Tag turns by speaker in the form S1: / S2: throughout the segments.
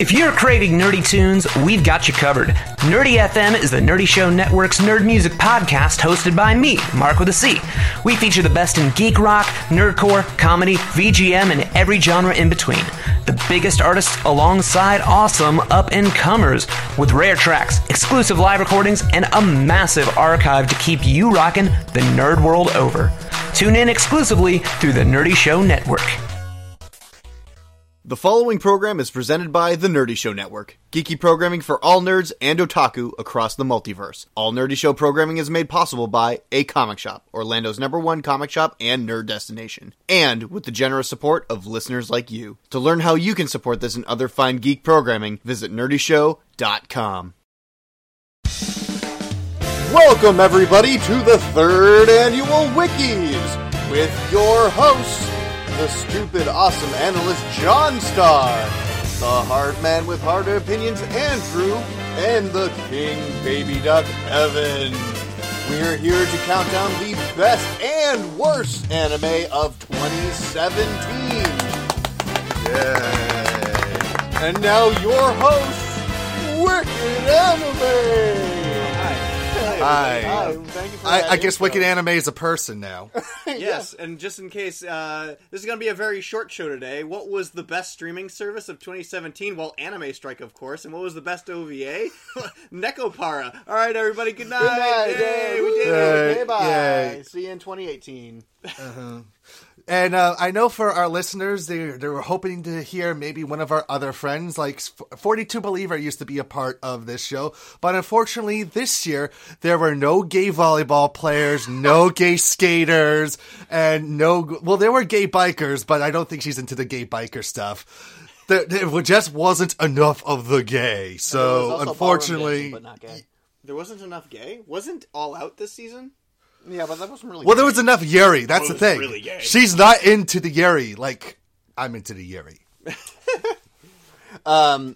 S1: If you're craving nerdy tunes, we've got you covered. Nerdy FM is the Nerdy Show Network's nerd music podcast hosted by me, Mark with a C. We feature the best in geek rock, nerdcore, comedy, VGM, and every genre in between. The biggest artists alongside awesome up and comers with rare tracks, exclusive live recordings, and a massive archive to keep you rocking the nerd world over. Tune in exclusively through the Nerdy Show Network.
S2: The following program is presented by The Nerdy Show Network, geeky programming for all nerds and otaku across the multiverse. All Nerdy Show programming is made possible by A Comic Shop, Orlando's number one comic shop and nerd destination, and with the generous support of listeners like you. To learn how you can support this and other fine geek programming, visit nerdyshow.com.
S3: Welcome, everybody, to the third annual Wikis with your hosts, the stupid, awesome analyst John Star, the hard man with hard opinions Andrew, and the king baby duck Evan. We're here to count down the best and worst anime of 2017. Yay. And now your hosts, Wicked Anime.
S4: Hi.
S3: Thank you for
S4: I,
S3: that
S4: I guess
S3: intro.
S4: Wicked Anime is a person now.
S5: Yes, and just in case, uh, this is going to be a very short show today. What was the best streaming service of 2017? Well, Anime Strike, of course. And what was the best OVA? Nekopara. All right, everybody, good night.
S2: Good night.
S5: Yay, we did it.
S4: Yay.
S2: Okay, bye.
S4: Yay.
S2: See you in 2018.
S4: And uh, I know for our listeners, they they were hoping to hear maybe one of our other friends, like F- 42 Believer used to be a part of this show, but unfortunately this year there were no gay volleyball players, no gay skaters, and no well there were gay bikers, but I don't think she's into the gay biker stuff. There, there just wasn't enough of the gay,
S2: There was
S4: so
S2: also ballroom dancing,
S4: unfortunately,
S2: but not gay.
S5: There wasn't enough gay? Wasn't All Out this season?
S2: Yeah, but that wasn't really.
S4: Well, there was enough Yuri. That's the
S5: was
S4: thing.
S5: really gay.
S4: She's not into the Yuri. Like I'm into the Yuri.
S2: Yeah,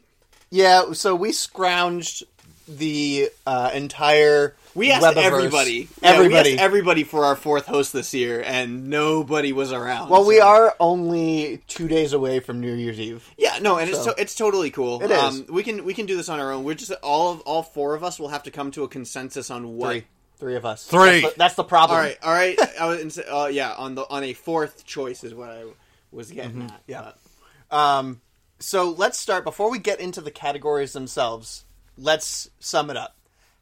S2: so we scrounged the uh, entire.
S5: We asked
S2: Webiverse.
S5: everybody. Yeah,
S2: Everybody.
S5: we asked everybody for our fourth host this year, and nobody was around.
S2: well, we
S5: so-
S2: are only two days away from New Year's Eve.
S5: Yeah, no, and it's to, it's totally cool. Um,
S2: It is.
S5: we can we can do this on our own. We're just all of all four of us will have to come to a consensus on what
S2: Three. Three of us.
S4: Three.
S2: That's the, that's the problem.
S5: All right, all right. I was ins- uh, yeah on the on a fourth choice is what I was getting at.
S2: Mm-hmm. Yeah. Um, so let's start before we get into the categories themselves. Let's sum it up.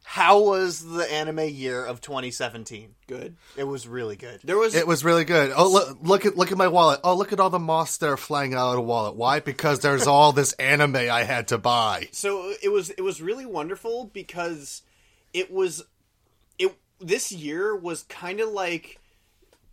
S2: How was the anime year of 2017?
S5: good.
S2: It was really good.
S5: There was
S4: It was really good. Oh look, look at look at my wallet. Oh look at all the moss that are flying out of the wallet. Why? Because there's all this anime I had to buy.
S5: so it was it was really wonderful because it was it this year was kind of like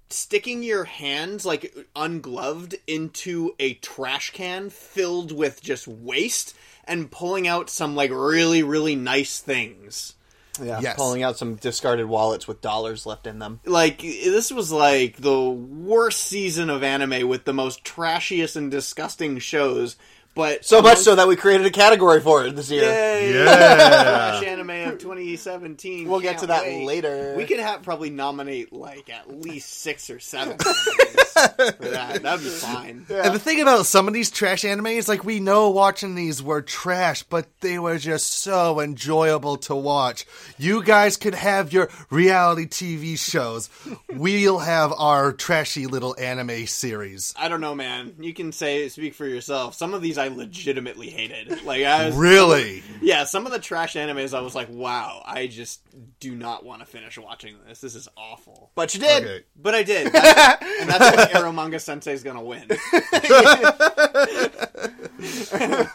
S5: sticking your hands like ungloved into a trash can filled with just waste and pulling out some like really really nice things.
S2: Yeah,
S4: Yes.
S2: pulling out some discarded wallets with dollars left in them.
S5: like this was like the worst season of anime with the most trashiest and disgusting shows but
S2: So much so that we created a category for it this year.
S5: Yay!
S4: Yeah.
S5: Trash anime of 2017
S2: We'll get
S5: Can't
S2: to that
S5: wait.
S2: later.
S5: we could have probably nominate like at least six or seven animes for that that'd be fine
S4: And the thing about some of these trash anime is like we know watching these were trash, but they were just so enjoyable to watch. You guys could have your reality TV shows. we'll have our trashy little anime series.
S5: I don't know, man. You can say speak for yourself. Some of these I legitimately hated. Like I was,
S4: Really?
S5: yeah, some of the trash animes I was like, wow, I just do not want to finish watching this. This is awful.
S2: But you did.
S4: Okay.
S5: But I did. and that's why Arrow Manga Sensei's gonna win.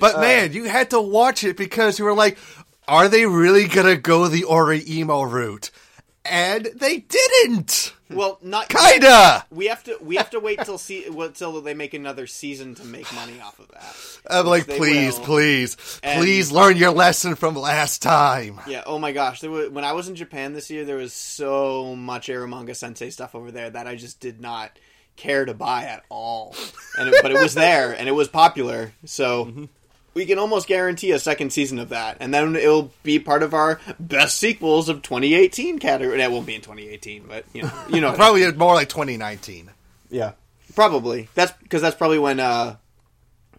S4: But man, you had to watch it because you were like, are they really gonna go the Ori emo route? And they didn't.
S5: Well, not
S4: Kinda.
S5: We have to we have to wait till see well, till they make another season to make money off of that.
S4: I'm like,
S5: they
S4: please,
S5: will.
S4: please,
S5: And-
S4: please learn your lesson from last time.
S5: Yeah. Oh my gosh. There were, when I was in Japan this year, there was so much Erumanga Sensei stuff over there that I just did not care to buy at all. And it, but it was there and it was popular, so we can almost guarantee a second season of that, and then it'll be part of our best sequels of 2018 category. That won't be in 2018, but you know, you know, what I
S4: Probably more like 2019.
S5: Yeah, probably. That's because that's probably when uh,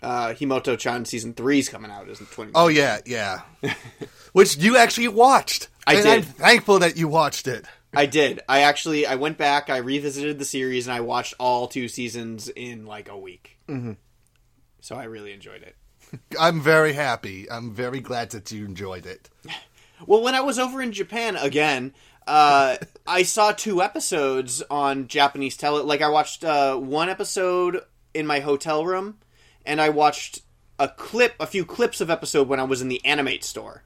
S5: uh, Himoto Chan season three is coming out, isn't twenty?
S4: Oh yeah, yeah. Which you actually watched.
S5: I
S4: and
S5: did.
S4: I'm thankful that you watched it.
S5: I did. I actually I went back, I revisited the series, and I watched all two seasons in like a week. Mm-hmm. So I really enjoyed it.
S4: I'm very happy. I'm very glad that you enjoyed it.
S5: Well, when I was over in Japan again, uh, I saw two episodes on Japanese tele. Like I watched uh, one episode in my hotel room, and I watched a clip, a few clips of episode when I was in the Animate store.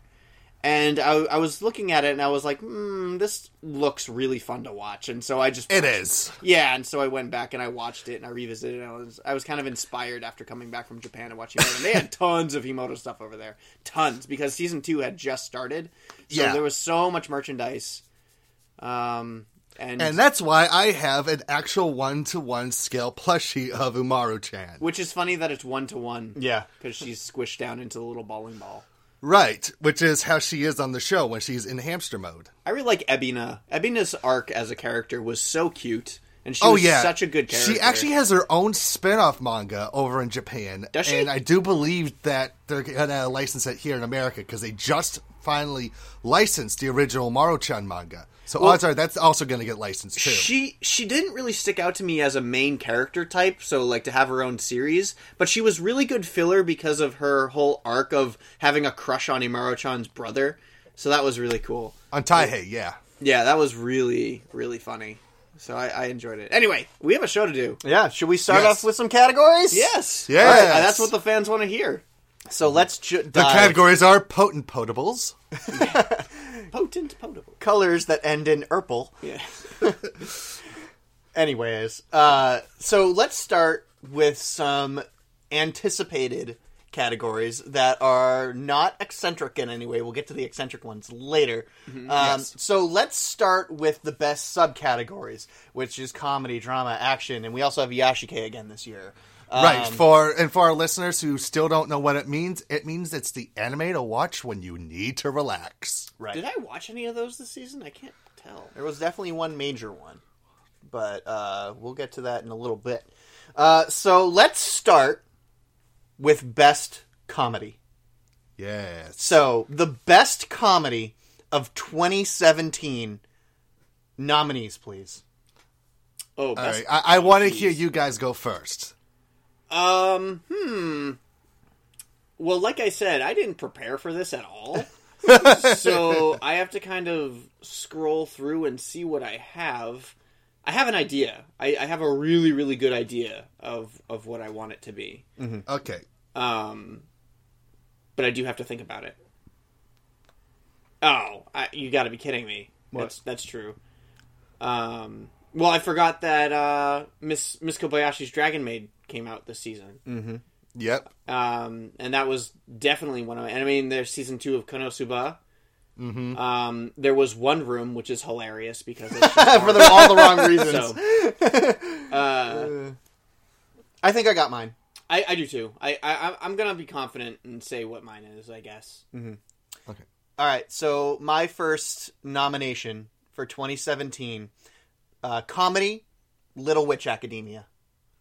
S5: And I, I was looking at it, and I was like, hmm, "This looks really fun to watch." And so I just
S4: It is.
S5: Yeah, and so I went back and I watched it and I revisited it. And I was I was kind of inspired after coming back from Japan and watching Himoto. And they had tons of Himoto stuff over there, tons because season two had just started. So
S4: Yeah.
S5: there was so much merchandise. Um, and,
S4: And that's why I have an actual one to one scale plushie of Umaru chan.
S5: which is funny that it's one to one.
S6: Yeah.
S5: because she's squished down into the little bowling ball.
S4: Right, which is how she is on the show when she's in hamster mode.
S5: I really like Ebina. Ebina's arc as a character was so cute, and she
S4: Oh
S5: was
S4: yeah,
S5: such a good character.
S4: She actually has her own spin-off manga over in Japan,
S5: Does she?
S4: and I do believe that they're gonna license it here in America because they just finally licensed the original Maro-chan manga. So odds are that's also gonna get licensed too.
S5: She she didn't really stick out to me as a main character type, so like to have her own series, but she was really good filler because of her whole arc of having a crush on Imaro-chan's brother. So that was really cool.
S4: on Taihei, yeah.
S5: Yeah, that was really really funny. So I, I enjoyed it. Anyway, we have a show to do.
S6: Yeah, should we start
S4: Yes.
S6: off with some categories?
S5: Yes,
S4: Yes.
S5: All right, uh, that's what the fans want to hear. So let's ju-
S4: The
S5: dive.
S4: categories are potent potables,
S5: potent potable.
S6: Colors that end in purple.
S5: Yeah.
S6: Anyways, uh, so let's start with some anticipated categories that are not eccentric in any way. We'll get to the eccentric ones later. Um, So let's start with the best subcategories, which is comedy, drama, action, and we also have Yashike again this year. Um,
S4: right? For and for our listeners who still don't know what it means, it means it's the anime to watch when you need to relax.
S6: right.
S5: Did I watch any of those this season? I can't tell.
S6: There was definitely one major one, but uh, we'll get to that in a little bit. Uh, so let's start with best comedy.
S4: Yes,
S6: So the best comedy of 2017 nominees, please.
S5: Oh,
S4: all
S5: best
S4: right. I, I want to hear you guys go first.
S5: Um, hmm. Well, like I said, I didn't prepare for this at all. so I have to kind of scroll through and see what I have. I have an idea. I, I have a really, really good idea of, of what I want it to be.
S4: Okay,
S5: Um, but I do have to think about it. Oh, I, you got to be kidding me. That's that's true. Um, well, I forgot that uh, Miss Miss Kobayashi's Dragon Maid came out this season.
S6: Mm.
S4: yep.
S5: Um, and that was definitely one of. And I mean, there's season two of Konosuba. Mm-hmm. Um, there was one room which is hilarious because it's just
S6: For the, all the wrong reasons.
S5: so
S6: I think I got mine.
S5: I, I do too. I, I I'm gonna be confident and say what mine is. I guess.
S6: All right, so my first nomination for 2017 uh, comedy, Little Witch Academia.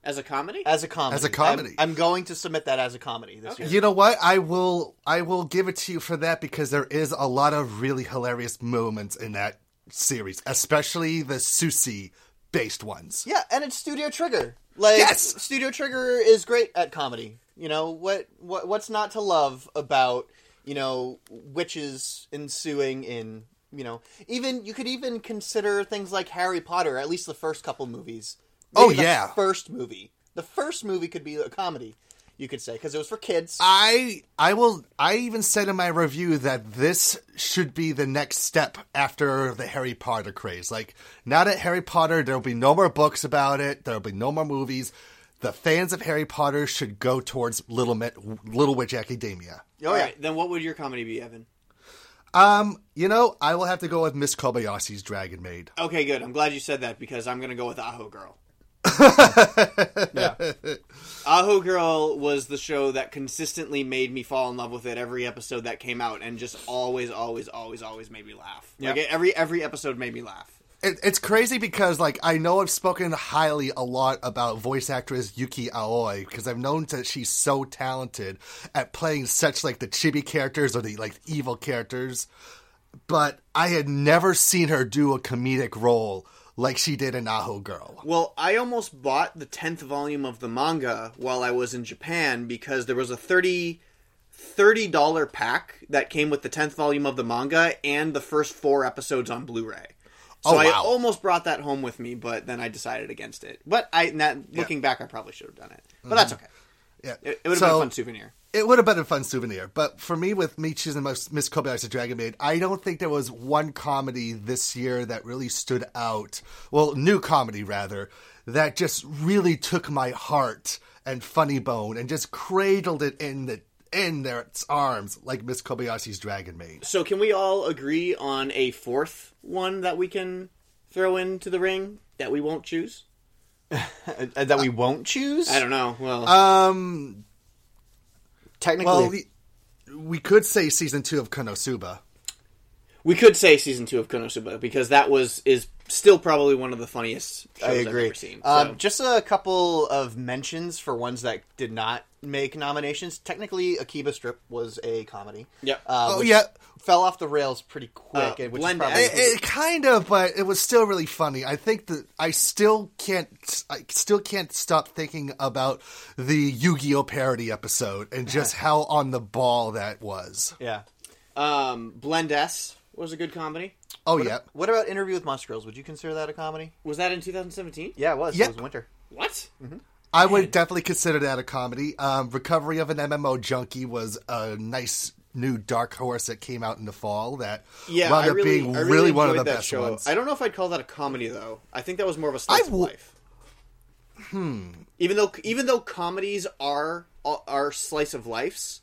S5: As a comedy,
S6: As a comedy.
S4: As a comedy.
S6: I'm, I'm going to submit that as a comedy this year.
S4: You know what? I will I will give it to you for that because there is a lot of really hilarious moments in that series, especially the Susie based ones.
S6: Yeah, and it's Studio Trigger. Like
S4: Yes!
S6: Studio Trigger is great at comedy. You know, what what what's not to love about, you know, witches ensuing in, you know, even you could even consider things like Harry Potter, at least the first couple movies.
S4: Oh,
S6: Maybe the
S4: yeah.
S6: First movie. The first movie could be a comedy.
S5: you could say, because it was for kids.
S6: Oh,
S4: I I will I even said in my review that this should be the next step after the Harry Potter craze. Like now that Harry Potter there'll be no more books about it, there'll be no more movies. The fans of Harry Potter should go towards Little Mi- Little Witch Academia.
S5: All right, then what would your comedy be, Evan?
S4: Um, you know, I will have to go with Miss Kobayashi's Dragon Maid.
S5: Okay, good. I'm glad you said that because I'm gonna go with Aho Girl. Aho Girl was the show that consistently made me fall in love with it every episode that came out, and just always, always, always, always made me laugh. Like every every episode made me laugh.
S4: It, it's crazy because like I know I've spoken highly a lot about voice actress Yuki Aoi because I've known that she's so talented at playing such like the chibi characters or the like evil characters, but I had never seen her do a comedic role like she did in Aho Girl.
S5: Well, I almost bought the 10th volume of the manga while I was in Japan because there was a 30 $30 pack that came with the 10th volume of the manga and the first 4 episodes on Blu-ray. So
S4: Oh,
S5: I
S4: wow.
S5: almost brought that home with me, but then I decided against it. But I that, looking back I probably should have done it. But that's
S4: Mm-hmm.
S5: okay.
S4: Yeah,
S5: It, it would have been a fun souvenir.
S4: It would have been a fun souvenir, but for me, with me choosing Miss Miss Kobayashi's Dragon Maid, I don't think there was one comedy this year that really stood out. Well, new comedy rather that just really took my heart and funny bone and just cradled it in the in their its arms like Miss Kobayashi's Dragon Maid.
S5: So can we all agree on a fourth one that we can throw into the ring that we won't choose?
S2: Uh, that we won't choose.
S5: I don't know. Well,
S4: Um,
S2: Technically,
S4: well, we, we could say season two of Konosuba.
S5: We could say season two of Konosuba because that was is still probably one of the funniest shows
S2: I
S5: have
S2: agree.
S5: ever seen.
S2: um,
S5: so.
S2: Just a couple of mentions for ones that did not make nominations. Technically, Akiba Strip was a comedy.
S5: Yep.
S2: Uh,
S4: Oh,
S2: which
S4: yeah.
S2: Fell off the rails pretty
S5: Uh,
S2: quick. and which is
S5: Blend
S2: probably-
S5: It-
S4: It, it kind of, but it was still really funny. I think that I still can't, I still can't stop thinking about the Yu-Gi-Oh parody episode and just how on the ball that was.
S2: yeah.
S5: um, Blend S was a good comedy.
S4: Oh yeah,
S2: What about Interview with Monster Girls? Would you consider that a comedy?
S5: Was that in 2017?
S2: Yeah, Mm-hmm. it was.
S4: Yep.
S2: It was winter.
S5: What?
S4: I would definitely consider that a comedy. Um, Recovery of an MMO Junkie was a nice new Dark Horse that came out in the fall. That
S5: Yeah,
S4: wound
S5: I
S4: up
S5: really,
S4: being
S5: I
S4: really, one of the
S5: enjoyed that
S4: best
S5: show.
S4: ones.
S5: I don't know if I'd call that a comedy though. I think that was more of a slice
S4: I
S5: of
S4: w-
S5: life. Hmm. Even though even though comedies are are slice of lives,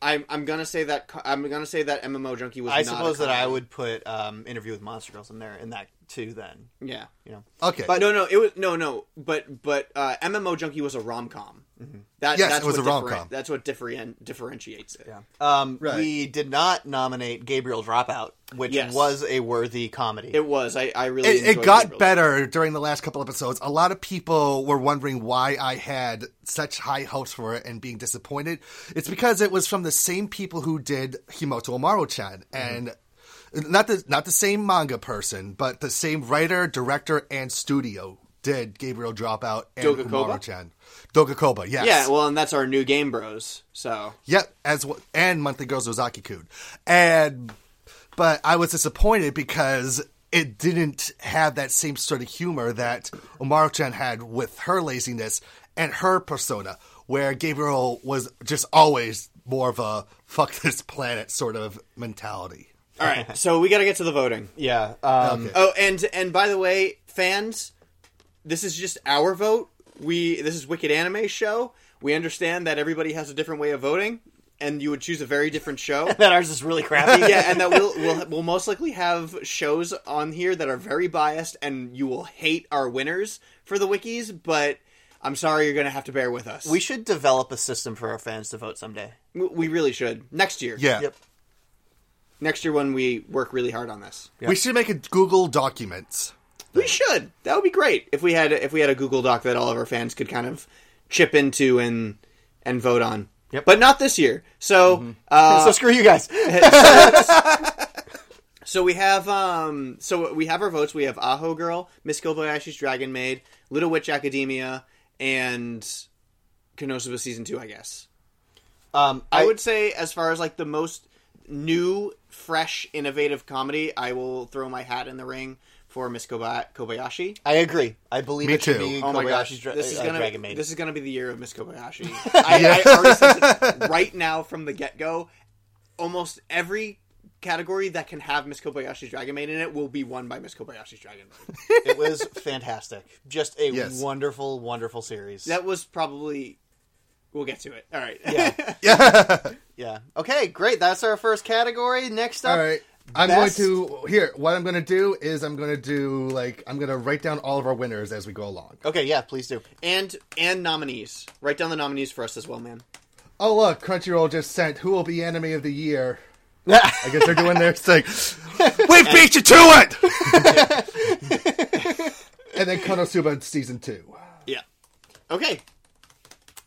S5: I'm I'm gonna say that co- I'm gonna say that MMO Junkie was.
S2: I
S5: not a
S2: suppose that I
S5: comedy.
S2: would put um, Interview with Monster Girls in there, in that too. Then
S5: Yeah.
S2: you know.
S4: Okay,
S5: But no, no, it was no, no. But but uh, MMO Junkie was a rom com. That
S4: Mm-hmm. Yes,
S5: that's
S4: it was
S5: what
S4: a
S5: differen-
S4: rom-com.
S5: That's what differen- differentiates it. Yeah.
S2: Um, We did not nominate Gabriel Dropout, which
S5: Yes.
S2: was a worthy comedy.
S5: It was. I I really
S4: it, it
S5: enjoyed
S4: got
S5: Gabriel's-
S4: better during the last couple episodes. A lot of people were wondering why I had such high hopes for it and being disappointed. It's because it was from the same people who did Himoto Amaro-chan and
S5: Mm-hmm.
S4: not the not the same manga person, but the same writer, director, and studio did Gabriel Dropout and
S5: Dogakoba?
S4: Amaro-chan. Dogakoba, yes.
S5: Yeah. Well, and that's our new Game Bros. So
S4: Yep, as well, and Monthly Girls Ozaki Kun, and but I was disappointed because it didn't have that same sort of humor that Omaru Chan had with her laziness and her persona, where Gabriel was just always more of a "fuck this planet" sort of mentality.
S5: all right. so we got to get to the voting.
S2: yeah. Um,
S5: Oh, and and by the way, fans, this is just our vote. We this is Wicked Anime Show. We understand that everybody has a different way of voting, and you would choose a very different show.
S2: That ours is really crappy.
S5: yeah, and that we'll, we'll we'll most likely have shows on here that are very biased, and you will hate our winners for the wikis. But I'm sorry, you're gonna have to bear with us.
S2: We should develop a system for our fans to vote someday.
S5: we really should next year.
S4: Yeah,
S2: Yep.
S5: next year when we work really hard on this,
S4: we should make a Google Documents.
S5: we should. That would be great if we had if we had a Google Doc that all of our fans could kind of chip into and and vote on.
S2: Yep. Mm-hmm.
S5: But not this year. So uh,
S2: so screw you guys.
S5: So we have um so we have our votes. We have Aho Girl, Miss Kobayashi's Dragon Maid, Little Witch Academia, and Konosuba season 2, I guess.
S2: Um,
S5: I, would say as far as like the most new, fresh, innovative comedy, I will throw my hat in the ring for Miss Koba- Kobayashi.
S2: I agree. I believe
S4: Me
S2: it should
S4: too.
S2: be
S5: Oh my
S2: Kobayashi's
S5: gosh,
S2: Dra-
S5: this is
S2: uh,
S5: gonna
S2: Dragon Maid.
S5: this is gonna be the year of Miss Kobayashi. I, I already sense it right now from the get go. Almost every category that can have Miss Kobayashi's Dragon Maid in it will be won by Miss Kobayashi's Dragon Maid.
S2: it was fantastic. Just a wonderful, wonderful series.
S5: That was probably. We'll get to it. All right.
S2: Yeah. yeah. Okay, great. That's our first category. Next up,
S4: All right. I'm
S2: Best-
S4: going to here. What I'm going to do is I'm going to do like I'm going to write down all of our winners as we go along.
S2: Okay, yeah, please do.
S5: and and nominees. Write down the nominees for us as well, man.
S4: Oh look, Crunchyroll just sent who will be anime of the year. I guess they're doing their thing.
S6: We beat you to it.
S4: And then Konosuba season two.
S5: Yeah. Okay.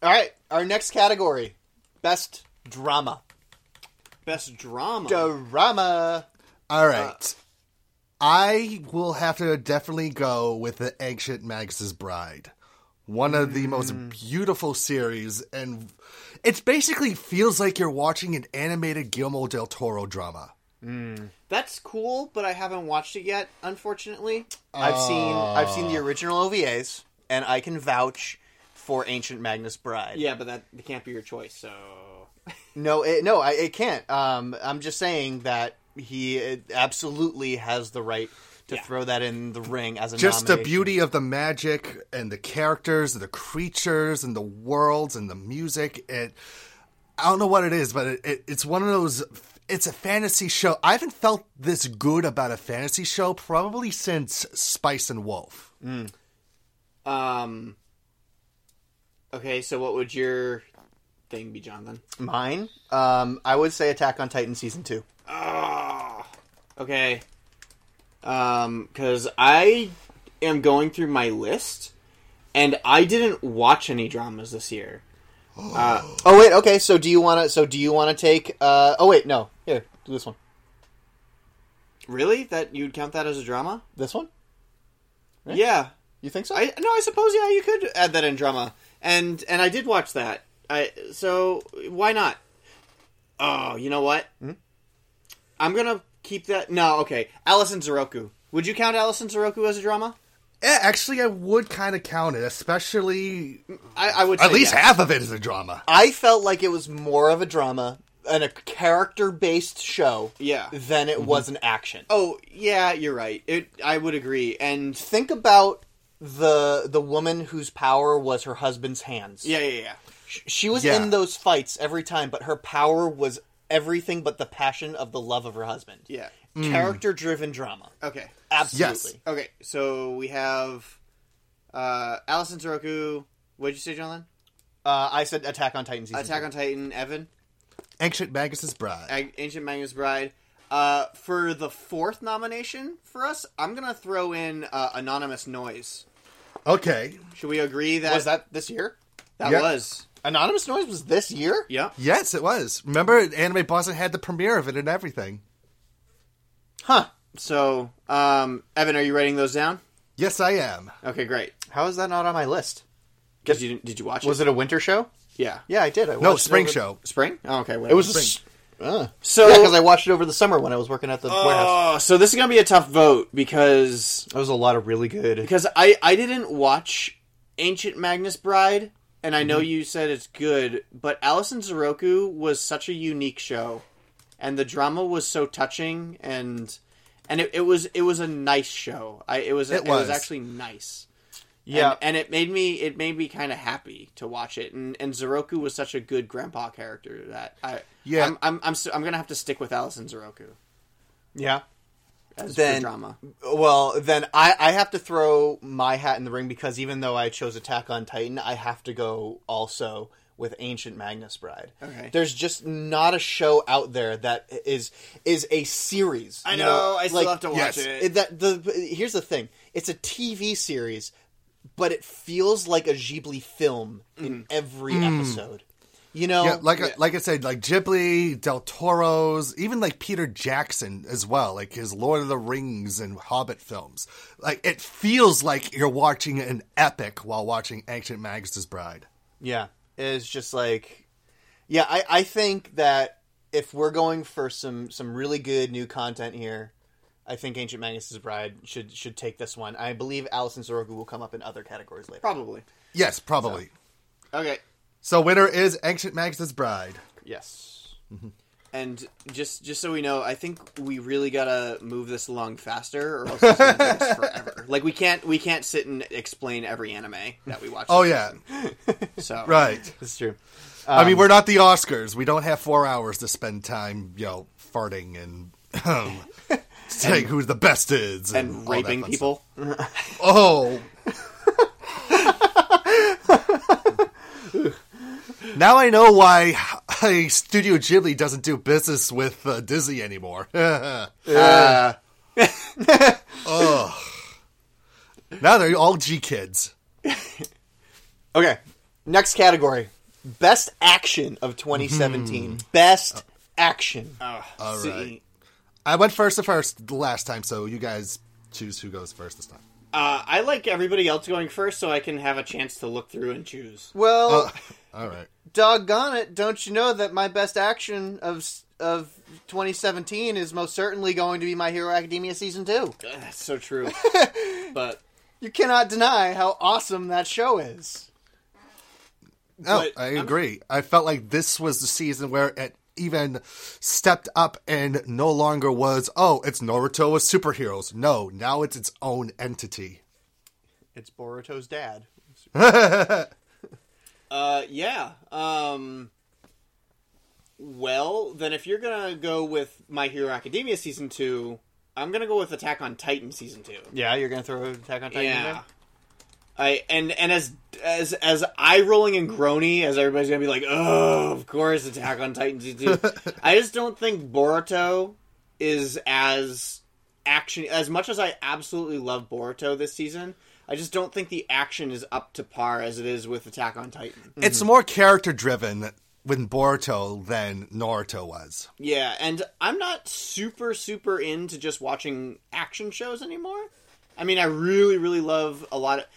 S2: All right, our next category best drama.
S5: Best drama.
S2: Drama.
S4: All right. Uh, I will have to definitely go with the Ancient Magus' Bride. One of the most beautiful series, and it basically feels like you're watching an animated Guillermo del Toro drama.
S5: That's cool, but I haven't watched it yet, unfortunately.
S2: I've seen I've seen
S4: Uh.
S2: the original OVAs, and I can vouch for Ancient Magnus Bride.
S5: Yeah, but that can't be your choice. So
S2: No, it, no, I, it can't. Um, I'm just saying that he uh, absolutely has the right to throw that in the ring as a
S4: Just the
S2: nomination.
S4: beauty of the magic and the characters, the creatures, and the worlds, and the music. It, I don't know what it is, but it, it, it's one of those. It's a fantasy show. I haven't felt this good about a fantasy show probably since Spice and Wolf.
S5: Um. Okay, so what would your thing be, John? Then.
S2: Mine, um, I would say Attack on Titan season two.
S5: Okay. Um, because I am going through my list, and I didn't watch any dramas this year.
S2: Oh wait, okay. So do you want to? So do you want to take? Uh, oh wait, no. Here, do this one.
S5: Really? That you'd count that as a drama?
S2: This one.
S5: Yeah.
S2: You think so?
S5: I no, I suppose yeah, you could add that in drama, and and I did watch that. I so why not? Oh, you know what? I'm gonna keep that. No, okay. Allison Zoroku. Would you count Allison Zoroku as a drama?
S4: Yeah, actually, I would kind of count it, especially
S5: I, I would.
S4: at
S5: say
S4: least
S5: yes.
S4: half of it is a drama.
S2: I felt like it was more of a drama and a character based show
S5: Yeah.
S2: than
S4: Mm-hmm.
S2: it was an action.
S5: Oh yeah, you're right. It. I would agree. And
S2: Think about the the woman whose power was her husband's hands.
S5: yeah, yeah, yeah.
S2: She was
S4: Yeah.
S2: in those fights every time, but her power was everything but the passion of the love of her husband.
S5: Yeah.
S4: Mm.
S2: Character driven drama.
S5: Okay.
S2: Absolutely.
S5: Okay. So we have uh Allison Zoroku. What'd you say, John?
S2: Uh, I said Attack on Titan season.
S5: Attack
S2: two.
S5: on Titan. Evan.
S4: Ancient Magus' Bride.
S5: Ag- Ancient Magnus Bride. Uh, for the fourth nomination for us, I'm gonna throw in uh, Anonymous Noise.
S4: Okay.
S5: Should we agree that
S2: was that this year?
S5: that
S4: yeah.
S5: was?
S2: Anonymous Noise was this year?
S5: Yeah.
S4: Yes, it was. Remember, Anime Boston had the premiere of it and everything.
S5: Huh. So, um, Evan, are you writing those down?
S4: Yes, I am.
S5: Okay, great.
S2: How is that not on my list?
S5: Did you did you watch
S2: Was
S5: it?
S2: it a winter show?
S5: Yeah.
S2: Yeah, I did. I
S4: No,
S2: watched it
S4: Spring
S2: over-
S4: Show.
S5: Spring. Oh, okay.
S2: It was
S4: Spring.
S2: A, uh,
S5: So-
S2: so yeah, because I watched it over the summer when I was working at the warehouse.
S5: Oh, so this is gonna be a tough vote because
S2: There was a lot of really good.
S5: because I I didn't watch Ancient Magnus Bride, and I know you said it's good, but Allison Zoroku was such a unique show, and the drama was so touching, and and it, it was it was a nice show. I it was it, was.
S4: was.
S5: actually nice.
S2: Yeah,
S5: and, and it made me it made me kind of happy to watch it, and and Zoroku was such a good grandpa character that I
S4: Yeah.
S5: I'm I'm I'm, si am gonna have to stick with Allison Zoroku
S2: yeah.
S5: as
S2: Then-
S5: for drama.
S2: Well, then I, I have to throw my hat in the ring because even though I chose Attack on Titan, I have to go also with Ancient Magnus Bride.
S5: Okay.
S2: There's just not a show out there that is is a series.
S5: I
S2: you
S5: know, I still have to watch
S4: yes.
S5: it.
S2: it- that the here's the thing it's a tv series but it feels like a ghibli film
S5: Mm-hmm.
S2: in every episode you know
S4: Hmm. Yeah, like I, like I said, like Ghibli, Del Toro's, even like Peter Jackson as well, like his Lord of the Rings and Hobbit films. Like it feels like you're watching an epic while watching Ancient Magus' Bride.
S2: yeah it's just like yeah i i think that if we're going for some some really good new content here I think Ancient Magnus's Bride should should take this one. I believe Allison Zorogu will come up in other categories later.
S5: Probably.
S4: Yes, probably.
S5: Okay.
S4: So, winner is Ancient Magnus' Bride.
S5: Yes.
S2: Mm-hmm.
S5: And just just so we know, I think we really gotta move this along faster, or else it's gonna take us forever. Like we can't we can't sit and explain every anime that we watch.
S4: Oh, yeah.
S5: so
S4: Right.
S2: That's true.
S4: I
S5: Um,
S4: mean, we're not the Oscars. We don't have four hours to spend time, you know, farting and um, saying who the best is all
S5: and
S4: that
S5: raping
S4: fun
S5: people.
S4: stuff. Oh. now I know why Studio Ghibli doesn't do business with uh, Disney anymore. Uh. Ugh. Now they're all G kids.
S2: Okay. Next category. Best action of 2017. Best action.
S5: All
S4: right. I went first the first the last time, so you guys choose who goes first this time.
S5: Uh, I like everybody else going first, so I can have a chance to look through and choose.
S2: well,
S4: All right.
S2: doggone it, don't you know that my best action of of 2017 is most certainly going to be My Hero Academia season 2.
S5: Ugh, That's so true. but
S2: You cannot deny how awesome that show is.
S4: No,
S5: But
S4: Oh, I agree. i felt like this was the season where it even stepped up and no longer was, oh, it's Naruto with superheroes. No, now it's its own entity.
S2: It's Boruto's dad.
S5: uh, yeah. Um, well, then if you're gonna go with My Hero Academia season two, I'm gonna go with Attack on Titan season two.
S2: Yeah, you're going to throw Attack on Titan in
S5: Yeah.
S2: there?
S5: I and and as as as eye rolling and groany as everybody's gonna be like, oh, of course, Attack on Titan season two. I just don't think Boruto is as action as much as I absolutely love Boruto this season. I just don't think the action is up to par as it is with Attack on Titan.
S4: It's more character driven with Boruto than Naruto was.
S5: Yeah, and I'm not super super into just watching action shows anymore. I mean, I really really love a lot of. a-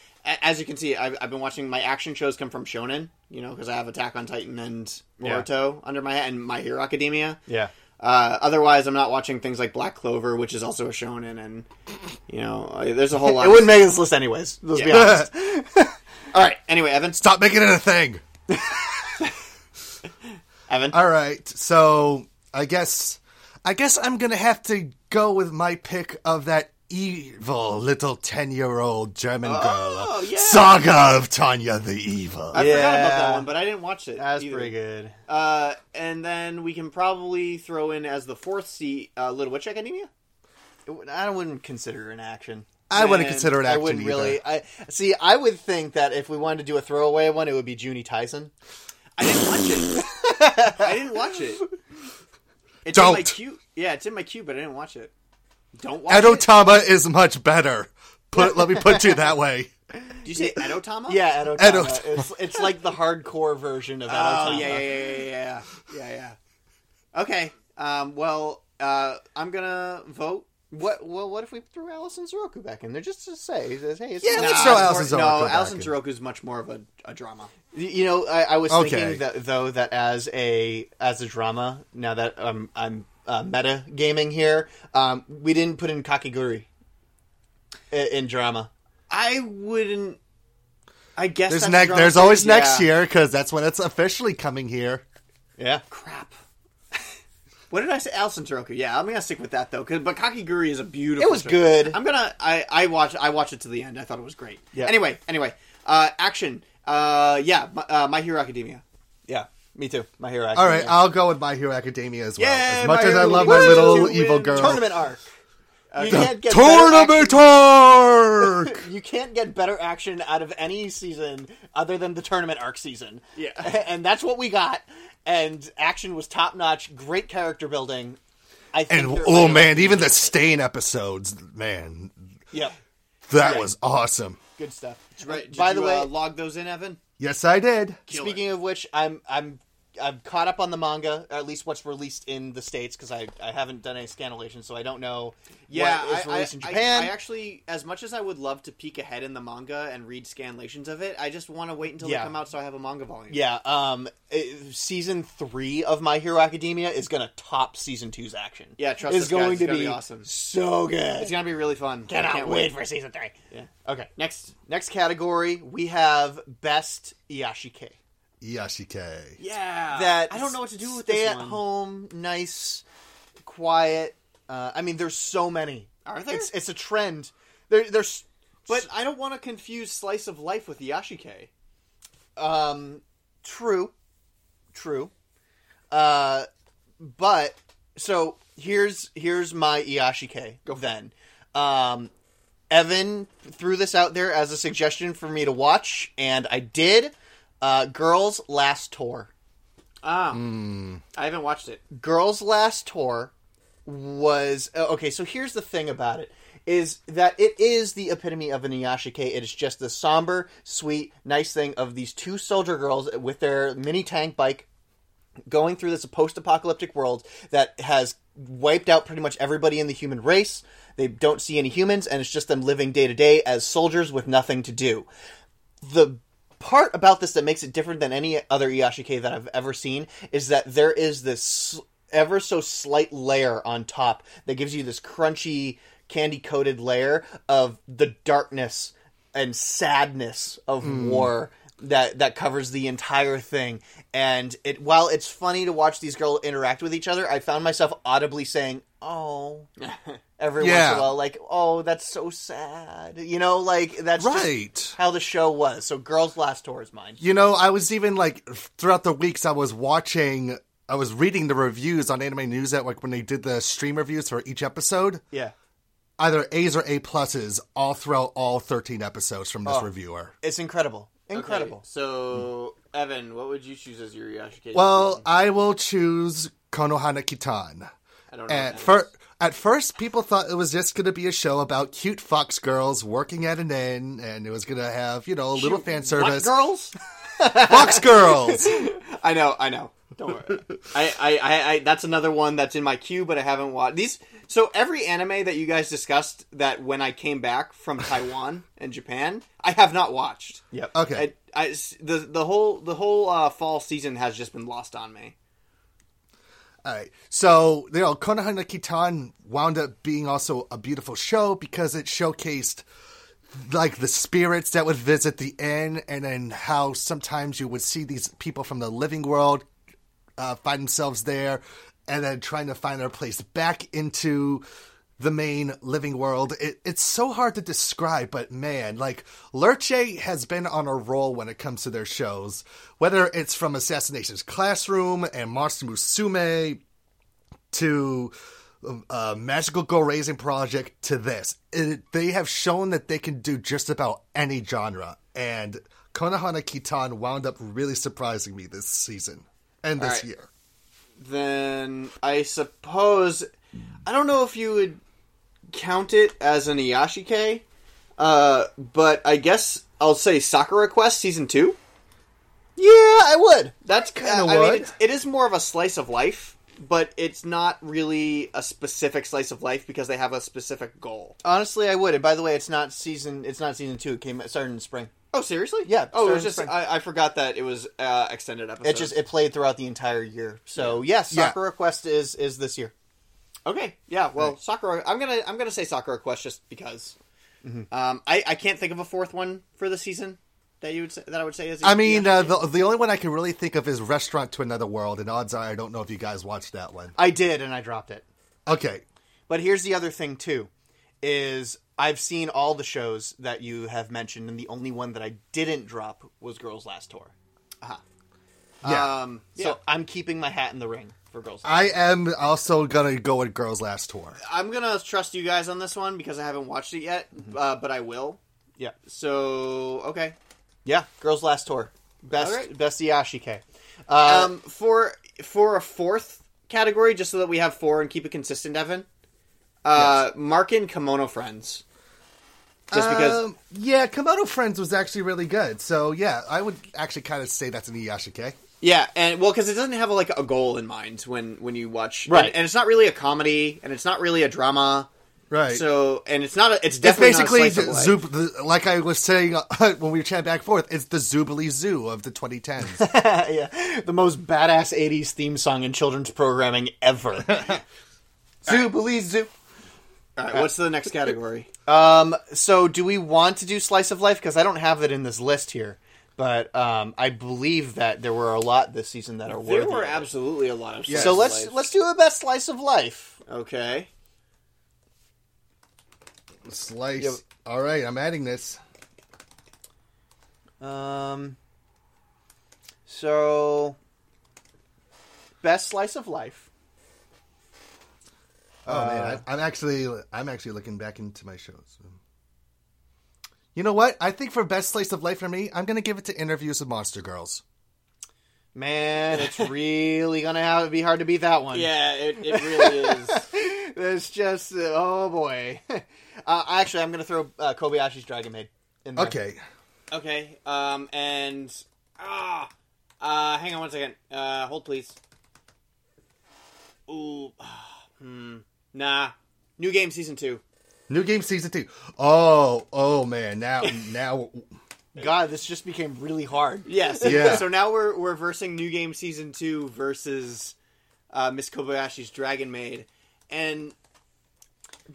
S5: As you can see, I've, I've been watching my action shows come from Shonen, you know, because I have Attack on Titan and Boruto under my hat and My Hero Academia.
S2: Yeah.
S5: Uh, otherwise, I'm not watching things like Black Clover, which is also a Shonen, and you know, I- there's a whole lot.
S2: It wouldn't make this list anyways. Let's be honest.
S5: All right. Anyway, Evan,
S4: Stop making it a thing.
S5: Evan,
S4: All right. So I guess I guess I'm gonna have to go with my pick of that evil little ten year old German girl.
S5: Oh, yeah.
S4: Saga of Tanya the Evil.
S5: I forgot about that
S2: Yeah.
S5: one, but I didn't watch it.
S2: That's
S5: either.
S2: pretty good.
S5: Uh, and then we can probably throw in as the fourth seat uh, Little Witch Academia.
S2: It- I wouldn't consider it an action.
S4: I wouldn't
S5: Man,
S4: consider it action
S2: I wouldn't
S4: either.
S2: really. I see. I would think that if we wanted to do a throwaway one, it would be Junie Tyson.
S5: I didn't watch it. I didn't watch it. It's in my
S4: Don't.
S5: queue. Yeah, it's in my queue, but I didn't watch it. Don't watch it.
S4: Edotama is much better. Put let me put you that way.
S5: Did you say Edotama?
S2: Yeah, Edo.
S4: Edo-
S2: It's it's like the hardcore version of Edo.
S5: Oh yeah, yeah, yeah, yeah, yeah, yeah, yeah, yeah. Okay. Um. Well, uh, I'm gonna vote.
S2: What? Well, what if we threw Allison Zoroku back in there just to say, he says, "Hey, it's
S4: Yeah,
S2: not-
S4: let's throw
S5: it's
S4: Allison
S5: more-
S4: Zoroku
S5: No,
S4: back
S5: Alison
S4: in.
S5: Zoroku's much more of a, a drama.
S2: You know, I, I was
S4: Okay.
S2: thinking that though that as a as a drama, now that um, I'm uh, meta gaming here, um, we didn't put in Kakiguri in, in drama.
S5: I wouldn't. I guess
S4: There's
S5: that's
S4: next.
S5: drama
S4: There's
S5: too.
S4: always next
S5: Yeah.
S4: year because that's when it's officially coming here.
S2: Yeah,
S5: crap. what did I say? Alison Taroku. Yeah, I'm gonna stick with that though. 'cause- but Kakiguri is a beautiful.
S2: It was
S5: show.
S2: good.
S5: I'm gonna. I I watch. I watched it to the end. I thought it was great.
S2: Yeah.
S5: Anyway. Anyway. Uh, action. Uh, yeah. My, uh, My Hero Academia.
S2: yeah, me too. My hero.
S4: All right, I'll go with My Hero Academia as well.
S5: Yeah,
S4: as
S5: My
S4: much as I
S5: Hero
S4: love my
S5: Academia
S4: little
S5: to
S4: evil
S5: win
S4: girl.
S2: tournament arc.
S5: Uh,
S2: You can't get
S4: Tournament
S2: Better
S4: arc.
S2: action, you can't get better action out of any season other than the tournament arc season.
S5: Yeah.
S2: and that's what we got. And action was top notch. Great character building. I think
S4: and
S2: they're-
S4: oh man, even the stain episodes, man,
S2: yep,
S4: that was awesome.
S2: good stuff.
S5: Right. Did
S2: By
S5: you,
S2: the way,
S5: uh, log those in, Evan.
S4: Yes, I did.
S5: Kill it.
S2: speaking of which, I'm I'm I've caught up on the manga, at least what's released in the states, because I, I haven't done any scanlation, so I don't know.
S5: Yeah,
S2: what is
S5: I-
S2: released
S5: I,
S2: in
S5: I-
S2: Japan.
S5: I, actually, as much as I would love to peek ahead in the manga and read scanlations of it, I just want to wait until
S2: Yeah.
S5: they come out so I have a manga volume.
S2: Yeah, um, it- season three of My Hero Academia is going to top season two's action.
S5: Yeah, trust
S2: it's
S5: us, guys,
S2: going
S5: it's
S2: to
S5: gonna
S2: be
S5: be awesome.
S2: So good.
S5: it's gonna be really fun.
S2: cannot
S5: I can't
S2: wait for season three. Yeah. Okay.
S5: Next,
S2: Next category, we have best Iyashike.
S4: Yashike.
S5: yeah,
S2: That
S5: Uh, I don't know what to do with
S2: stay
S5: this
S2: at
S5: one.
S2: home, nice, quiet. Uh, I mean, there's so many.
S5: Are there?
S2: It's, it's a trend. There, there's
S5: But I don't want to confuse slice of life with Yashike.
S2: um, true, true. Uh, but so here's here's my Iyashike. Go then. Um, Evan threw this out there as a suggestion for me to watch, and I did. Uh, Girls Last Tour.
S5: Ah, I haven't watched it.
S2: Girls Last Tour was uh, okay. So here's the thing about it is that it is the epitome of an Iyashike. It is just the somber, sweet, nice thing of these two soldier girls with their mini tank bike going through this post-apocalyptic world that has wiped out pretty much everybody in the human race. They don't see any humans, and it's just them living day to day as soldiers with nothing to do. The part about this that makes it different than any other Iyashike that I've ever seen is that there is this sl- ever so slight layer on top that gives you this crunchy, candy coated layer of the darkness and sadness of
S4: Hmm.
S2: war that that covers the entire thing and it while it's funny to watch these girls interact with each other i found myself audibly saying oh every once
S4: Yeah.
S2: in a while like oh that's so sad you know like that's just
S4: Right.
S2: how the show was so girls last tour is mine
S4: You know, I was even like throughout the weeks I was watching I was reading the reviews on Anime News Network when they did the stream reviews for each episode.
S2: yeah
S4: Either A's or A pluses all throughout all thirteen episodes from this reviewer.
S2: it's incredible incredible
S5: So, Evan, what would you choose as your Yashike?
S4: Well, I will choose Konohana Kitan.
S5: I don't know. what
S4: At,
S5: that
S4: fir- at first, people thought it was just going to be a show about cute fox girls working at an inn, and it was going to have, you know, a little fan
S2: what
S4: service.
S2: girls
S4: Fox girls!
S5: is. I know, I know. Don't worry. I, I, I, I, that's another one that's in my queue, but I haven't watched these. So every anime that you guys discussed that when I came back from Taiwan and Japan, I have not watched. Yep.
S4: Okay.
S5: I, I- s- the the whole the whole uh, fall season has just been lost on me.
S4: All right. So, you know, Konohana Kitan wound up being also a beautiful show because it showcased like the spirits that would visit the inn and then how sometimes you would see these people from the living world uh, find themselves there and then trying to find their place back into the main living world. It, it's so hard to describe, but man, like Lurche has been on a roll when it comes to their shows, whether it's from Assassination's Classroom and Monster Musume to uh, Magical Girl Raising Project to this. It, they have shown that they can do just about any genre, and Konohana Kitan wound up really surprising me this season and this year.
S5: then I suppose I don't know if you would count it as an Iyashike, uh, but I guess I'll say Sakura Quest season two.
S2: yeah i would
S5: That's kind of. I
S4: would.
S5: mean, it's, it is more of a slice of life, but it's not really a specific slice of life because they have a specific goal.
S2: honestly i would and by the way it's not season it's not season two it came it started in spring
S5: Oh, seriously?
S2: Yeah,
S5: Oh, it was
S2: starting
S5: just
S2: spring.
S5: I, I forgot that it was uh, extended episode.
S2: it just it played throughout the entire year so yes
S4: Yeah.
S2: sakura quest is is this year
S5: Okay. Yeah. Well, Sakura. I'm gonna I'm gonna say Sakura Quest just because.
S2: Mm-hmm.
S5: Um, I I can't think of a fourth one for the season that you would say, that I would say is.
S4: I mean, uh, the, the only one I can really think of is Restaurant to Another World, and odds are I don't know if you guys watched that one.
S2: i did and i dropped it
S4: Okay.
S2: But here's the other thing too, is I've seen all the shows that you have mentioned, and the only one that I didn't drop was Girls Last Tour.
S4: Yeah.
S5: Uh-huh. um,
S2: So I'm keeping my hat in the ring for Girls. Last
S4: I am also going to go with Girls Last Tour.
S5: I'm gonna trust you guys on this one because I haven't watched it yet, uh, but I will.
S2: Mm-hmm. Yeah,
S5: So okay.
S2: yeah, Girls Last Tour, best
S5: All right.
S2: best Uh, Iyashike.
S5: Um, for for a fourth category, just so that we have four and keep it consistent, Evan. Uh, Mark and Kimono friends. Just because
S4: Um, yeah, Komodo Friends was actually really good. So, yeah, I would actually kind of say that's an Iyashike.
S5: Yeah, and well, because it doesn't have like a goal in mind when when you watch,
S2: Right.
S5: And, and it's not really a comedy, and it's not really a drama,
S4: Right.
S5: So, and it's not a, it's
S4: It's
S5: definitely
S4: basically
S5: not a slice of
S4: the
S5: life.
S4: zoo, the, like I was saying uh, when we were chatting back and forth. It's the Zoobly Zoo of the 2010s.
S2: the most badass 80s theme song in children's programming ever. zoo, believe zoo.
S5: All right, what's the next category?
S2: So, do we want to do slice of life? Because I don't have it in this list here, but um, I believe that there were a lot this season that are worthy.
S5: there were
S2: of it.
S5: absolutely a lot of.
S2: So let's let's do a best slice of life.
S5: okay.
S4: Slice. All right, I'm adding this.
S2: Um, so best slice of life.
S4: Oh
S5: Uh,
S4: man, I, I'm actually I'm actually looking back into my shows. You know what? I think for best slice of life for me, I'm gonna give it to interviews with Monster Girls.
S2: Man, it's really gonna have be hard to beat that one.
S5: Yeah, it, it really is.
S2: it's just uh, oh boy. uh, actually, I'm gonna throw uh, Kobayashi's Dragon Maid in there.
S4: Okay,
S5: Okay. Um. And ah. Uh. Hang on one second. Uh. Hold please. Ooh. ah, hmm. Nah. New game season two.
S4: new game season two. Oh, oh man, now now
S2: God, this just became really hard.
S5: Yes.
S4: Yeah.
S5: So now we're we're versing new game season two versus uh, Miss Kobayashi's Dragon Maid, and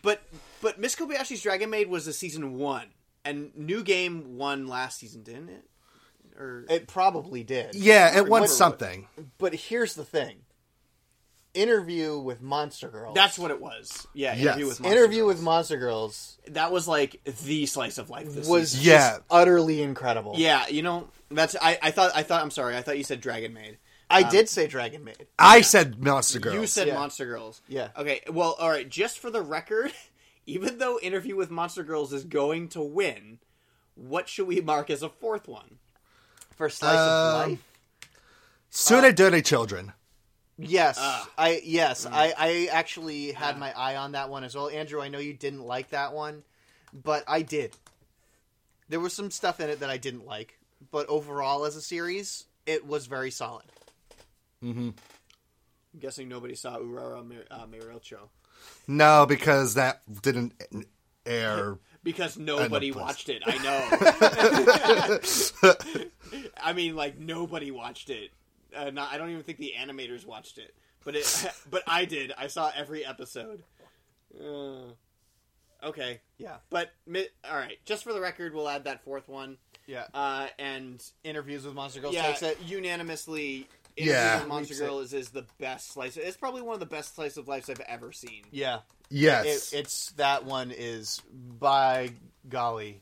S5: but but Miss Kobayashi's Dragon Maid was a season one, and new game won last season, didn't it? Or
S2: It probably did.
S4: yeah, it won
S2: What-
S4: something.
S2: But here's the thing. Interview with Monster Girls.
S5: that's what it was. Yeah.
S4: Yes.
S5: Interview with Monster
S2: Interview
S5: Girl.
S2: with Monster Girls
S5: that was like the slice of life. This
S2: was
S5: season.
S4: Yeah.
S2: just utterly incredible.
S5: yeah. You know that's I I thought I thought I'm sorry I thought you said Dragon Maid.
S2: I did say Dragon Maid.
S4: I said Monster Girls.
S5: You said
S2: Yeah.
S5: Monster Girls.
S2: Yeah.
S5: Okay. Well, all right. Just for the record, even though Interview with Monster Girls is going to win, what should we mark as a fourth one?
S2: For slice of life.
S5: uh,
S4: Tsunadori Children.
S2: Yes, I yes, I I actually had my eye on that one as well. Andrew, I know you didn't like that one, but I did. There was some stuff in it that I didn't like, but overall as a series, it was very solid.
S5: I'm guessing nobody saw Urara Mir- uh, Mirilcho
S4: No, because that didn't air.
S5: because nobody
S4: please.
S5: watched it. I know. I mean, like nobody watched it. Uh, not, I don't even think the animators watched it. But it, but I did. I saw every episode. Uh, okay.
S2: Yeah.
S5: But mi- all right, just for the record, we'll add that fourth one.
S2: Yeah.
S5: Uh, and
S2: Interviews with Monster Girls
S5: yeah,
S2: takes it.
S5: unanimously,
S4: Yeah.
S5: yeah, Monster
S2: Leaps it.
S5: Girl is, is the best slice. It's probably one of the best slice of lives I've ever seen.
S2: Yeah. It,
S4: Yes.
S2: it's that one is by golly.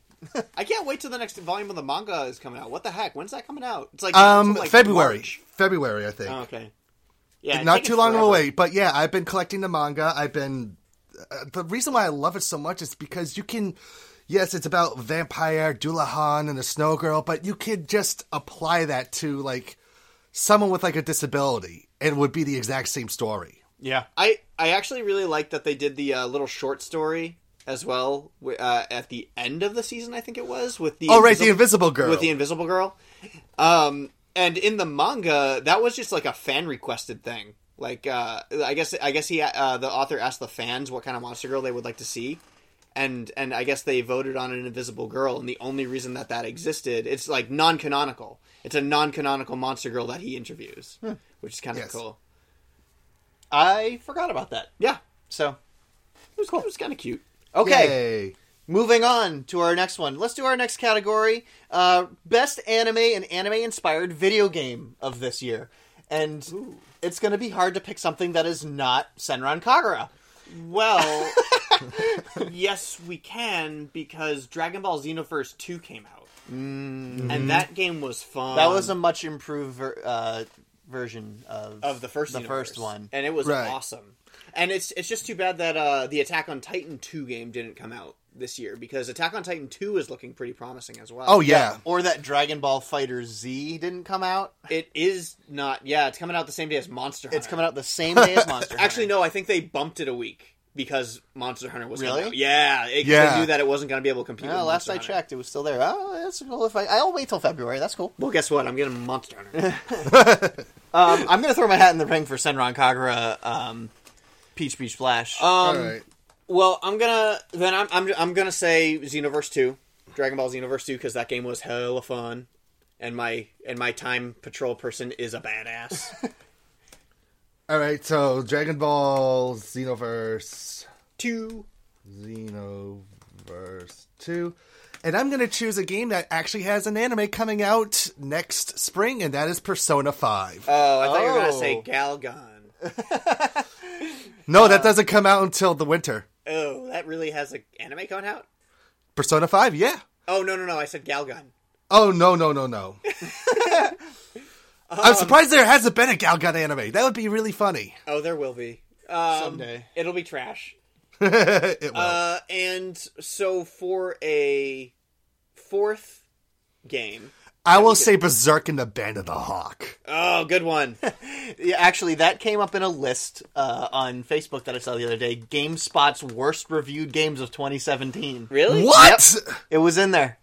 S5: I can't wait till the next volume of the manga is coming out. What the heck? When's that coming out? It's like
S4: um,
S5: it's like
S4: February.
S5: March.
S4: February, I think.
S5: Oh, okay. Yeah, I
S4: Not
S5: think
S4: too
S5: it's
S4: long
S5: forever.
S4: away, but yeah, I've been collecting the manga. I've been. Uh, the reason why I love it so much is because you can. Yes, it's about vampire Dulahan and the Snow Girl, but you could just apply that to like someone with like a disability, and it would be the exact same story.
S2: Yeah.
S5: I I actually really like that they did the uh, little short story as well wi- uh, at the end of the season. I think it was with the
S4: Oh, right, the
S5: invisible.
S4: Invisible Girl.
S5: with the Invisible Girl. Um, and in the manga, that was just like a fan requested thing. Like, uh, I guess I guess he uh, the author asked the fans what kind of monster girl they would like to see, and and I guess they voted on an Invisible Girl. And the only reason that that existed, it's like non canonical. It's a non canonical monster girl that he interviews, which is kind of
S4: Yes.
S5: cool.
S2: I forgot about that.
S5: Yeah,
S2: So,
S5: it was, cool. it was kind of cute.
S2: okay.
S4: Yay.
S2: Moving on to our next one. Let's do our next category: uh, best anime and anime-inspired video game of this year. And it's going to be hard to pick something that is not Senran Kagura.
S5: Well, yes, we can because Dragon Ball Xenoverse Two came out, and that game was fun.
S2: Mm-hmm. That was a much improved ver- uh, version of
S5: of the first
S2: the
S5: universe.
S2: first one.
S5: and it was
S4: Right.
S5: awesome. And it's it's just too bad that uh, the Attack on Titan two game didn't come out this year because Attack on Titan two is looking pretty promising as well.
S4: Oh yeah.
S2: Or that Dragon Ball Fighter Z didn't come out.
S5: it is not. Yeah, it's coming out the same day as Monster. Hunter.
S2: It's coming out the same day as Monster.
S5: Actually,
S2: Hunter.
S5: no, I think they bumped it a week. because Monster Hunter was
S2: Really?
S5: Coming out. Yeah, it,
S4: Yeah.
S5: they knew that it wasn't going to be able to compete.
S2: Yeah,
S5: with
S2: last
S5: Monster
S2: I
S5: Hunter.
S2: checked, it was still there. Oh, that's cool. If I, I'll wait till February. That's cool.
S5: Well, guess what? I'm getting Monster Hunter.
S2: Um, I'm gonna throw my hat in the ring for Senran Kagura,
S5: uh,
S2: um, Peach Peach Flash.
S5: um,
S4: All right.
S5: well, I'm gonna then I'm I'm, I'm gonna say Xenoverse Two, Dragon Ball Xenoverse Two, because that game was hella fun, and my and my time patrol person is a badass.
S4: All right. So Dragon Ball Xenoverse,
S5: Two.
S4: Xenoverse two, and I'm going to choose a game that actually has an anime coming out next spring, and that is Persona Five.
S5: Oh, I thought you were gonna
S2: Oh.
S5: say Galgon.
S4: no, that doesn't come out until the winter.
S5: Oh, that really has an anime coming out.
S4: Persona Five, yeah.
S5: Oh no no no! I said Galgun.
S4: Oh no no no no! I'm surprised there hasn't been a Gal Gun anime. That would be really funny.
S5: Oh, there will be um,
S2: Someday.
S5: It'll be trash.
S4: It will.
S5: Uh, and so for a fourth game.
S4: I will say Berserk and the Band of the Hawk.
S5: Oh, good one.
S2: Yeah, actually, that came up in a list uh, on Facebook that I saw the other day. GameSpot's worst reviewed games of 2017.
S5: Really? Uh,
S4: What?
S2: It was in there.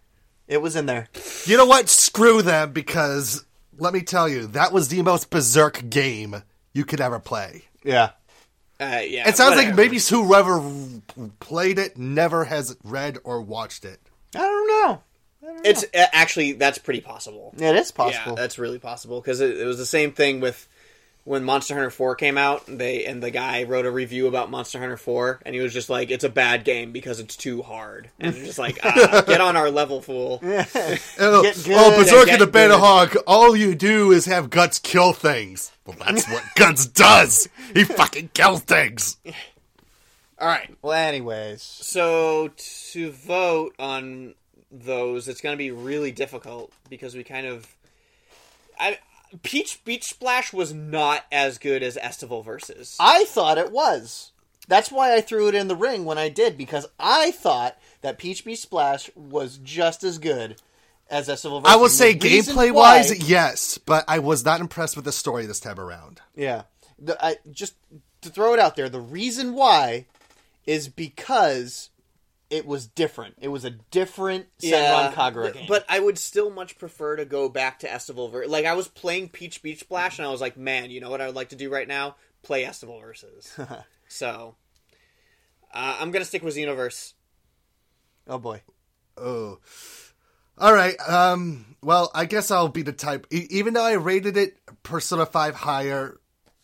S2: It was in there.
S4: You know what? Screw them because let me tell you, that was the most berserk game you could ever play.
S2: Yeah.
S5: Uh, yeah.
S4: It sounds
S5: whatever.
S4: like maybe whoever played it never has read or watched it.
S2: I don't know.
S5: it's uh, actually that's pretty possible.
S2: It is
S5: Yeah,
S2: possible.
S5: that's really possible because it, it was the same thing with when Monster Hunter Four came out. They and the guy wrote a review about Monster Hunter Four, and he was just like, "It's a bad game because it's too hard." And they're just like, ah, "Get on our level, fool."
S4: Oh,
S2: Get good
S4: oh, Berserk
S5: and
S4: and the
S5: get
S4: Beta
S5: good.
S4: Hawk, all you do is have Guts kill things. Well, that's what Guts does. He fucking kills things.
S5: All right.
S2: Well, anyways.
S5: So to vote on those, it's going to be really difficult because we kind of, I Peach Beach Splash was not as good as Estival versus.
S2: I thought it was. That's why I threw it in the ring when I did, because I thought that Peach Beach Splash was just as good as Estival
S4: I
S2: Versus.
S4: will say,
S2: The reason
S4: gameplay
S2: why-
S4: wise, yes, but I was not impressed with the story this time around.
S2: Yeah. The, I, just to throw it out there, the reason why is because it was different. It was a different Senran Kagura game.
S5: Uh, But I would still much prefer to go back to Estival versus. Like I was playing Peach Beach Splash, and I was like, man, you know what I would like to do right now? Play Estival versus. so uh, I'm going to stick with Xenoverse.
S2: oh boy.
S4: Oh. All right. Um. Well, I guess I'll be the type. e- Even though I rated it Persona Five higher,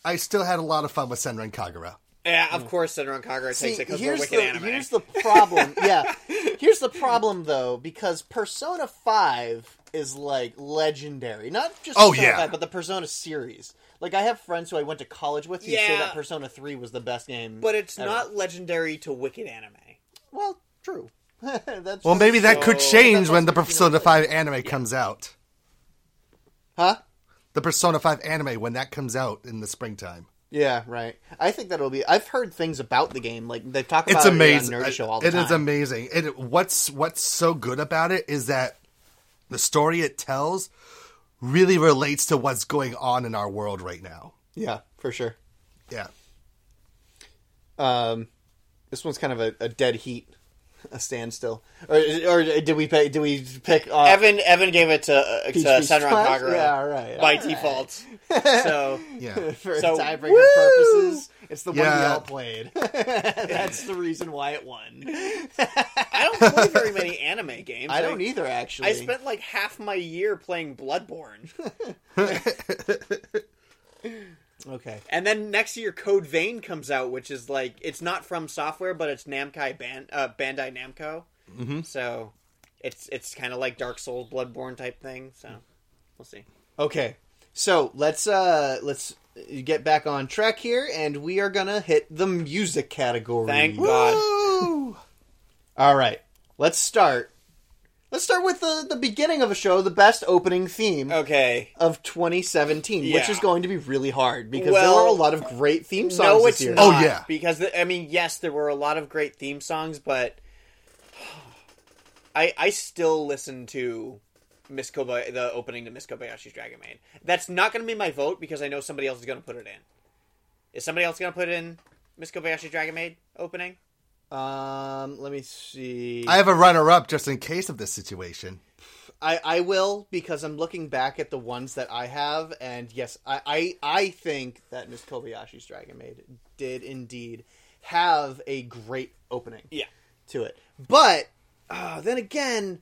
S4: I still had a lot of fun with Senran Kagura.
S5: Yeah, of course, Senran Kagura takes it because we're
S2: Hmm. here's
S5: wicked
S2: the,
S5: anime.
S2: Here's the problem. yeah. Here's the problem though, because Persona five is like legendary. Not just
S4: Oh,
S2: Persona
S4: yeah.
S2: 5, but the Persona series. Like I have friends who I went to college with who say
S5: Yeah.
S2: that Persona three was the best game.
S5: But it's
S2: ever.
S5: not legendary to wicked anime.
S2: well, true. That's
S4: Well,
S2: just-
S4: maybe that could
S5: So-
S4: change when the Persona Five anime comes out.
S2: Huh?
S4: The Persona Five anime when that comes out in the springtime.
S2: Yeah, right. I think that'll be. I've heard things about the game, like they talk about
S4: It's
S2: it on
S4: amazing.
S2: Nerdy
S4: I-
S2: Show all the
S4: It
S2: time.
S4: is amazing. It what's what's so good about it is that the story it tells really relates to what's going on in our world right now.
S2: yeah, for sure.
S4: Yeah.
S2: Um, this one's kind of a, a dead heat, a standstill. Or, or did we pick? Did we pick? Uh,
S5: Evan Evan gave it to, uh, to
S2: Peach Beach
S5: Senran
S2: Splash?
S5: Kagura
S2: Yeah, all right,
S5: by
S2: all right.
S5: default. So
S4: Yeah.
S2: for
S5: so-
S2: tiebreaker
S5: Woo!
S2: purposes, it's the one we
S4: Yeah.
S2: all played. That's the reason why it won.
S5: I don't play very many anime games.
S2: I don't either, actually.
S5: I spent like half my year playing Bloodborne,
S2: okay.
S5: and then next year Code Vein comes out, which is like it's not from software, but it's Namkai Ban- uh, Bandai Namco. Mm-hmm. So it's it's kind of like Dark Souls, Bloodborne type thing. So we'll see.
S2: Okay. So let's uh let's get back on track here, and we are gonna hit the music category.
S5: Thank God.
S2: All right, let's start. Let's start with the, the beginning of a show, the best opening theme
S5: Okay.
S2: of 2017, which
S5: Oh. Yeah.
S2: is going to be really hard because
S5: Well,
S2: there were a lot of great theme songs
S5: No,
S2: this
S5: it's
S2: year.
S5: not.
S4: Oh, yeah.
S5: because the, I mean, yes, there were a lot of great theme songs, but I I still listen to Miss Koba the opening to Miss Kobayashi's Dragon Maid. That's not going to be my vote because I know somebody else is going to put it in. Is somebody else going to put in Miss Kobayashi Dragon Maid opening?
S2: Um, let me see.
S4: I have a runner up just in case of this situation.
S2: I, I will because I'm looking back at the ones that I have, and yes, I, I, I think that Miss Kobayashi's Dragon Maid did indeed have a great opening
S5: Yeah.
S2: to it. But uh, then again,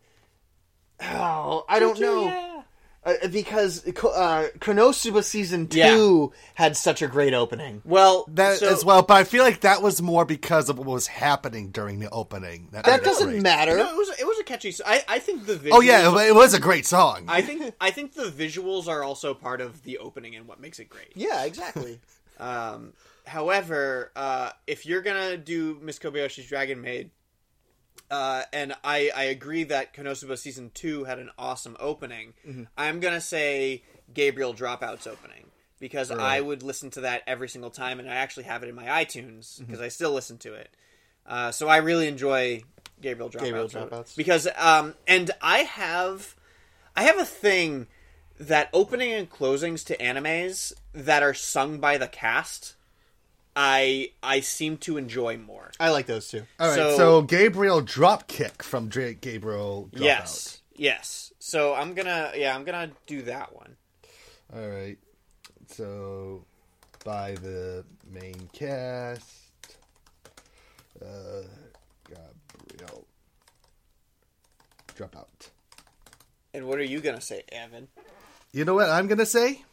S2: oh, I don't know. Uh, because uh, Konosuba season two had such a great opening.
S5: Well,
S4: That
S5: so,
S4: as well, but I feel like that was more because of what was happening during the opening. made
S2: That
S4: it
S2: doesn't
S4: great.
S2: matter.
S5: No, it was it was a catchy. s- I I think the visuals,
S4: Oh yeah, it wa- it was a great song.
S5: I think I think the visuals are also part of the opening and what makes it great.
S2: Yeah, exactly.
S5: Um, however, uh, if you're gonna do Miss Kobayashi's Dragon Maid, uh, and I, I agree that Konosuba season two had an awesome opening,
S2: Mm-hmm.
S5: I'm gonna say Gabriel Dropout's opening because I would listen to that every single time, and I actually have it in my iTunes
S2: Mm-hmm.
S5: because I still listen to it. Uh, so I really enjoy Gabriel Dropouts,
S2: Gabriel Dropouts.
S5: because, um, and I have, I have a thing that opening and closings to animes that are sung by the cast. I I seem to enjoy more.
S2: I like those two.
S4: All right,
S5: so-
S4: so, Gabriel Dropkick from Drake Gabriel. Dropout.
S5: Yes. Yes. So I'm gonna yeah, I'm gonna do that one.
S4: All right. So by the main cast, uh, Gabriel Dropout.
S5: And what are you gonna say, Evan?
S4: You know what I'm gonna say?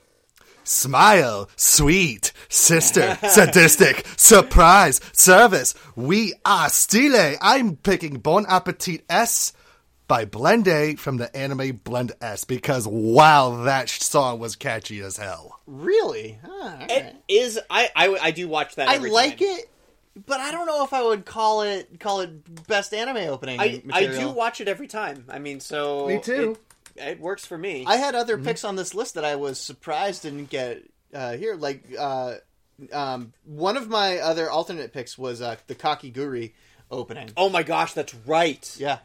S4: Smile, sweet, sister, sadistic, surprise, service. We are Stile. I'm picking Bon Appetit S by Blende from the anime Blend S because wow, that sh- song was catchy as hell.
S2: Really? Ah, all
S5: It
S2: right.
S5: is I I, I do watch that.
S2: I
S5: every
S2: like
S5: time.
S2: it, but I don't know if I would call it call it best anime opening.
S5: I, I
S2: material.
S5: do watch it every time. I mean, so
S4: Me too.
S5: It, it works for me.
S2: I had
S5: Mhm.
S2: other picks on this list that I was surprised didn't get uh, here. Like uh, um, one of my other alternate picks was uh, the Kakiguri opening.
S5: oh my gosh, that's right.
S2: Yeah,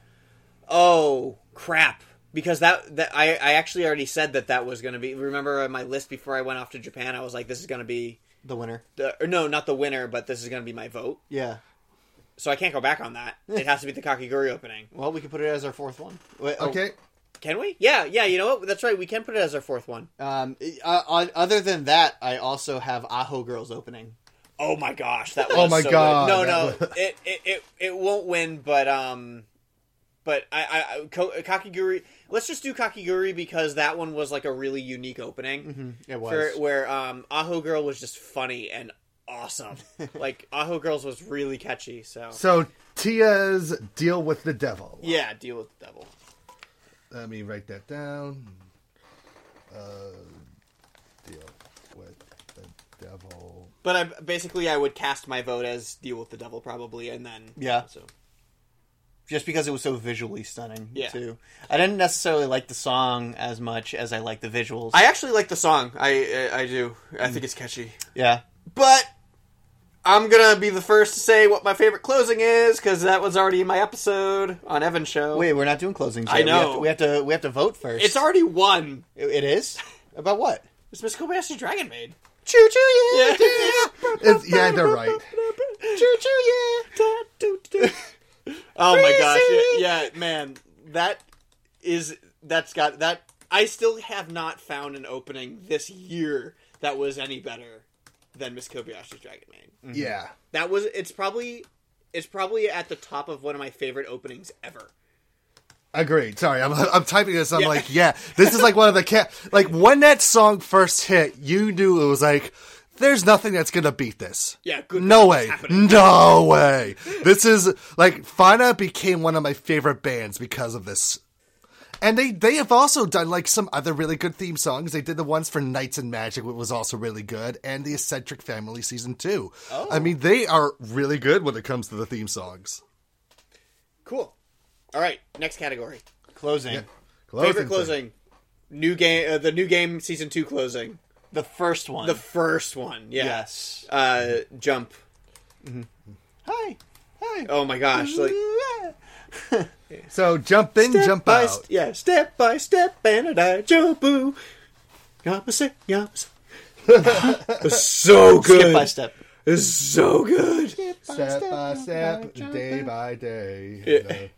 S5: Oh crap! Because that that I I actually already said that that was gonna be. Remember on my list before I went off to Japan, I was like, this is gonna be.
S2: the winner.
S5: The, or no, not the winner, but this is going to be my vote.
S2: Yeah.
S5: So I can't go back on that. It has to be the Kakiguri opening.
S2: Well, we could put it as our fourth one. Wait, oh,
S4: Okay.
S5: Can we? Yeah, yeah, you know what? That's right. We can put it as our fourth one.
S2: Um, uh, on, other than that, I also have Aho Girls opening.
S5: Oh my gosh, that was
S4: Oh my
S5: so
S4: God,
S5: Good. No,
S4: that
S5: no, it, it it it won't win, but um, but I, I, I Ko- Kakiguri. Let's just do Kakiguri because that one was like a really unique opening.
S2: It
S5: For,
S2: was.
S5: where um, Aho Girl was just funny and awesome. like Aho Girls was really catchy. So.
S4: So Tia's Deal with the Devil.
S5: yeah, deal with the devil.
S4: Let me write that down. Uh, deal with the Devil.
S5: But I basically I would cast my vote as deal with the devil probably, and then
S2: Yeah.
S5: So
S2: Just because it was so visually stunning,
S5: Yeah.
S2: too. I didn't necessarily like the song as much as I like the visuals.
S5: I actually like the song. I I, I do. I think it's catchy.
S2: yeah.
S5: But I'm gonna be the first to say what my favorite closing is because that was already in my episode on Evan's show.
S2: Wait, we're not doing closings.
S5: I
S2: yet.
S5: know.
S2: We have, to, we have to. We have to vote first.
S5: it's already won.
S2: It- it is about what?
S5: It's Miss Kobayashi Dragon Maid.
S2: Choo choo yeah.
S5: Yeah.
S4: It's, yeah, they're right.
S2: Choo choo yeah.
S5: Oh my gosh! Yeah, yeah, man, that is that's got that. I still have not found an opening this year that was any better than Miss Kobayashi's Dragon Maid.
S4: Yeah.
S5: That was it's probably it's probably at the top of one of my favorite openings ever.
S4: Agreed. Sorry, I'm, I'm typing this. I'm
S5: Yeah.
S4: like, yeah, this is like one of the cat. Like when that song first hit, you knew it was like, there's nothing that's gonna beat this.
S5: Yeah, good God,
S4: No
S5: it's
S4: way.
S5: happening.
S4: No way. This is like Fana became one of my favorite bands because of this. And they they have also done like some other really good theme songs. They did the ones for Knights and Magic, which was also really good, and the Eccentric Family season two.
S5: Oh.
S4: I mean, they are really good when it comes to the theme songs.
S5: Cool. All right, next category.
S2: Closing.
S5: Favorite closing. New game uh, the new game season 2 closing.
S2: The first one.
S5: The first one. Yeah.
S2: yes. Mm-hmm.
S5: Uh jump.
S2: Hi. Hi.
S5: Oh my gosh, like
S4: So jump in, jump
S5: by
S4: out.
S5: st- yeah, step by step and I jump boo. Yamase, yamase. so good.
S2: Step by step.
S5: is so good.
S4: Step by step, day by day.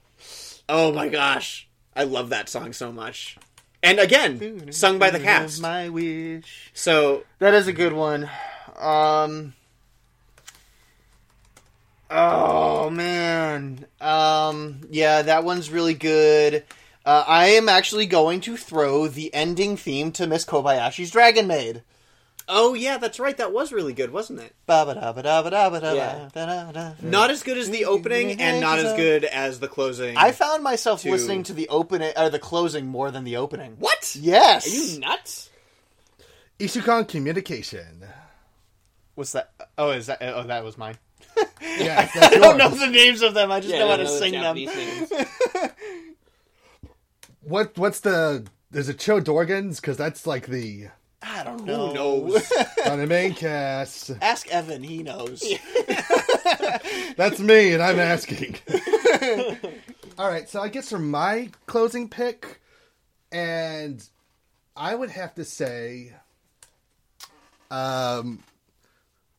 S5: Oh my gosh. I love that song so much. And again, sung by the cast.
S2: My wish.
S5: So,
S2: That is a good one. Um. Oh man. Um. Yeah, that one's really good. Uh, I am actually going to throw the ending theme to Miss Kobayashi's Dragon Maid.
S5: oh yeah, that's right. That was really good, wasn't it?
S2: Ba ba da ba da ba da ba da
S5: Yeah.
S2: ba da da da.
S5: Not as good as the opening and not as good as the closing.
S2: I found myself listening to the opening or the closing more than the opening.
S5: What?
S2: Yes.
S5: Are you nuts?
S4: Isukon Communication.
S2: What's that? Oh, is that? Oh, that was mine.
S4: Yes, that's
S2: I don't know
S4: yours.
S2: the names of them. I just know how to
S5: those
S2: sing them.
S5: Japanese names.
S4: What, what's the. Is it Cho Dorgans? Because that's like the.
S2: I don't
S5: Who
S2: know.
S5: knows?
S4: On the main cast.
S2: Ask Evan. He knows.
S4: That's me, and I'm asking. All right, so I guess for my closing pick, and I would have to say, um,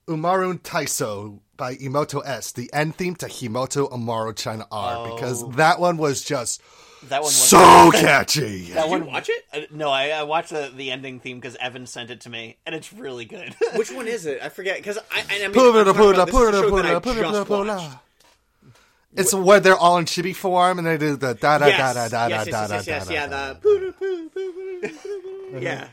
S4: Umaru Taiso by Imoto S, the end theme to Himoto Amaro China R,
S5: Oh.
S4: because that one was just
S2: That one was
S4: so catchy.
S2: That
S5: Did
S2: one
S5: you watch it?
S2: I- no, I, I watched the, the ending theme because Evan sent it to me, and it's really good.
S5: Which one is it? I forget because I, I mean, I'm
S4: Pura,
S5: talking
S4: pura,
S5: about- this is a show
S4: pura,
S5: that I
S4: pura, pura,
S5: just
S4: pura,
S5: watched.
S4: pura. It's where they're all in chibi form and they do the da da da
S5: Yes,
S4: da da da
S5: yes, yes,
S4: da da
S5: yes, yes, yes,
S4: da
S5: yeah,
S4: da. Uh-huh.
S5: the poo, poo, poo, poo, poo, poo. yeah,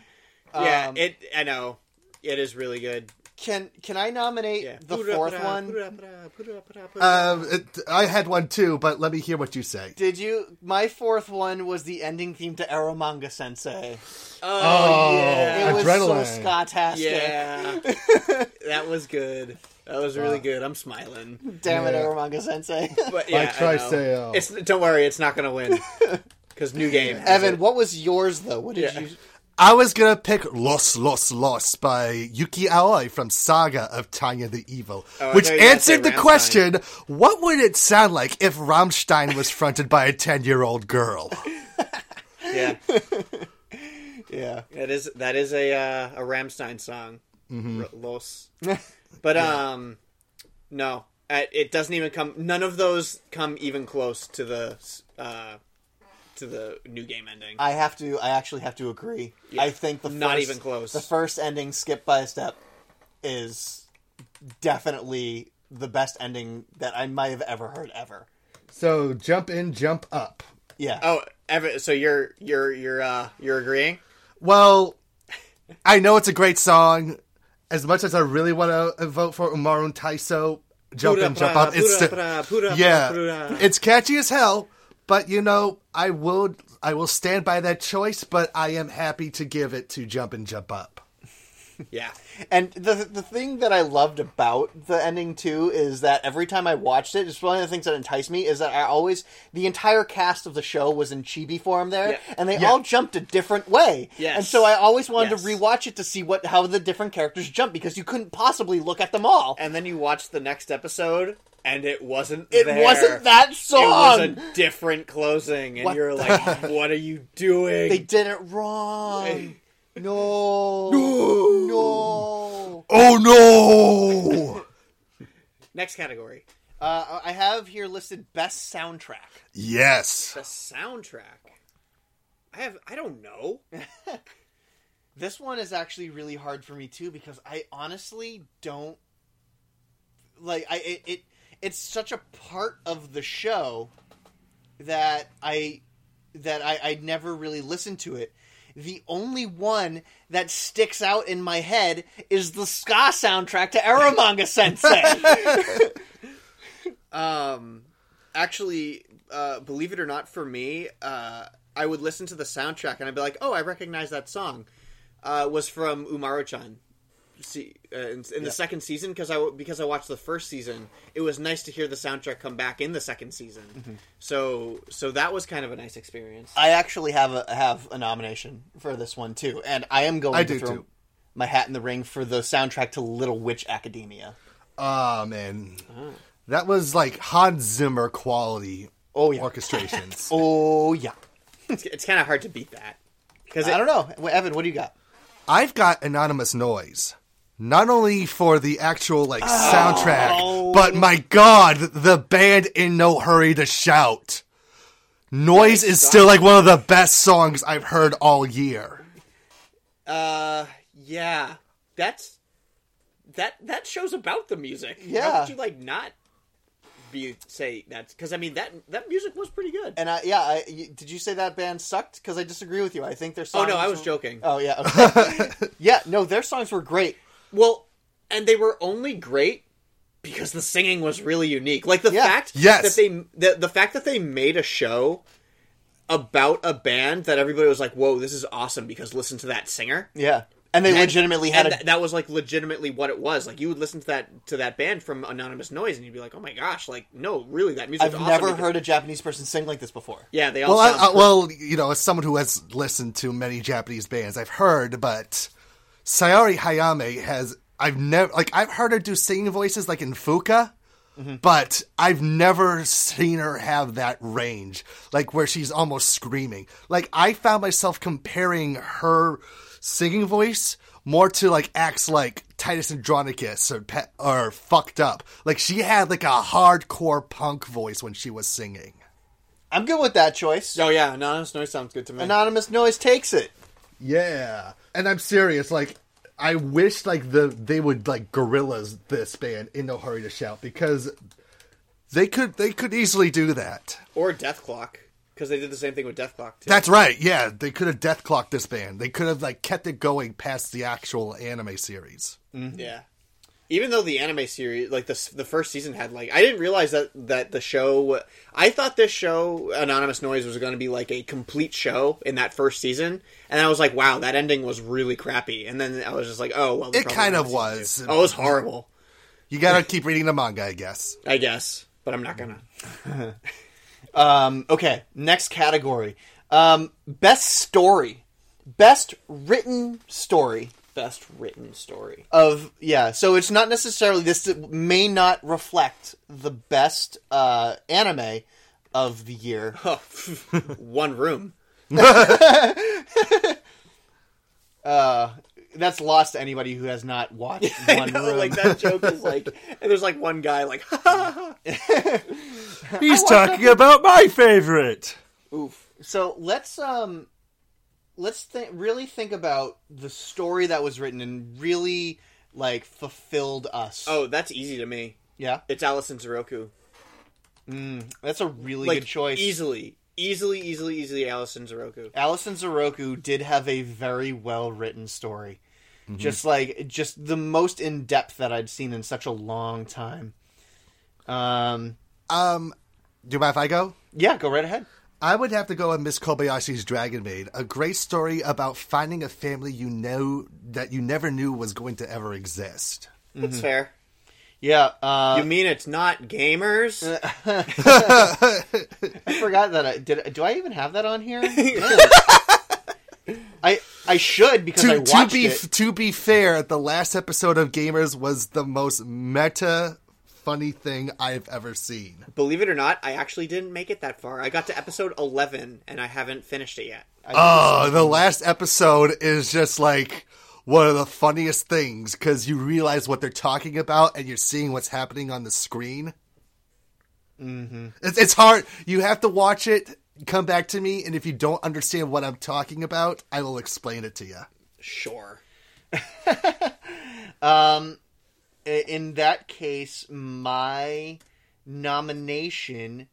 S5: yeah. It, I know, it is really good.
S2: can can I nominate
S5: Yeah.
S2: the
S5: Poo-ra,
S2: fourth
S5: poo-ra,
S2: one?
S5: poo-ra, poo-ra, poo-ra, poo-ra, poo-ra.
S4: Um, it, I had one too, but let me hear what you say.
S2: Did you? My fourth one was the ending theme to Arrow Manga Sensei.
S5: oh
S2: It
S5: yeah,
S2: was so
S4: Adrenaline.
S2: Scottastic.
S5: yeah. that was good. That was really good. I'm smiling,
S2: Damn it,
S4: Yeah.
S2: Arrow Manga Sensei.
S5: but yeah, I
S4: try
S5: know.
S4: sale.
S5: It's don't worry, it's not gonna win because new game. has
S2: Evan,
S5: it.
S2: what was yours though? What did
S5: Yeah.
S2: you?
S4: I was gonna pick "Los Los Los" by Yuki Aoi from Saga of Tanya the Evil,
S5: Oh, I
S4: which
S5: thought you were gonna say
S4: answered the
S5: Rammstein.
S4: question: What would it sound like if Rammstein was fronted by a ten-year-old girl?
S5: yeah,
S2: Yeah.
S5: that is that is a uh, a Ramstein song, R- Los. But um, no, I- it doesn't even come. None of those come even close to the uh, to the new game ending.
S2: I have to. I actually have to agree. I think the
S5: Not
S2: first,
S5: even close.
S2: The first ending, skip by a step, is definitely the best ending that I might have ever heard ever.
S4: so jump in, jump up.
S2: Yeah.
S5: oh, Evan, so you're you're you're uh you're agreeing?
S4: Well, I know it's a great song. As much as I really want to vote for Umaru Taiso, jump in, jump up.
S5: Pura,
S4: It's still-
S5: pura, pura,
S4: yeah,
S5: pura.
S4: it's catchy as hell. But you know, I will I will stand by that choice. But I am happy to give it to Jump and Jump Up.
S5: yeah.
S2: And the the thing that I loved about the ending too is that every time I watched it, it's one of the things that enticed me is that I always the entire cast of the show was in chibi form there,
S5: Yeah.
S2: and they all jumped a different way.
S5: Yes.
S2: And so I always wanted
S5: Yes.
S2: to rewatch it to see what how the different characters jump because you couldn't possibly look at them all.
S5: And then you watch the next episode, and it wasn't.
S2: it
S5: there.
S2: wasn't that
S5: It was
S2: song.
S5: a different closing, and
S2: What
S5: you're
S2: the
S5: like, "What are you doing?"
S2: They did it wrong. No. No. No.
S4: Oh no!
S5: Next category.
S2: Uh, I have here listed best soundtrack.
S4: yes,
S5: The soundtrack. I have. I don't know.
S2: This one is actually really hard for me too because I honestly don't like I it, it it's such a part of the show that I that I, I never really listened to it. The only one that sticks out in my head is the ska soundtrack to Aramanga Sensei.
S5: Um, actually, uh, believe it or not, for me, uh, I would listen to the soundtrack and I'd be like, "Oh, I recognize that song." Uh, was from Umaru-chan. See, uh, in, in the second season because I w- because I watched the first season, it was nice to hear the soundtrack come back in the second season. So so that was kind of a nice experience.
S2: Mm-hmm. I actually have a have a nomination for this one too, and I am going
S4: I
S2: to
S4: do,
S2: throw
S4: too.
S2: my hat in the ring for the soundtrack to Little Witch Academia.
S4: oh man, that was like Hans Zimmer quality.
S2: Oh, yeah.
S4: orchestrations.
S2: Oh yeah.
S5: it's it's kind of hard to beat that because
S2: I don't know. Well, Evan, what do you got?
S4: I've got anonymous noise. Not only for the actual like soundtrack, but my god, the band in no hurry to shout. Noise is still like one of the best songs I've heard all year.
S5: Yeah, that's that that show's about the music.
S2: Yeah.
S5: How could you like not be say that's because I mean that that music was pretty good.
S2: And I, yeah, I, y- did you say that band sucked? Because I disagree with you. I think their
S5: oh
S2: songs.
S5: no, I was joking.
S2: Oh yeah, okay. yeah. No, their songs were great.
S5: Well, and they were only great because the singing was really unique. Like the
S2: Yeah.
S5: fact
S4: Yes.
S5: that they the, the fact that they made a show about a band that everybody was like, "Whoa, this is awesome!" Because listen to that singer.
S2: Yeah, and they legitimately had
S5: and
S2: a
S5: tha- that was like legitimately what it was. Like you would listen to that to that band from Anonymous Noise, and you'd be like, "Oh my gosh!" Like no, really, that music.
S2: I've never heard a Japanese person sing like this before.
S5: Yeah, they all.
S4: Well, I,
S5: sound
S4: I, well, you know, as someone who has listened to many Japanese bands, I've heard, but Sayori Hayame has. I've never like I've heard her do singing voices like in Fuka,
S5: Mm-hmm.
S4: but I've never seen her have that range, like where she's almost screaming. Like I found myself comparing her singing voice more to like acts like Titus Andronicus or Pe- or Fucked Up. Like she had like a hardcore punk voice when she was singing.
S2: I'm good with that choice.
S5: oh yeah, Anonymous Noise sounds good to me.
S2: Anonymous Noise takes it.
S4: Yeah, and I'm serious. Like, I wish like the they would like gorillas this band in no hurry to shout because they could they could easily do that.
S5: or Death Clock because they did the same thing with Death Clock too.
S4: That's right. Yeah, they could have death clocked this band. They could have like kept it going past the actual anime series.
S5: Yeah. Even though the anime series, like the s- the first season, had like I didn't realize that that the show. I thought this show, Anonymous Noise, was going to be like a complete show in that first season, and I was like, wow, that ending was really crappy. And then I was just like, oh well, they
S4: It
S5: probably
S4: kind
S5: won't do
S4: of
S5: season
S4: was.
S5: two. Oh, it was horrible.
S4: You gotta keep reading the manga, I guess.
S5: I guess, but I'm not gonna.
S2: Um, okay, next category. Um, best story. Best written story
S5: Best written story.
S2: of yeah, so it's not necessarily this may not reflect the best uh anime of the year.
S5: Oh, one room.
S2: That's lost to anybody who has not watched one
S5: No,
S2: room.
S5: like that joke is like, and there's like one guy like,
S4: He's talking about my favorite.
S2: So let's um let's think really think about the story that was written and really like fulfilled us.
S5: oh, that's easy to me.
S2: yeah.
S5: It's Allison Zeroku.
S2: That's a really
S5: Like
S2: good choice.
S5: easily, easily, easily, easily. Allison Zeroku.
S2: Allison Zoroku did have a very well written story.
S4: Mm-hmm.
S2: Just like just the most in depth that I'd seen in such a long time. Um
S4: Um, do you mind if I go?
S2: yeah, go right ahead.
S4: I would have to go with Miss Kobayashi's Dragon Maid, a great story about finding a family you know that you never knew was going to ever exist.
S5: That's fair.
S2: Yeah, Mm-hmm. uh,
S5: you mean it's not gamers?
S2: I forgot that I did. Do I even have that on here? Man. I I should because I
S4: To, to
S2: watched
S4: be
S2: it.
S4: to be fair, the last episode of Gamers was the most meta funny thing I've ever seen.
S5: Believe it or not, I actually didn't make it that far. I got to episode 11 and I haven't finished it yet.
S2: Uh,
S4: Oh, the last episode is just like one of the funniest things because you realize what they're talking about and you're seeing what's happening on the screen. Mm-hmm. It's, it's hard. You have to watch it, come back to me, and if you don't understand what I'm talking about, I will explain it to you.
S5: Sure.
S2: in that case, my nomination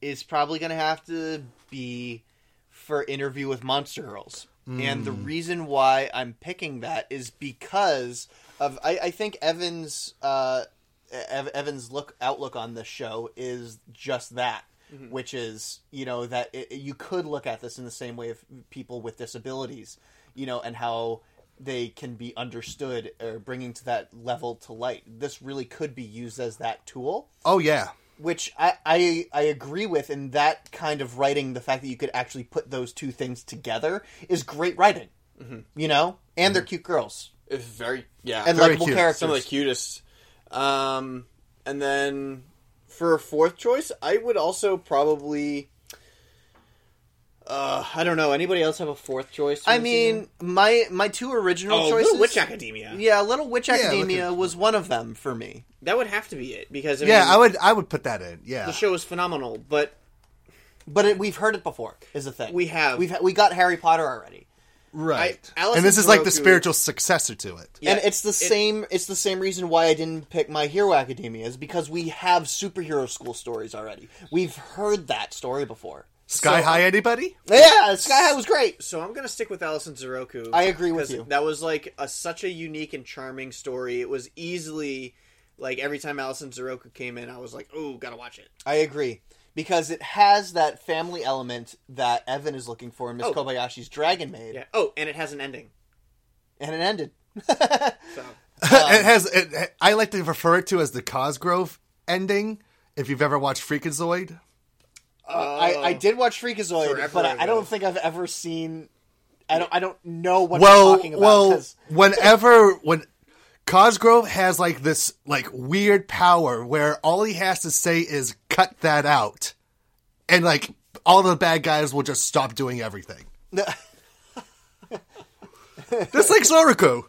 S2: is probably going to have to be for Interview with Monster Girls.
S4: Mm.
S2: And the
S5: Hmm.
S2: reason why I'm picking that is because of I, I think Evan's uh, Ev- Evan's look outlook on this show is just that, which is you know that it, you could look at this in the same way of people with disabilities, you know, and how they can be understood or bringing to that level to light. This really could be used as that tool
S4: Oh, yeah.
S2: which I, I I agree with in that kind of writing. The fact that you could actually put those two things together is great writing. You know, and they're cute girls
S5: It's very, yeah.
S2: and
S4: Very
S2: likable
S4: cute.
S2: characters.
S5: some of the cutest. Um, and then for a fourth choice, I would also probably. Uh, I don't know. Anybody else have a fourth choice? for
S2: I
S5: this season?
S2: mean, my my two original
S5: oh,
S2: choices.
S5: Little Witch Academia.
S2: Yeah, Little Witch
S4: look
S2: Academia was one of them for me.
S5: that would have to be it because I
S4: Yeah,
S5: mean,
S4: I would I would put that in. Yeah.
S5: the show is phenomenal, but
S2: But it, we've heard it before. Is the thing
S5: We have.
S2: we've we got Harry Potter already,
S4: Right.
S5: I- Alice
S4: and this
S5: in
S4: is like the
S5: Heroku-
S4: spiritual successor to it.
S5: Yeah,
S2: and it's the same. It's the same reason why I didn't pick My Hero Academia is because we have superhero school stories already. We've heard that story before.
S4: Sky
S5: So-
S4: High anybody?
S2: Yeah, Sky High was great.
S5: So I'm gonna stick with Alice and Zoroku.
S2: I agree with
S5: 'cause
S2: you.
S5: That was like a such a unique and charming story. It was easily like every time Alice and Zoroku came in, I was like, oh, gotta watch it.
S2: I agree because it has that family element that Evan is looking for in Miss
S5: Oh.
S2: Kobayashi's Dragon Maid,
S5: Yeah. Oh, and it has an ending.
S2: and it ended.
S5: So
S4: it has. It, I like to refer it to as the Cosgrove ending. If you've ever watched Freakazoid,
S2: I,
S5: Um,
S2: I did watch Freakazoid,
S5: Forever
S2: but
S5: ago.
S2: I, I don't think I've ever seen. I don't. I don't know what you're
S4: well,
S2: talking about.
S4: well,
S2: 'cause-
S4: whenever when Cosgrove has like this like weird power where all he has to say is "cut that out," and like all the bad guys will just stop doing everything. Just like Zoraku.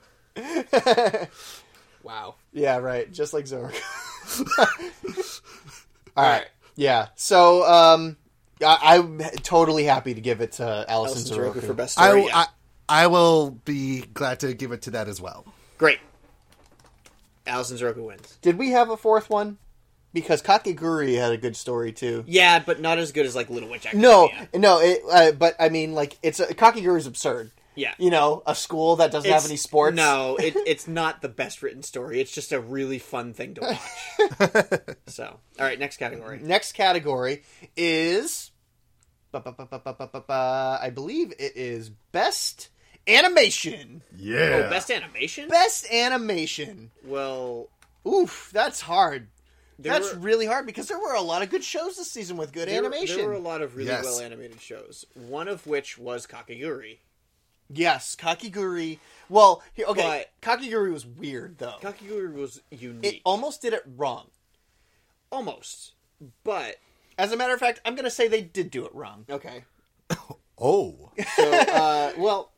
S5: wow.
S2: yeah, right. Just like Zork. All right. Yeah. So, um, I, I'm totally happy to give it to Allison
S5: Alice and Zoroku for
S2: Zoroku.
S5: best
S4: I,
S5: story. yeah.
S4: I I will be glad to give it to that as well.
S5: Great. Alice and Zoroku wins.
S2: Did we have a fourth one? Because Kakeguri had a good story too.
S5: Yeah, but not as good as like Little Witch Academia.
S2: No, no, it, uh, but I mean, like, it's uh, Kakeguri is absurd.
S5: Yeah.
S2: you know, a school that doesn't have
S5: It's-
S2: any sports.
S5: No, it, it's not the best written story. It's just a really fun thing to watch. so, all right, next category.
S2: Next category is, ba- ba- ba- ba- ba- ba- ba- ba- I believe it is best animation.
S4: Yeah.
S5: Best animation?
S2: Best animation.
S5: Well,
S2: Oof, that's hard. that's
S5: were-
S2: really hard because there were a lot of good shows this season with good
S5: there,
S2: animation.
S5: there were a lot of really
S4: Yes.
S5: well animated shows. One of which was Kakaguri.
S2: Yes, Kakiguri. Well, here, okay,
S5: But-
S2: Kakiguri was weird though.
S5: Kakaguri was unique,
S2: It almost did it wrong.
S5: almost, but
S2: As a matter of fact, I'm gonna say they did do it wrong.
S5: okay.
S4: Oh.
S2: Uh, well,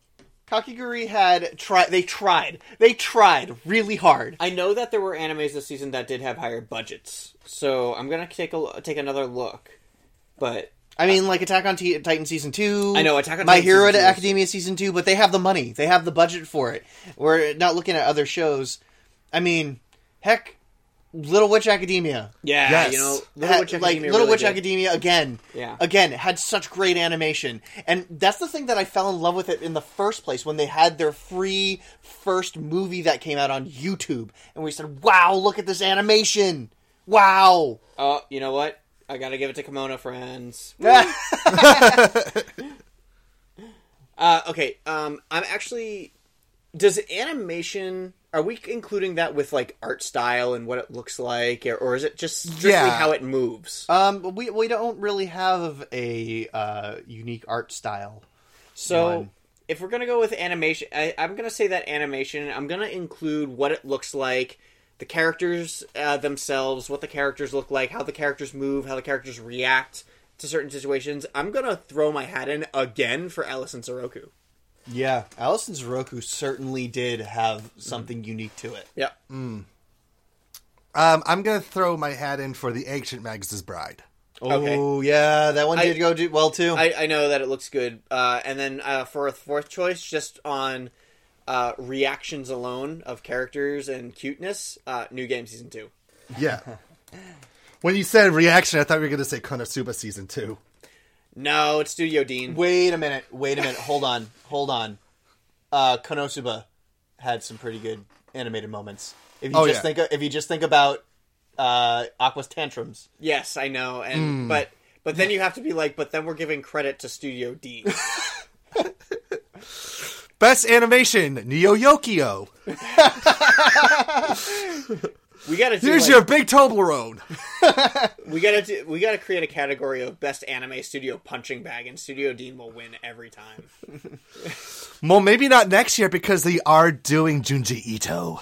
S2: Kakiguri had try. They tried. They tried really hard.
S5: I know that there were animes this season that did have higher budgets, so I'm gonna take a take another look. But
S2: I mean, like Attack on T- Titan season two.
S5: I know, Attack on
S2: My
S5: Titan
S2: Hero
S5: season two is-
S2: Academia season two, but they have the money. They have the budget for it. We're not looking at other shows. I mean, heck, Little Witch Academia.
S5: yeah,
S4: Yes.
S5: you know,
S2: had-
S5: Little Witch Academia,
S2: like Little
S5: really
S2: Witch
S5: did.
S2: Academia again.
S5: Yeah.
S2: Again, had such great animation. And that's the thing that I fell in love with it in the first place when they had their free first movie that came out on YouTube and we said, "Wow, look at this animation." Wow.
S5: Oh, you know what? I gotta give it to Kimono Friends. uh, okay, um, I'm actually. Does animation? Are we including that with like art style and what it looks like, or, or is it just strictly
S4: Yeah.
S5: how it moves?
S2: Um but we we don't really have a uh unique art style.
S5: so, if we're gonna go with animation, I, I'm gonna say that animation. I'm gonna include what it looks like, the characters uh, themselves, what the characters look like, how the characters move, how the characters react to certain situations. I'm gonna throw my hat in again for Alice and Soroku.
S2: Yeah. Allison Zoroku certainly did have something unique to it.
S5: Yeah.
S4: Um, I'm gonna throw my hat in for the ancient Magus' bride.
S5: Okay.
S2: Oh yeah, that one did go do well too.
S5: I, I know that it looks good. Uh, and then uh, for a fourth choice, just on uh, reactions alone of characters and cuteness, uh, New Game Season 2.
S4: Yeah. when you said reaction, I thought you were gonna say Konosuba season two.
S5: No, it's Studio Dean.
S2: Wait a minute. Wait a minute. Hold on. Hold on. Uh, Konosuba had some pretty good animated moments. If you
S4: Oh,
S2: just
S4: yeah.
S2: think, if you just think about uh, Aqua's tantrums,
S5: Yes, I know. And
S4: Hmm.
S5: but but then you have to be like, but then we're giving credit to Studio Dean.
S4: Best animation, Neo Yokio.
S5: We gotta do
S4: Here's
S5: like-
S4: your big Toblerone.
S5: we gotta do, we gotta create a category of best anime studio punching bag, and Studio Dean will win every time.
S4: well, maybe not next year because they are doing Junji Ito.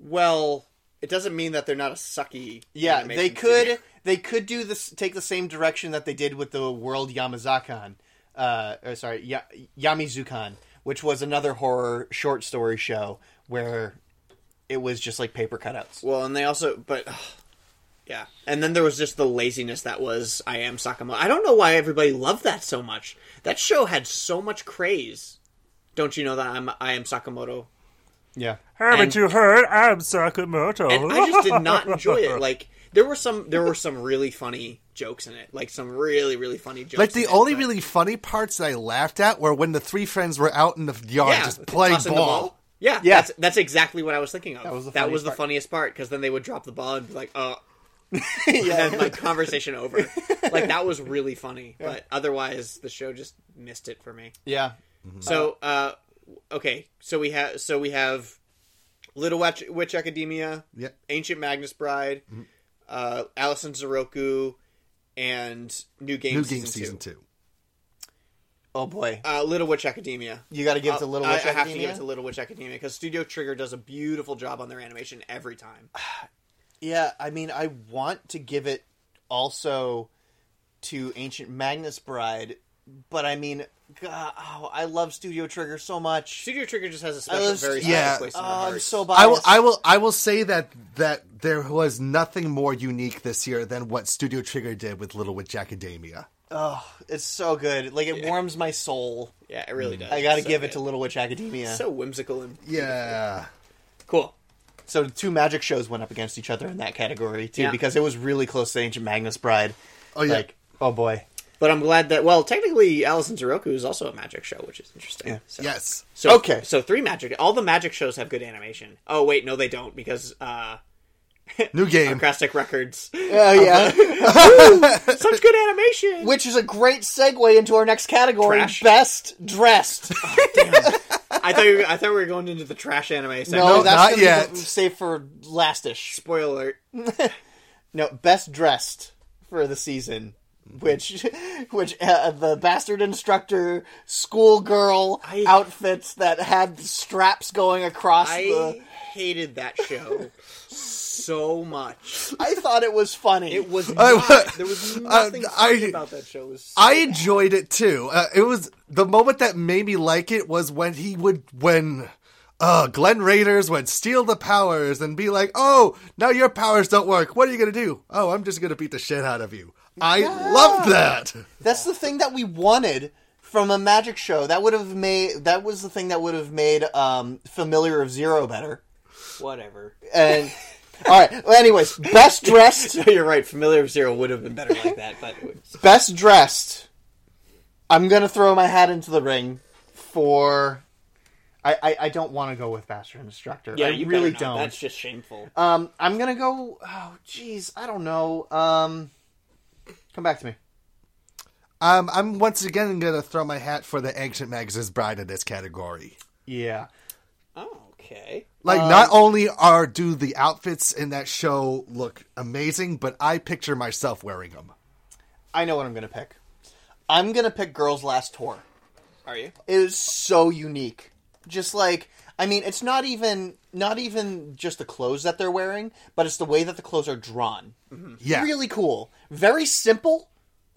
S5: Well, it doesn't mean that they're not a sucky.
S2: yeah,
S5: animation
S2: they could
S5: studio.
S2: they could do this, take the same direction that they did with the World Yamazakan. uh, or sorry, ya- Yamizukan, which was another horror short story show where it was just like paper cutouts.
S5: Well, and they also, but yeah, and then there was just the laziness that was I am Sakamoto. I don't know why everybody loved that so much. That show had so much craze. Don't you know that I'm I am Sakamoto?
S2: Yeah.
S5: Haven't
S7: you heard? I'm Sakamoto.
S5: And I just did not enjoy it. Like there were some there were some really funny jokes in it. Like some really really funny jokes.
S4: Like the
S5: in it,
S4: only
S5: but-
S4: really funny parts that I laughed at were when the three friends were out in the yard just playing
S5: tossing
S4: ball.
S5: the Yeah,
S2: Yeah.
S5: that's that's exactly what I was thinking of. That was the,
S2: funny part.
S5: funniest part because then they would drop the ball and be like, "Oh," and then like conversation over. Like that was really funny, but otherwise the show just missed it for me.
S2: Yeah.
S5: So, uh, okay, so we have so we have Little Witch, Witch Academia,
S4: Yeah.
S5: Ancient Magnus Bride, uh, Allison Zoroku, and New Game
S4: New
S5: Season
S4: game season two.
S2: Oh boy.
S5: Uh, Little Witch Academia.
S2: You got to give it to
S5: I'll-
S2: Little
S5: Uh, I-
S2: Witch
S5: I, have to
S2: Academia?
S5: give it to Little Witch Academia because Studio Trigger does a beautiful job on their animation every time.
S2: Yeah, I mean, I want to give it also to Ancient Magnus Bride, but I mean, God, oh, I love Studio Trigger so much.
S5: Studio Trigger just has a special,
S2: love
S5: very
S2: Stu-
S5: special
S4: yeah.
S5: place in
S2: Oh,
S5: my heart.
S2: I'm so biased.
S4: I will, I will, I will say that that there was nothing more unique this year than what Studio Trigger did with Little Witch Academia.
S2: It's so good. Like it warms my soul.
S5: yeah, it really does.
S2: I got to
S5: So
S2: give it
S5: good.
S2: to Little Witch Academia. So,
S5: so whimsical and
S4: Yeah,
S5: cool.
S2: the two magic shows went up against each other in that category too,
S5: Yeah.
S2: because it was really close to Ancient Magnus Bride.
S4: Oh, yeah.
S2: Like, oh boy.
S5: But I'm glad that well, technically, Allison Zoroku is also a magic show, which is interesting. So,
S4: yes,
S5: so-
S2: Okay.
S5: so three magic. All the magic shows have good animation. Oh wait, no, they don't because uh,
S4: new game.
S5: Crastic Records
S2: Oh yeah.
S5: such good animation.
S2: Which is a great segue into our next category:
S5: Trash.
S2: best dressed.
S5: I thought you, I thought we were going into the trash anime. So
S2: No, that's
S4: not
S2: gonna
S4: yet.
S2: Be the- save for lastish.
S5: spoiler alert.
S2: No, best dressed for the season, which which uh, the bastard instructor schoolgirl
S5: I-
S2: outfits that had straps going across
S5: I
S2: the.
S5: hated that show so much.
S2: I thought it was funny.
S5: It was
S2: Uh,
S5: not, there was nothing funny
S4: I-
S5: about that show. It was so-
S4: I enjoyed it too. Uh, it was the moment that made me like it was when he would when uh Glenn Raiders would steal the powers and be like, "Oh, now your powers don't work. What are you gonna do? Oh, I'm just gonna beat the shit out of you." I loved that.
S2: That's the thing that we wanted from a magic show. That would have made that was the thing that would have made um, Familiar of Zero better.
S5: whatever.
S2: And all right, well, anyways, best dressed,
S5: You're right. Familiar of Zero would have been better like that, but
S2: best dressed. I'm gonna throw my hat into the ring for. I, I, I don't want to go with Bastard Instructor. I really
S5: better not.
S2: don't.
S5: That's just shameful.
S2: Um, I'm gonna go. Oh, jeez, I don't know. Um, come back to me.
S4: Um, I'm once again gonna throw my hat for the Ancient Magus' Bride in this category.
S2: Yeah.
S5: oh, okay.
S4: Like,
S5: Um,
S4: not only are do the outfits in that show look amazing, but I picture myself wearing them.
S2: I know what I'm gonna pick. I'm gonna pick Girls Last Tour.
S5: Are you?
S2: It is so unique. Just like I mean, it's not even not even just the clothes that they're wearing, but it's the way that the clothes are drawn.
S5: Mm-hmm.
S4: Yeah,
S2: Really cool. Very simple.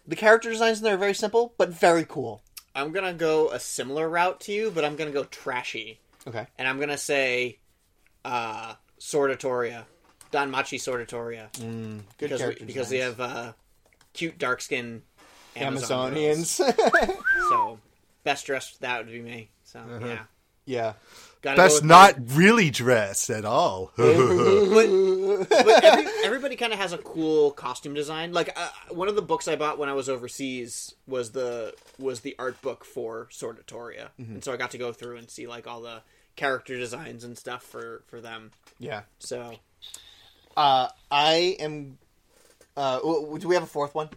S2: The character designs in there are very simple, but very cool.
S5: I'm gonna go a similar route to you, but I'm gonna go trashy,
S2: Okay.
S5: and I'm gonna say, uh, Sortatoria, Don Machi Sortatoria,
S2: Mm, Good
S5: because
S2: character
S5: we, because they
S2: designs.
S5: have uh, cute dark skin Amazon girls.
S2: Amazonians.
S5: So best dressed that would be me. So
S2: Uh-huh.
S5: yeah,
S2: yeah.
S5: Gotta go
S4: That's
S5: with
S4: not really dressed at all.
S5: but every, everybody kind of has a cool costume design. Like uh, one of the books I bought when I was overseas was the was the art book for Sortatoria, and so I got to go through and see like all the character designs and stuff for for them.
S2: Yeah.
S5: So
S2: Uh, I am. Uh, w- w- do we have a fourth one?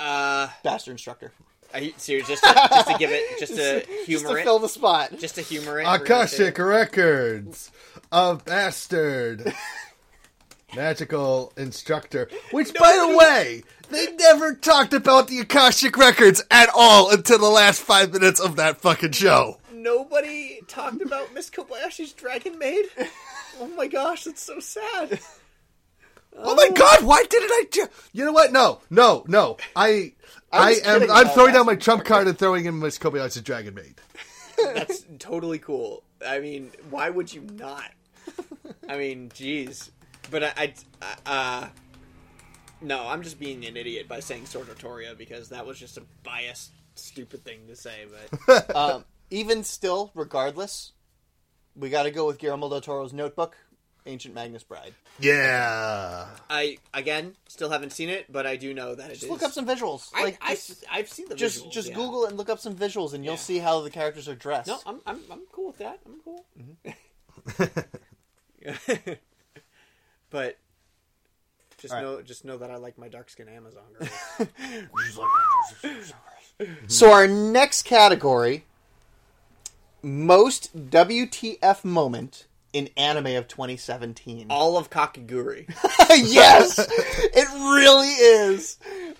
S5: uh,
S2: Bastard instructor.
S5: I, serious, just to, just to give it, just to
S2: Just
S5: humor
S2: to
S5: it,
S2: fill the spot.
S5: just to humor
S4: Ah,
S5: it. we're gonna say-
S4: Akashic Records, a bastard magical instructor. Which, by the way, they never talked about the Akashic Records at all until the last five minutes of that fucking show.
S5: Nobody talked about Miss Kobayashi's Dragon Maid. Oh my gosh, that's so sad.
S2: Oh.
S4: Oh my god, why didn't I do? You know what? No, no, no. I I
S2: was
S4: am.
S2: kidding
S4: I'm
S2: about
S4: throwing
S2: that.
S4: down my trump card and throwing in Miss Kobayashi's Dragon Maid.
S5: That's totally cool. I mean, why would you not? I mean, jeez. But I, I- uh, no, I'm just being an idiot by saying Sword of Toria because that was just a biased, stupid thing to say. But
S2: even still, regardless, we got to go with Guillermo del Toro's Notebook, Ancient Magnus Bride.
S4: Yeah.
S5: I, again, still haven't seen it, but I do know that it is.
S2: Just look up some visuals.
S5: I,
S2: like
S5: I,
S2: just,
S5: I've seen the
S2: just,
S5: visuals,
S2: just
S5: yeah.
S2: Google it and look up some visuals, and you'll see how the characters are dressed.
S5: No, I'm, I'm, I'm cool with that. I'm cool.
S2: Mm-hmm.
S5: but just know, just know that I like my dark skin Amazon girl.
S2: So our next category, most WTF moment in anime of 2017.
S5: All of Kakiguri.
S2: yes, it really is.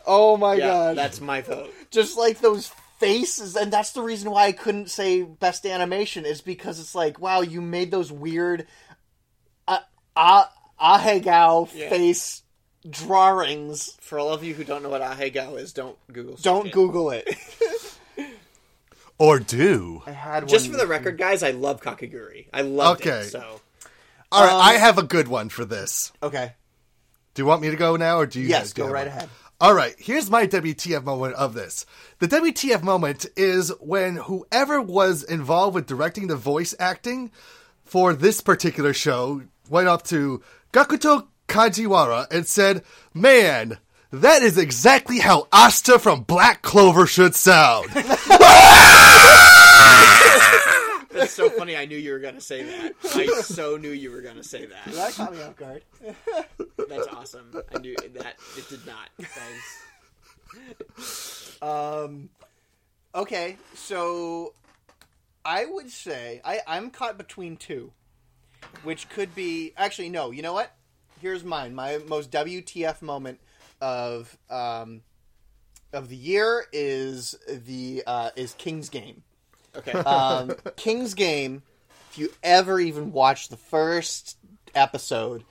S2: Oh my
S5: Yeah,
S2: god,
S5: that's my vote.
S2: just like those faces and that's the reason why i couldn't say best animation is because it's like wow you made those weird uh, ah ahegao face drawings
S5: For all of you who don't know what ahegao is, don't Google. search
S2: don't
S5: it.
S2: google it
S4: Or do.
S2: i had
S5: Just
S2: one
S5: for the record, guys, I love Kakiguri. I love
S4: Okay.
S5: it. So
S4: All right. I
S2: Um,
S4: have a good one for this.
S2: okay
S4: Do you want me to go now, or do you?
S2: yes
S4: do you
S2: go
S4: have
S2: right
S4: one?
S2: ahead
S4: All right, here's my WTF moment of this. The WTF moment is when whoever was involved with directing the voice acting for this particular show went up to Gakuto Kajiwara and said, Man, that is exactly how Asta from Black Clover should sound.
S5: that's so funny. I knew you were gonna say that. I so knew you were gonna say that.
S2: that caught me off guard
S5: That's awesome. I knew that it did not. That is-
S2: okay so i would say I, i'm caught between two which could be actually no you know what here's mine my most wtf moment of um of the year is the uh is king's game
S5: Okay. uh,
S2: um, King's Game, if you ever even watch the first episode,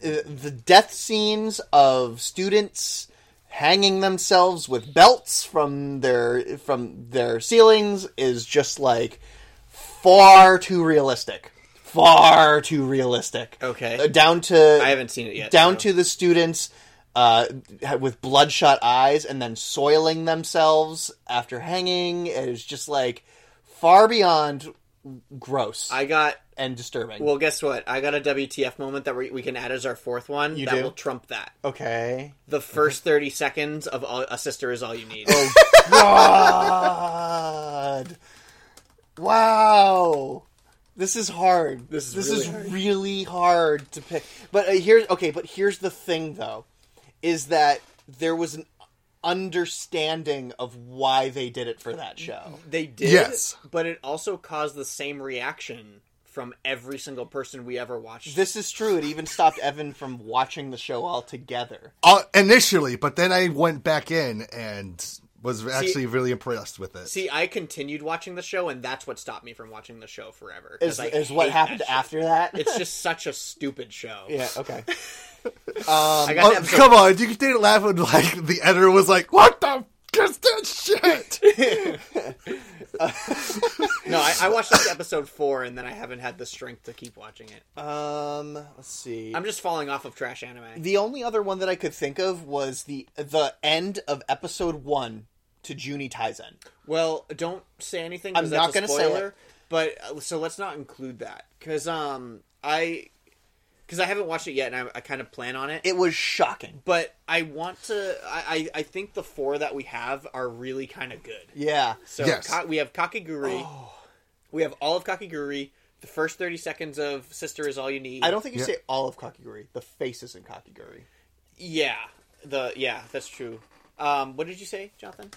S2: th- uh, the death scenes of students hanging themselves with belts from their from their ceilings is just like far too realistic. Far too realistic.
S5: Okay.
S2: Uh, down to
S5: I haven't seen it yet,
S2: Down
S5: so-
S2: to the students uh, with bloodshot eyes and then soiling themselves after hanging. It is just like far beyond gross
S5: I got.
S2: and disturbing.
S5: Well, guess what? I got a WTF moment that we, we can add as our fourth one. that
S2: do?
S5: will trump that.
S2: okay. Oh,
S5: The first thirty seconds of all, a sister is all you need.
S2: God. Wow. This is hard.
S5: This is
S2: this
S5: really
S2: is
S5: hard.
S2: really hard to pick. But uh, here's okay. But here's the thing, though, is that there was an understanding of why they did it for that show.
S5: They did,
S4: Yes.
S5: but it also caused the same reaction from every single person we ever watched.
S2: This is true. It even stopped Evan from watching the show altogether.
S4: uh, initially, but then I went back in and was actually really impressed with it.
S5: See, I continued watching the show, and that's what stopped me from watching the show forever. 'cause
S2: Is,
S5: I
S2: is what
S5: hate
S2: happened
S5: that shit.
S2: after that.
S5: It's just such a stupid show.
S2: yeah. um, Okay.
S5: I got
S4: Oh,
S5: to episode,
S4: come on, you didn't laugh when like the editor was like, "What the f- is that shit?"
S5: no, I, I watched up to episode four, and then I haven't had the strength to keep watching it.
S2: Um. Let's see.
S5: I'm just falling off of trash anime.
S2: The only other one that I could think of was the the end of episode one to Junie Taizen.
S5: well, don't say anything. 'cause
S2: I'm
S5: that's
S2: not
S5: a
S2: gonna say
S5: spoiler,
S2: it.
S5: But uh, so let's not include that because um I because I haven't watched it yet, and I, I kind of plan on it.
S2: It was shocking.
S5: but I want to. I, I I think the four that we have are really kind of good.
S2: Yeah. Oh.
S5: So
S4: Yes.
S5: Ka- we have Kakiguri. We have all of Kakiguri. The first thirty seconds of Sister is all you need.
S2: I don't think you say all of Kakiguri. The faces in Kakiguri.
S5: Yeah. The yeah, that's true. Um, what did you say, Jonathan?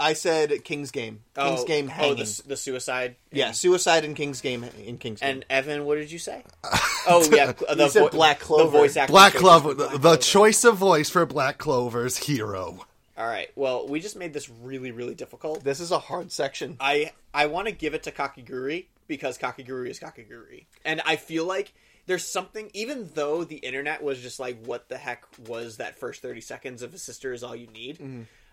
S2: I said King's Game. King's
S5: oh,
S2: Game
S5: Oh,
S2: hanging.
S5: the, su- the suicide.
S2: yeah, suicide in King's Game in King's Game.
S5: And Evan, what did you say? oh yeah, cl- the
S2: said Black
S5: The
S2: Clover.
S5: voice actor.
S4: Black
S5: choices
S4: Clover,
S5: for
S4: the,
S5: Black
S4: the
S5: Clover.
S4: choice of voice for Black Clover's hero.
S5: All right. Well, we just made this really, really difficult.
S2: this is a hard section.
S5: I I want to give it to Kakiguri because Kakiguri is Kakiguri, and I feel like there's something. Even though
S2: Mm-hmm.
S5: the internet was just like, "What the heck was that first thirty seconds of a sister is all you need,"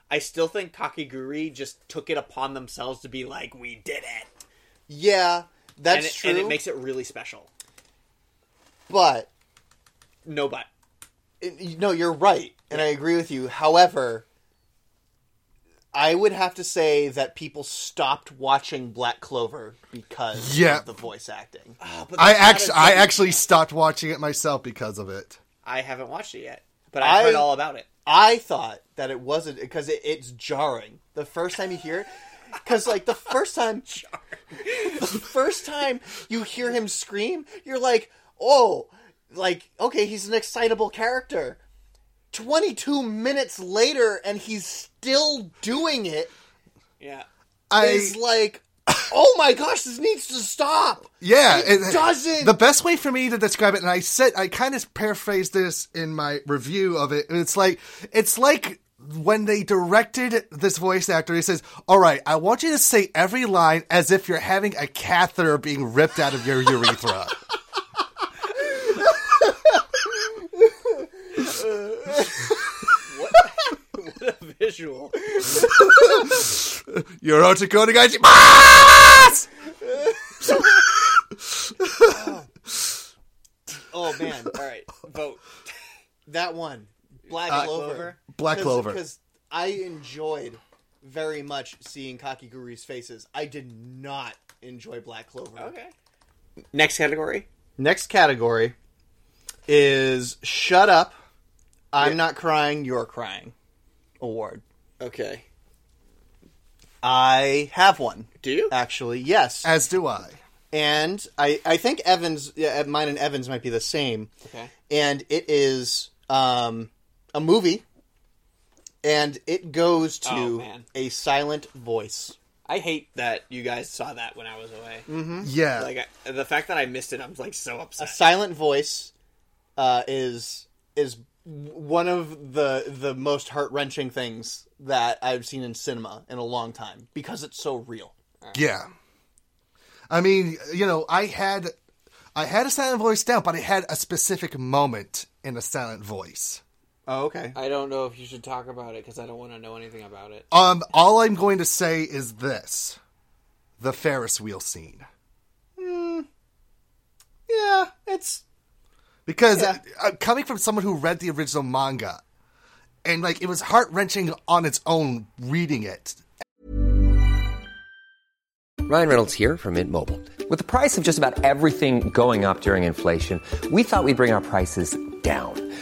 S5: I still think Kakiguri just took it upon themselves to be like, "We did it,"
S2: Yeah, that's
S5: and it,
S2: true.
S5: and it makes it really special.
S2: but
S5: No, but
S2: it- no, you're right, and I agree with you. However, I would have to say that people stopped watching Black Clover because
S4: Yeah.
S2: of the voice acting.
S5: Ah,
S4: I actually, I actually stopped watching it myself because of it.
S5: I haven't watched it yet, but I
S2: I-
S5: heard all about it.
S2: I thought that it wasn't because it, it's jarring the first time you hear it. Because like the first time, the first time you hear him scream, you're like, oh, like okay, he's an excitable character. Twenty two minutes later, and he's still doing it.
S5: Yeah,
S4: I
S2: Is like, oh my gosh, this needs to stop.
S4: Yeah,
S2: It doesn't.
S4: The best way for me to describe it, and I said I kind of paraphrased this in my review of it. It's like it's like when they directed this voice actor. He says, "All right, I want you to say every line as if you're having a catheter being ripped out of your urethra."
S5: what a visual.
S4: You're Otakoni Gaiji.
S2: Oh man,
S5: All right, vote.
S2: that one, Uh, Black Clover.
S4: Black Clover.
S2: Because I enjoyed very much seeing Kakiguru's faces. I did not enjoy Black Clover.
S5: Okay. Next category.
S2: Next category is Shut Up, I'm Not Crying, You're Crying award.
S5: Okay.
S2: I have one.
S5: Do you?
S2: Actually, yes.
S4: As do I.
S2: and I, I think Evans, yeah, mine and Evans might be the same.
S5: Okay.
S2: And it is um, a movie, and it goes to
S5: Oh, man.
S2: a silent voice.
S5: I hate that you guys saw that when I was away.
S4: Yeah,
S5: Like I, the fact that I missed it, I'm like so
S2: A
S5: upset.
S2: silent voice uh, is is one of the the most heart wrenching things that I've seen in cinema in a long time because it's so real.
S4: yeah. I mean, you know, I had I had a silent voice down, but I had a specific moment in a silent voice.
S2: Oh, okay.
S5: I don't know if you should talk about it because I don't want to know anything about it.
S4: Um, all I'm going to say is this: the Ferris wheel scene, Hmm.
S2: Yeah, it's
S4: because
S2: Yeah.
S4: uh, coming from someone who read the original manga, and like it was heart wrenching on its own reading it.
S8: Ryan Reynolds here from Mint Mobile. With the price of just about everything going up during inflation, we thought we'd bring our prices down.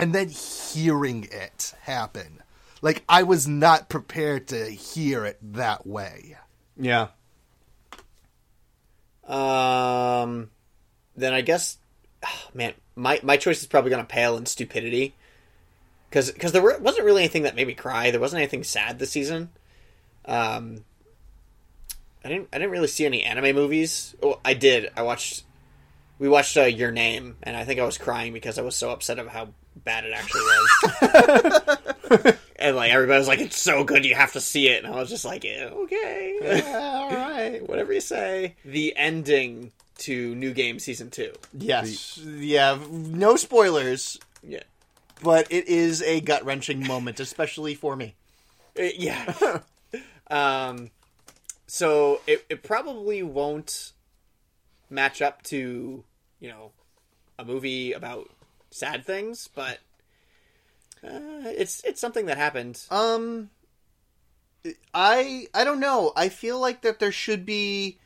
S4: and then hearing it happen. Like I was not prepared to hear it that way.
S2: yeah.
S5: Um, then I guess, ah, man, my my choice is probably gonna pale in stupidity, because there were, wasn't really anything that made me cry. There wasn't anything sad this season. Um, I didn't I didn't really see any anime movies. Oh, I did. I watched. We watched uh, Your Name, and I think I was crying because I was so upset of how bad it actually was. and like everybody was like, "It's so good, you have to see it," and I was just like, "Yeah, "Okay."
S2: All right.
S5: whatever you say. The ending to New Game Season 2.
S2: Yes. Yeah. No spoilers.
S5: Yeah.
S2: but it is a gut wrenching moment, especially for me.
S5: Uh, yeah. um, so it, it probably won't match up to, you know, a movie about sad things, but uh, it's it's something that happened.
S2: Um, I I don't know. I feel like that there should be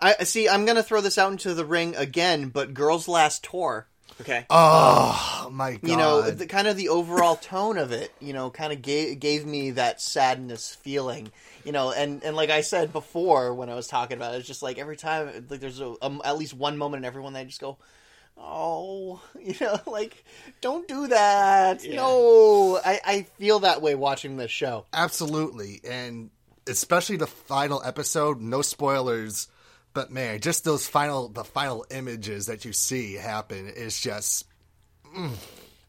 S2: I see. I'm gonna throw this out into the ring again, but Girls Last Tour. Uh, Okay.
S4: Oh my god!
S2: You know, the, kind of the overall tone of it, you know, kind of gave, gave me that sadness feeling, you know, and, and like I said before when I was talking about it, it's just like every time, like there's a, um, at least one moment in everyone that I just go, oh, you know, like don't do that. No, I, I feel that way watching this show.
S4: Absolutely, and especially the final episode. No spoilers, but man, just those final the final images that you see happen is just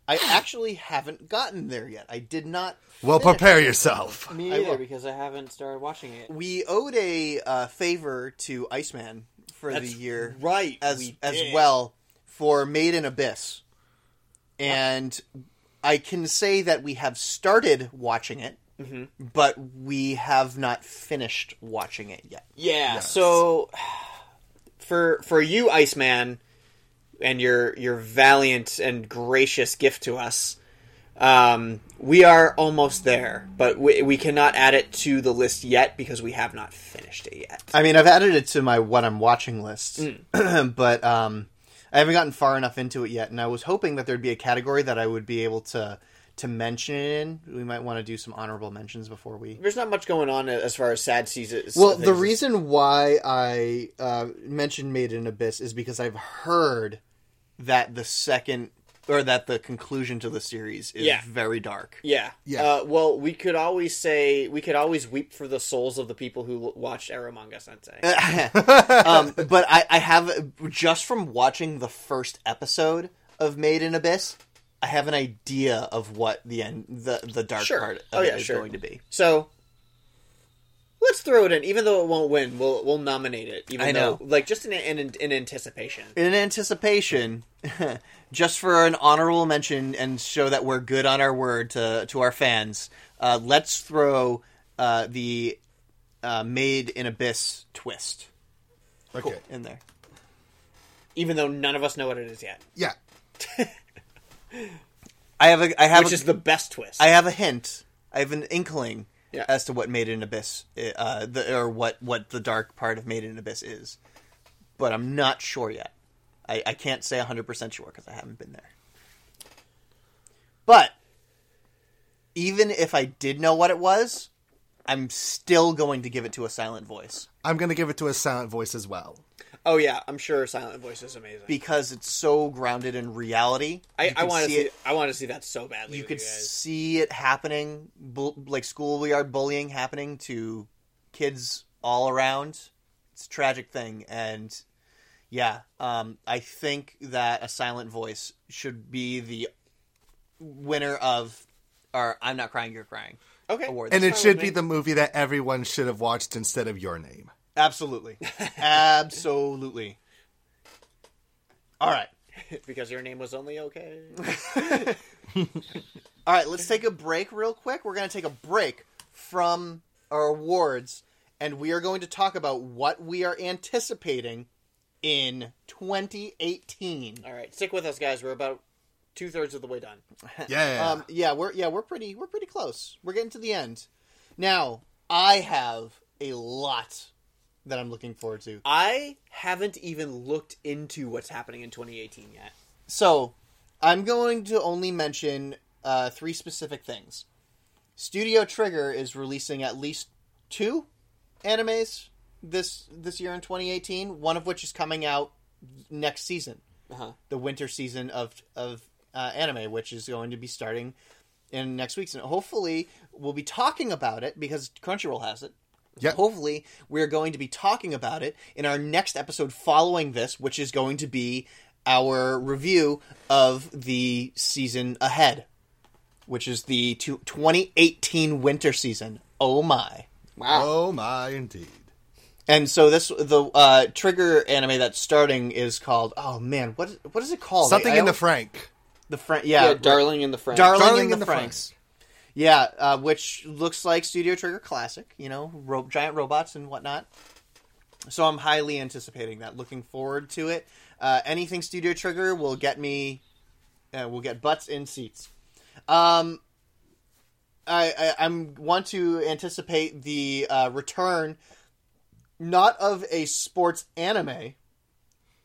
S2: I actually haven't gotten there yet. I did not.
S4: well.
S2: finish
S4: Prepare
S2: it.
S4: yourself.
S5: Me
S2: I
S5: either,
S2: will.
S5: because I haven't started watching it.
S2: We owed a uh, favor to Iceman for
S5: That's
S2: the year,
S5: right,
S2: As
S5: we
S2: as
S5: did.
S2: well for Made in Abyss, and I can say that we have started watching it,
S5: Mhm.
S2: but we have not finished watching it yet.
S5: Yeah. So for for you, Iceman, and your your valiant and gracious gift to us, um, we are almost there, but we, we cannot add it to the list yet because we have not finished it yet.
S2: I mean, I've added it to my what I'm watching list, but um, I haven't gotten far enough into it yet. And I was hoping that there'd be a category that I would be able to to mention it in. We might want to do some honorable mentions before we
S5: There's not much going on as far as sad seasons.
S2: Well, the
S5: things.
S2: reason why I uh, mentioned Made in Abyss is because I've heard that the second or that the conclusion to the series is
S5: Yeah.
S2: very dark.
S5: Yeah.
S2: Yeah.
S5: Uh, well, we could always say we could always weep for the souls of the people who l- watched Aramanga Sensei.
S2: um, but I, I have just from watching the first episode of Made in Abyss, I have an idea of what the end, the the dark
S5: Sure.
S2: part of
S5: Oh,
S2: it
S5: yeah,
S2: is
S5: sure.
S2: going to be.
S5: So let's throw it in, even though it won't win. We'll we'll nominate it. Even
S2: I know.
S5: though, like just in, in in anticipation.
S2: in anticipation, just for an honorable mention and show that we're good on our word to to our fans, uh, let's throw uh, the uh, Made in Abyss twist.
S4: Okay.
S2: in there.
S5: Even though none of us know what it is yet.
S4: Yeah.
S2: I have a I have
S5: Which
S2: a-
S5: is the best twist.
S2: I have a hint. I have an inkling
S5: Yeah.
S2: as to what Made in Abyss, uh, the, or what what the dark part of Made in Abyss is, but I'm not sure yet. I, I can't say 100 percent sure because I haven't been there. But even if I did know what it was, I'm still going to give it to a silent voice
S4: I'm gonna give it to a silent voice as well.
S5: Oh yeah, I'm sure Silent Voice is amazing.
S2: because it's so grounded in reality. You
S5: I, I
S2: can
S5: want to see.
S2: it.
S5: I want to see that so badly.
S2: you
S5: with
S2: could
S5: guys.
S2: see it happening, bu- like schoolyard bullying happening to kids all around. It's a tragic thing, and yeah, um, I think that a silent voice should be the winner of our "I'm Not Crying, You're Crying"
S5: Okay.
S2: award.
S4: And
S2: this
S4: it
S2: time.
S4: should be the movie that everyone should have watched instead of Your Name.
S2: absolutely, absolutely. All right.
S5: because your name was only okay.
S2: All right, let's take a break real quick. We're going to take a break from our awards, and we are going to talk about what we are anticipating in 2018.
S5: All right, stick with us, guys. We're about two thirds of the way done.
S4: Yeah.
S2: Um, yeah, we're yeah we're pretty we're pretty close. We're getting to the end. Now I have a lot that I'm looking forward to.
S5: I haven't even looked into what's happening in 2018 yet.
S2: So, I'm going to only mention uh, three specific things. Studio Trigger is releasing at least two animes this this year in 2018. One of which is coming out next season,
S5: Uh-huh.
S2: the winter season of of uh, anime, which is going to be starting in next week's. And hopefully, we'll be talking about it because Crunchyroll has it.
S4: Yep.
S2: Hopefully, we're going to be talking about it in our next episode following this, which is going to be our review of the season ahead, which is the two- 2018 winter season. Oh my.
S4: Oh my, indeed.
S2: And so this the uh, trigger anime that's starting is called oh man what is, what is it called
S4: Something
S2: Oh, I- I
S4: in the
S2: don't-
S4: Frank.
S2: the Frank yeah,
S5: Darling in the French.
S2: Darling,
S4: Darling
S2: in the,
S4: in the
S2: Franks. Yeah, uh, which looks like Studio Trigger classic, you know, ro- giant robots and whatnot. So I'm highly anticipating that. Looking forward to it. Uh, anything Studio Trigger will get me, uh, will get butts in seats. Um, I, I I'm want to anticipate the uh, return not of a sports anime,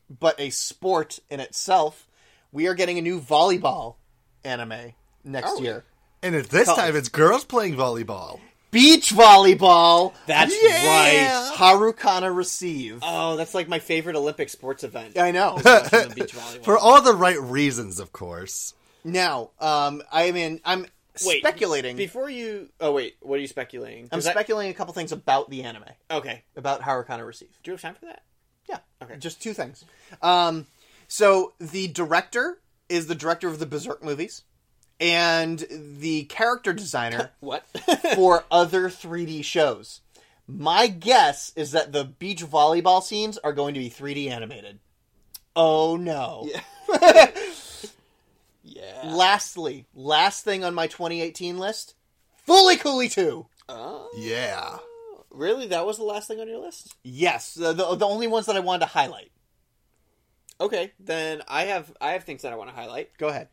S2: but a sport in itself. We are getting a new volleyball anime next
S5: Oh,
S4: Are we?
S2: year.
S4: And at this
S2: College.
S4: time, it's girls playing volleyball.
S2: Beach volleyball.
S5: That's
S2: Yeah! Harukana receive.
S5: Oh, that's like my favorite Olympic sports event.
S2: I know.
S4: For all the right reasons, of course.
S2: Now, um, I mean, I'm
S5: Wait,
S2: speculating.
S5: Before you, oh wait, what are you speculating?
S2: I'm
S5: 'Cause I-
S2: speculating a couple things about the anime.
S5: Okay.
S2: About Harukana receive.
S5: Do you have time for that?
S2: Yeah. Okay. Just two things. Um, so the director is the director of the Berserk movies, and the character designer
S5: what
S2: for other 3D shows. My guess is that the beach volleyball scenes are going to be 3D animated. Oh no.
S5: yeah.
S2: Lastly, last thing on my 2018 list, Fully Cooley 2.
S5: Oh,
S4: Yeah.
S5: really? That was the last thing on your list?
S2: Yes, the, the, the only ones that I wanted to highlight.
S5: Okay, then I have I have things that I want to highlight.
S2: Go ahead.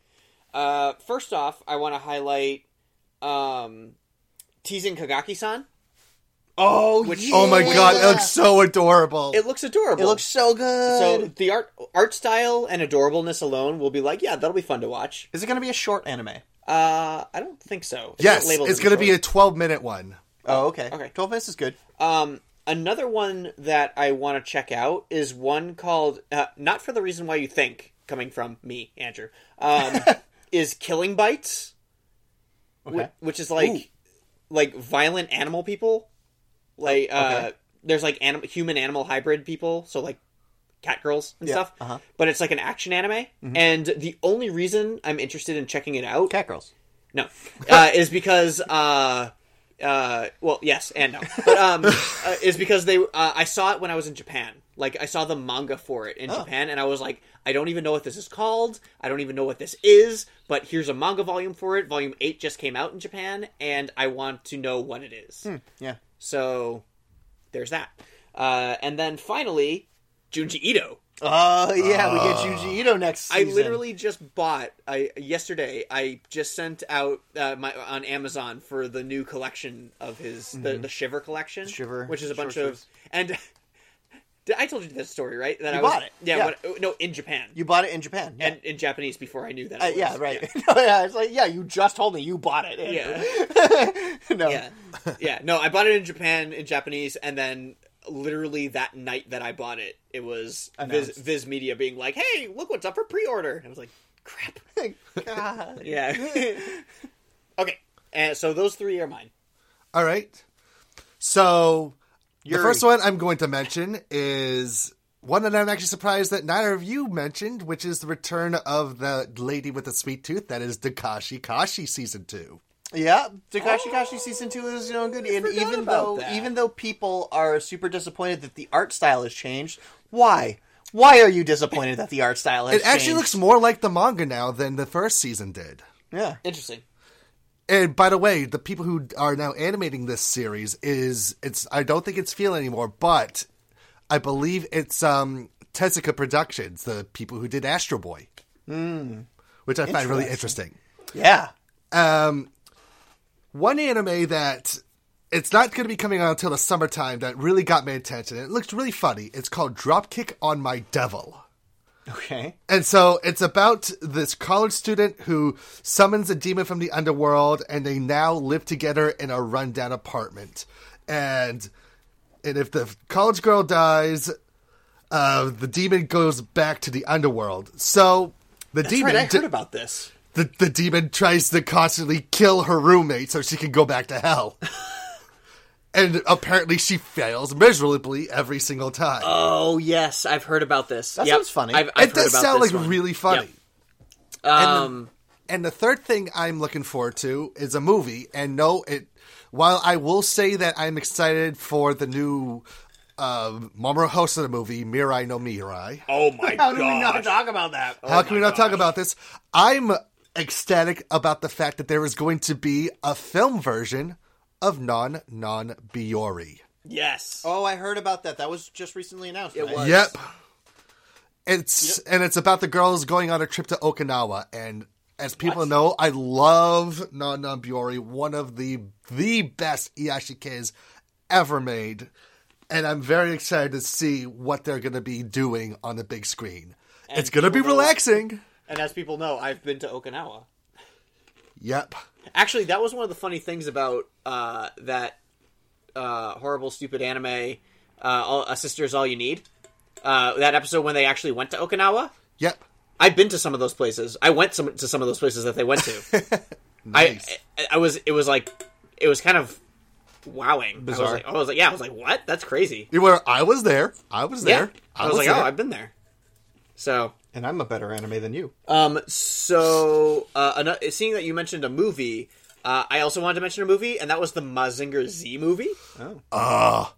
S5: Uh, first off, I want to highlight um, teasing Kagaki-san.
S2: Oh,
S5: Which-
S4: Oh my god, it looks so adorable.
S5: It looks adorable.
S2: It looks so good.
S5: so the art art style and adorableness alone will be like, yeah, that'll be fun to watch.
S2: is it going to be a short anime?
S5: Uh, I don't think so. It's
S4: yes,
S5: not labeled
S4: it's
S5: as
S4: going to be a
S5: short.
S4: 12 minute one.
S2: Oh, okay.
S5: Okay.
S2: 12 minutes is good.
S5: um another one that I want to check out is one called uh, not for the reason why you think coming from me, Andrew. Um, is Killing Bites, wh-
S2: Okay.
S5: which is like like violent animal people. Like
S2: Oh,
S5: uh, there's like anim- human animal hybrid people, so like cat girls and stuff.
S2: uh-huh.
S5: But it's like an action anime, and the only reason I'm interested in checking it out
S2: Mm-hmm. Cat Girls.
S5: no, uh, is because uh, uh, well, yes and no, but um, uh, is because they uh, I saw it when I was in Japan. Like I saw the manga for it in Japan, and I was like, I don't even know what this is called. I don't even know what this is. But here's a manga volume for it. Volume eight just came out in Japan, and I want to know what it is.
S2: Yeah.
S5: So there's that. Uh, and then finally, Junji Ito.
S2: Oh, yeah, we get Junji Ito next
S5: I
S2: season.
S5: literally just bought. I yesterday I just sent out uh, my on Amazon for the new collection of his the, the Shiver collection,
S2: Mm-hmm. Shiver,
S5: which is a
S2: short
S5: bunch of
S2: sleeves.
S5: and. Did- I told you this story, right? That
S2: You
S5: I was,
S2: bought it,
S5: Yeah,
S2: yeah.
S5: when- no, in Japan
S2: You bought it in Japan. Yeah.
S5: and in Japanese before I knew that.
S2: Uh,
S5: it
S2: yeah,
S5: was.
S2: right. No, yeah, it's like, yeah, you just told me you bought it.
S5: Yeah.
S2: no.
S5: yeah, yeah. No, I bought it in Japan in Japanese, and then literally that night that I bought it, it was Viz,
S2: Announced.
S5: Viz Media being like, "Hey, look what's up for pre-order," and I was like, "Crap."
S2: God.
S5: Yeah. okay. And so those three are mine.
S4: All right. So
S2: Yuri.
S4: the first one I'm going to mention is one that I'm actually surprised that neither of you mentioned, which is the return of the lady with the sweet tooth. That is Dakashi Kashi season two.
S2: Yeah, Takashi Kashi season two is you know good, and even
S5: about
S2: though
S5: that.
S2: even though people are super disappointed that the art style has changed, why? Why are you disappointed that the art style has
S4: It actually
S2: changed?
S4: looks more like the manga now than the first season did.
S2: yeah
S5: Interesting.
S4: And by the way, the people who are now animating this series is it's I don't think it's Feel anymore, but I believe it's um Tezuka Productions, the people who did Astro Boy.
S2: Hmm.
S4: Which I find really interesting.
S2: yeah
S4: um, one anime that it's not going to be coming out until the summertime that really got my attention. It looked really funny. It's called Dropkick on My Devil.
S2: okay
S4: And so it's about this college student who summons a demon from the underworld, and they now live together in a rundown apartment. And and if the college girl dies, uh, the demon goes back to the underworld. So the demon
S5: Right, I
S4: di-
S5: heard about this.
S4: the, the demon tries to constantly kill her roommate so she can go back to hell. and apparently she fails miserably every single time.
S5: Oh yes, I've heard about this.
S2: That
S5: Yep.
S2: sounds funny.
S5: I've, I've heard
S4: it does
S5: about
S4: sound
S5: this
S4: like
S5: one.
S4: really funny.
S5: Yep. Um,
S4: And the third thing I'm looking forward to is a movie. And no, it while I will say that I'm excited for the new uh, Mamoru Hosoda movie, Mirai no Mirai.
S5: oh my
S2: how do we not
S5: god!
S2: talk about that
S4: How can we not talk about this? I'm ecstatic about the fact that there is going to be a film version of Non Non Biori.
S5: Yes.
S2: oh I heard about that that was just recently announced it
S5: was.
S4: Yep. It's and it's about the girls going on a trip to Okinawa and as people know, I love Non Non Biori, one of the the best Iyashikes ever made. and I'm very excited to see what they're going to be doing on the big screen. it's going to be relaxing.
S5: And as people know, I've been to Okinawa.
S4: Yep.
S5: Actually, that was one of the funny things about uh, that uh, horrible, stupid anime, uh, all, A Sister Is All You Need. Uh, that episode when they actually went to Okinawa.
S4: Yep.
S5: I've been to some of those places. I went some, to some of those places that they went to. I, I I was it was like it was kind of wowing. I was
S4: Bizarre.
S5: like, I was like yeah, I was like what? That's crazy.
S4: You were. I was there. I was
S5: Yeah.
S4: there.
S5: I, was, like, oh, I've been there. So,
S2: and I'm a better anime than you.
S5: Um, so uh, ano- seeing that you mentioned a movie, uh, I also wanted to mention a movie, and that was the Mazinger Z movie. Oh,
S4: Ah.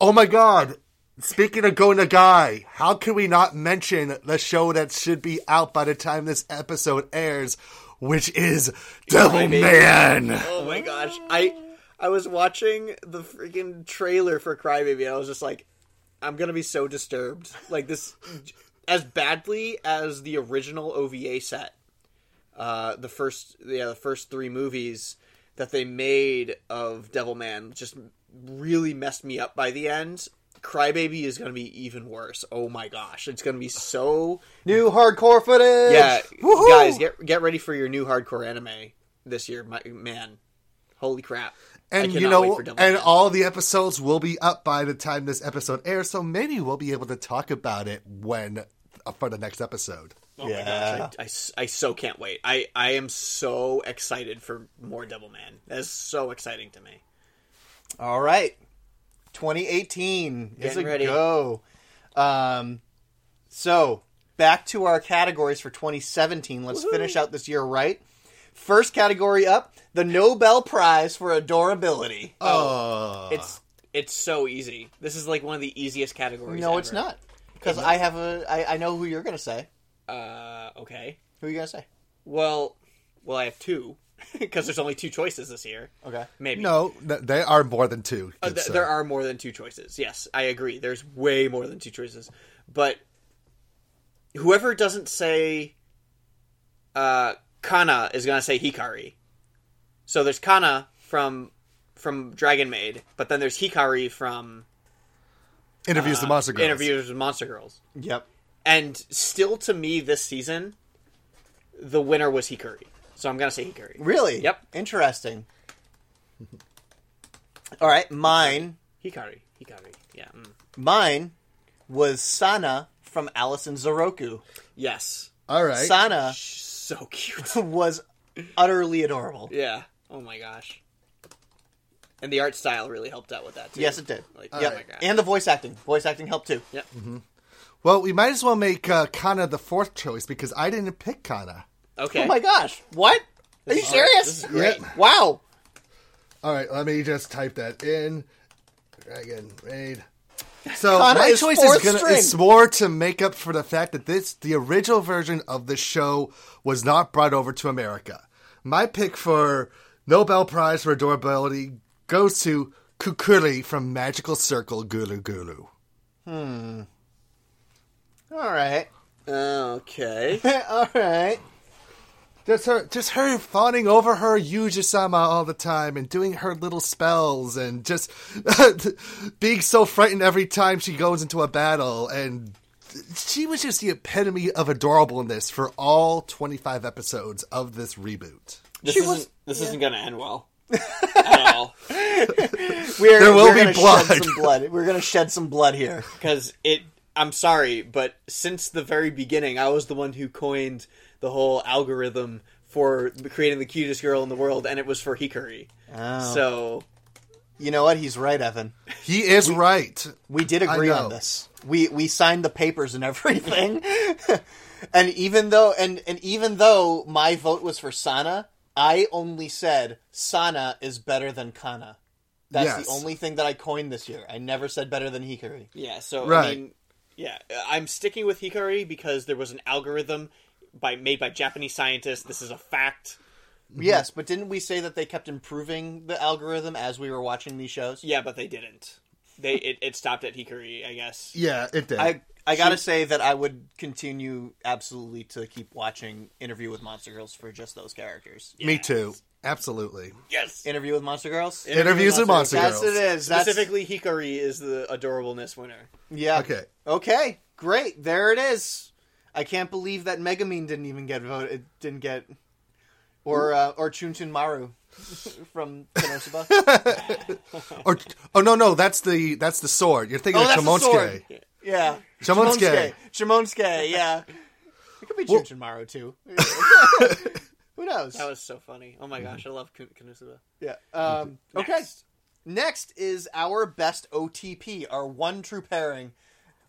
S4: oh my god. Speaking of going to Guy, how can we not mention the show that should be out by the time this episode airs, which is Devil Man?
S5: Oh my gosh, I I was watching the freaking trailer for Crybaby, and I was just like, I'm gonna be so disturbed. Like this, as badly as the original OVA set, uh, the first yeah, the first three movies that they made of Devilman just really messed me up by the end. Crybaby is gonna be even worse. Oh my gosh, it's gonna be so
S2: New hardcore footage.
S5: yeah,
S2: Woohoo!
S5: guys, get get ready for your new hardcore anime this year, my, man. Holy crap! I
S4: And you
S5: cannot wait
S4: know,
S5: for
S4: and
S5: Devil Man.
S4: all the episodes will be up by the time this episode airs, so maybe we'll be able to talk about it when uh, for the next episode.
S5: oh my gosh, I- I, s- I so can't wait. I I am so excited for more Devil Man. That is so exciting to me.
S2: All right. 2018 is
S5: Getting
S2: a
S5: ready.
S2: go. Um, so back to our categories for 2017. Let's finish out this year right. First category up: the Nobel Prize for adorability.
S5: Oh, it's it's so easy. This is like one of the easiest categories.
S2: no, it's
S5: ever.
S2: not because
S5: Is it?
S2: I have a I, I know who you're gonna say.
S5: Uh, okay.
S2: Who are you gonna say?
S5: Well, well, I have two because there's only two choices this year.
S2: Okay,
S5: maybe
S4: No, th- they are more than two.
S5: Uh,
S4: good
S5: th-
S4: sir.
S5: there are more than two choices. Yes, I agree. There's way more than two choices. But whoever doesn't say uh, Kana is going to say Hikari. So there's Kana from from Dragon Maid, but then there's Hikari from
S4: interviews the
S5: uh,
S4: monster girls.
S5: Interviews with Monster Girls.
S2: Yep.
S5: And still to me this season the winner was Hikari. So I'm going to say Hikari.
S2: Really?
S5: Yep.
S2: Interesting. All right, mine
S5: Hikari. Hikari. Yeah. mm.
S2: mine was Sana from Alice and Zoroku.
S5: Yes.
S4: All right.
S2: Sana
S5: So cute.
S2: was utterly adorable.
S5: Yeah. Oh my gosh. And the art style really helped out with that too.
S2: Yes, it did.
S5: Like,
S2: yep.
S5: oh my god.
S2: And the voice acting. Voice acting helped too.
S5: Yep.
S4: Well, we might as well make uh, Kana the fourth choice because I didn't pick Kana.
S5: Okay.
S2: Oh my gosh. What? Are you
S5: is hard.
S2: serious?
S5: This is great.
S2: Wow.
S4: All right, let me just type that in. Dragon Raid. So
S2: Kana
S4: my
S2: is
S4: choice
S2: fourth
S4: is gonna
S2: string.
S4: is more to make up for the fact that this the original version of the show was not brought over to America. My pick for Nobel Prize for adorability goes to Kukuri from Magical Circle Gulu Gulu.
S2: Hmm. All right.
S5: Okay.
S2: All right.
S4: Just her, just her fawning over her Yuji-sama all the time and doing her little spells and just being so frightened every time she goes into a battle. And she was just the epitome of adorableness for all 25 episodes of this reboot.
S5: This isn't this isn't gonna end well.
S2: We're,
S4: There will
S2: we're gonna
S4: be
S2: Shed
S4: blood.
S2: some blood. We're gonna shed some blood here.
S5: Because it I'm sorry, but since the very beginning I was the one who coined the whole algorithm for creating the cutest girl in the world, and it was for Hikari.
S2: Oh.
S5: So
S2: You know what? He's right, Evan.
S4: He is right.
S2: We did
S4: I
S2: agree
S4: know.
S2: on
S5: Oh.
S2: this. We we signed the papers and everything. and even though and and even though my vote was for Sana, I only said Sana is better than Kana. That's
S4: Yes.
S2: the only thing that I coined this year. I never said better than Hikari.
S5: Yeah, so I
S4: Right.
S5: mean, yeah, I'm sticking with Hikari because there was an algorithm by made by Japanese scientists. This is a fact.
S4: Mm-hmm.
S2: Yes, but didn't we say that they kept improving the algorithm as we were watching these shows?
S5: Yeah, but they didn't. They it, it stopped at Hikari, I guess.
S4: Yeah, it did.
S2: I I gotta say that I would continue absolutely to keep watching Interview with Monster Girls for just those characters.
S4: Me too. Absolutely.
S5: Yes.
S2: Interview with Monster Girls.
S4: Interviews with Monster Girls.
S2: Yes, it is. That's-
S5: Specifically, Hikari is the adorableness winner.
S2: uh, Yeah.
S4: Okay.
S2: Okay. Great. There it is. I can't believe that Megamine didn't even get voted. It didn't get, or uh, or Chun Chun Maru from Konosuba.
S4: Or oh no no that's the that's the sword. You're thinking
S2: oh,
S4: of
S2: that's the
S4: Chamonsuke.
S2: sword. Yeah.
S4: Chamonsuke.
S2: Chamonsuke. Yeah. It could be
S4: Well-
S2: Chun Chun Maru too. Who knows?
S5: That was so funny. Oh my gosh, I love Kun- Konosuba.
S2: Yeah. Um, okay. Next is our best OTP, our one true pairing,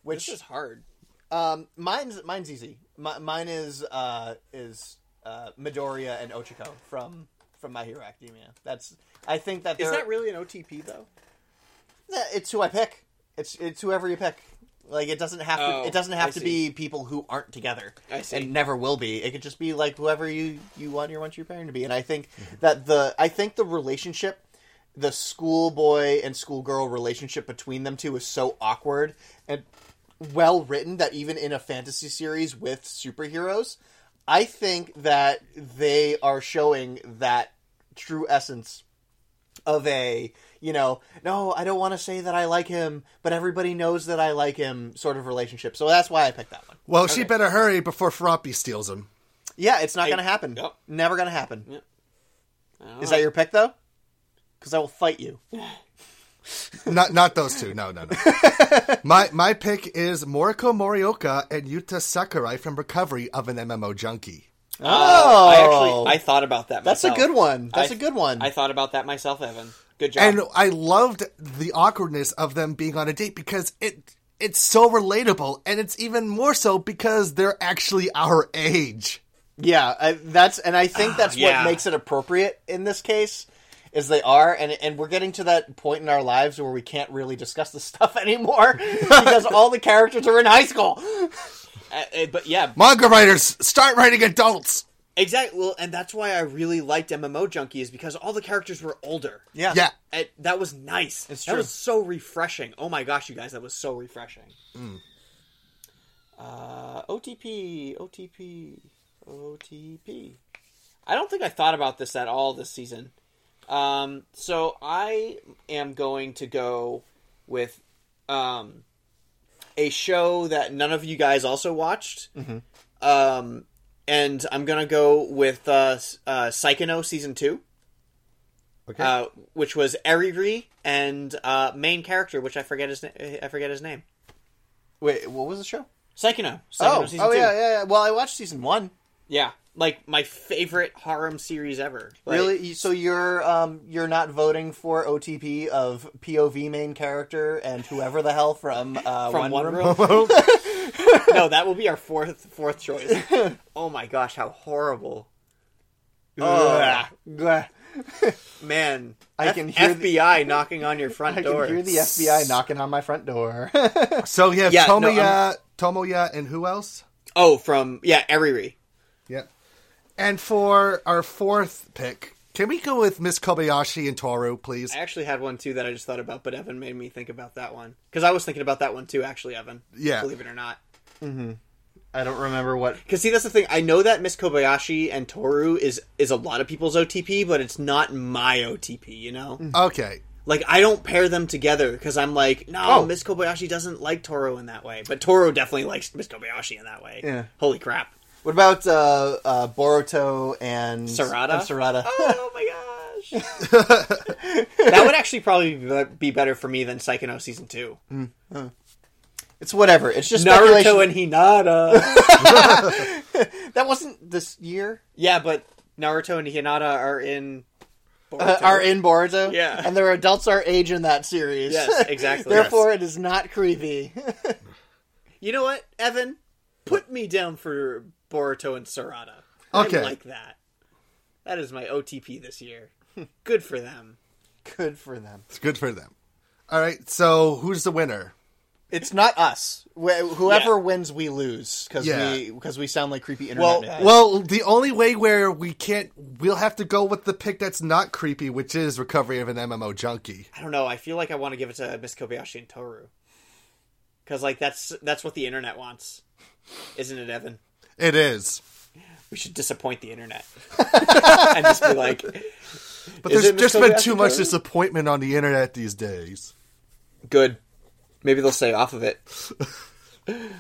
S2: which
S5: This is hard.
S2: Um, mine's mine's easy. Mi- mine is uh, is uh, Midoriya and Ochiko from from My Hero Academia. That's I think that
S5: Is
S2: they're-
S5: that really an OTP though?
S2: Nah, It's who I pick. It's it's whoever you pick. Like it doesn't have to.
S5: Oh,
S2: it doesn't
S5: I
S2: have to
S5: see.
S2: be people who aren't together.
S5: I see.
S2: And never will be. It could just be like whoever you you want your want your parent to be. And I think that the I think the relationship, the schoolboy and schoolgirl relationship between them two is so awkward and well written that even in a fantasy series with superheroes, I think that they are showing that true essence of a you know no i don't want to say that i like him but everybody knows that i like him sort of relationship so that's why i picked that one
S4: Well, she better hurry before Froppy steals him.
S2: yeah it's not gonna happen
S5: Yep.
S2: never gonna happen is
S5: Alright.
S2: that your pick though because i will fight you
S5: Oh,
S4: Not not those two. No, no, no. my my pick is Moriko Morioka and Yuta Sakurai from Recovery of an MMO Junkie.
S2: oh
S5: I actually I thought about that.
S2: that's a
S5: myself.
S2: good one that's
S5: I-
S2: a good one
S5: I thought about that myself, Evan. Good job.
S4: And I loved the awkwardness of them being on a date because it it's so relatable and it's even more so because they're actually our age.
S2: yeah I, that's and i think that's
S5: Ah, yeah.
S2: what makes it appropriate in this case is they are and and we're getting to that point in our lives where we can't really discuss this stuff anymore because all the characters are in high school
S5: Uh, uh, but yeah,
S4: Manga writers, start writing adults.
S5: exactly. Well, and that's why I really liked MMO Junkie is because all the characters were older.
S4: Yeah.
S5: And that was nice.
S2: It's
S5: that
S2: true.
S5: was so refreshing. Oh my gosh, you guys, that was so refreshing. Uh, OTP, OTP, OTP. I don't think I thought about this at all this season. Um, so I am going to go with um, a show that none of you guys also watched.
S2: Mm-hmm.
S5: Um, and I'm gonna go with uh, s- uh, Psychono season two uh, which was Eriri and uh, main character, which I forget his na- I forget his name.
S2: wait what was the show
S5: Psychono. Psychono
S2: Oh,
S5: season
S2: oh
S5: two.
S2: yeah, yeah, yeah. Well, I watched season one.
S5: Yeah, like my favorite harem series ever. Like,
S2: really? You- So you're um you're not voting for OTP of POV main character and whoever the hell from uh,
S5: from
S2: One Room?
S5: Room. no, that will be our fourth fourth choice. oh my gosh, how horrible!
S2: Ugh. Ugh.
S5: Man,
S2: I
S5: F-
S2: can hear the-
S5: FBI knocking on your front
S2: I can
S5: door.
S2: hear the FBI knocking on my front door.
S4: So yeah,
S5: Yeah, no,
S4: Tomoya, Tomoya, and who else?
S5: Oh, from yeah, Eriri.
S4: Yep. And for our fourth pick, can we go with Miss Kobayashi and Toru, please?
S5: I actually had one too that I just thought about, but Evan made me think about that one because I was thinking about that one too. Actually, Evan.
S4: Yeah.
S5: Believe it or not.
S2: Mm-hmm. I don't remember what.
S5: Because see, that's the thing. I know that Miss Kobayashi and Toru is is a lot of people's OTP, but it's not my OTP. You know,
S2: Mm-hmm.
S4: Okay.
S5: like I don't pair them together because I'm like, no,
S2: Oh.
S5: Miss Kobayashi doesn't like Toru in that way, but Toru definitely likes Miss Kobayashi in that way.
S2: Yeah.
S5: Holy crap,
S2: What about uh, uh, Boruto and
S5: Sarada.
S2: And Sarada.
S5: Oh my gosh. that would actually probably be- be better for me than Psychono season two.
S2: Hmm, It's whatever. It's just speculation.
S5: Naruto and Hinata.
S2: that wasn't this year.
S5: yeah, but Naruto and Hinata are in.
S2: Uh, are in Boruto.
S5: Yeah.
S2: and their adults are age in that series.
S5: Yes, exactly.
S2: Therefore, it is not creepy.
S5: You know what, Evan? Put me down for Boruto and Sarada.
S4: Okay.
S5: I like that. That is my OTP this year. Good for them.
S2: Good for them.
S4: It's good for them. All right. So who's the winner?
S2: It's not us. Wh- Whoever
S5: Yeah.
S2: wins, we lose because
S4: Yeah.
S2: we because we sound like creepy internet.
S5: Well,
S2: guys.
S4: Well, the only way where we can't, we'll have to go with the pick that's not creepy, which is recovery of an MMO junkie.
S5: I don't know. I feel like I want to give it to Miss Kobayashi and Toru. Cuz like that's that's what the internet wants. Isn't it, Evan?
S4: It is.
S5: We should disappoint the internet and just be like,
S4: But
S5: "Is
S4: there's
S5: it
S4: just
S5: Mr.
S4: been
S5: Matthew
S4: too much
S5: Perry?"
S4: disappointment on the internet these days.
S5: Good. Maybe they'll stay off of it.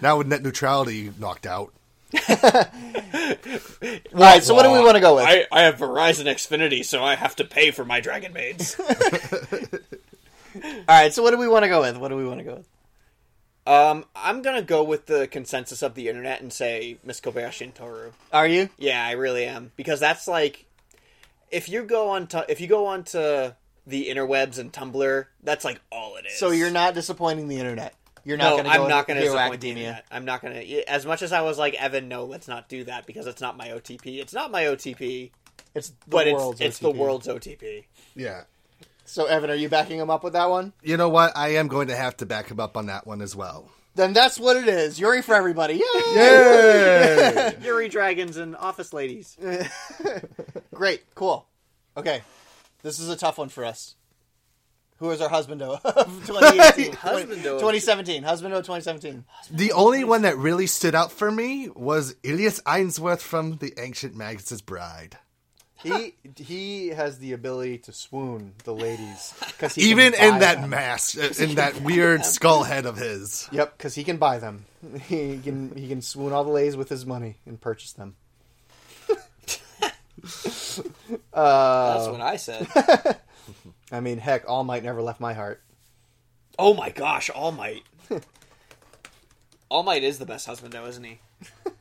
S4: now with net neutrality knocked out.
S2: All right, so what do we want to go with?
S5: I, I have Verizon Xfinity, so I have to pay for my Dragon Maids.
S2: All right, so what do we want to go with? What do we want to go with?
S5: um, I'm gonna go with the consensus of the internet and say Miss Kobayashi and Toru. Uh,
S2: Are you?
S5: Yeah, I really am because that's like if you go on to, if you go on to the interwebs and Tumblr, that's like all it is.
S2: So you're not disappointing the internet. You're not
S5: no,
S2: going to
S5: I'm
S2: go
S5: not
S2: going
S5: gonna
S2: to Hero
S5: disappoint the
S2: Academia.
S5: internet. I'm not gonna. As much as I was like Evan, no, let's not do that because it's not my OTP. It's not my OTP.
S2: It's the
S5: but
S2: world's
S5: it's, it's the
S2: OTP.
S5: world's OTP.
S4: Yeah.
S2: So Evan, are you backing him up with that one?
S4: You know what? I am going to have to back him up on that one as well.
S2: Then that's what it is. Yuri for everybody. Yay!
S4: Yay!
S5: Fury dragons and office ladies.
S2: Great. Cool. Okay. This is a tough one for us. Who is our husbando of 2018?
S5: Husbando.
S2: 2017. Husbando of 2017.
S4: The only one that really stood out for me was Ilias Ainsworth from The Ancient Magus' Bride.
S2: He he has the ability to swoon the ladies because
S4: Even in that mask, in that weird skull head of his.
S2: Yep, because he can buy them. He can he can swoon all the ladies with his money and purchase them.
S5: That's what I said.
S2: I mean, heck, All Might never left my heart.
S5: oh my gosh, All Might. All Might is the best husband, though, isn't he?
S2: Um,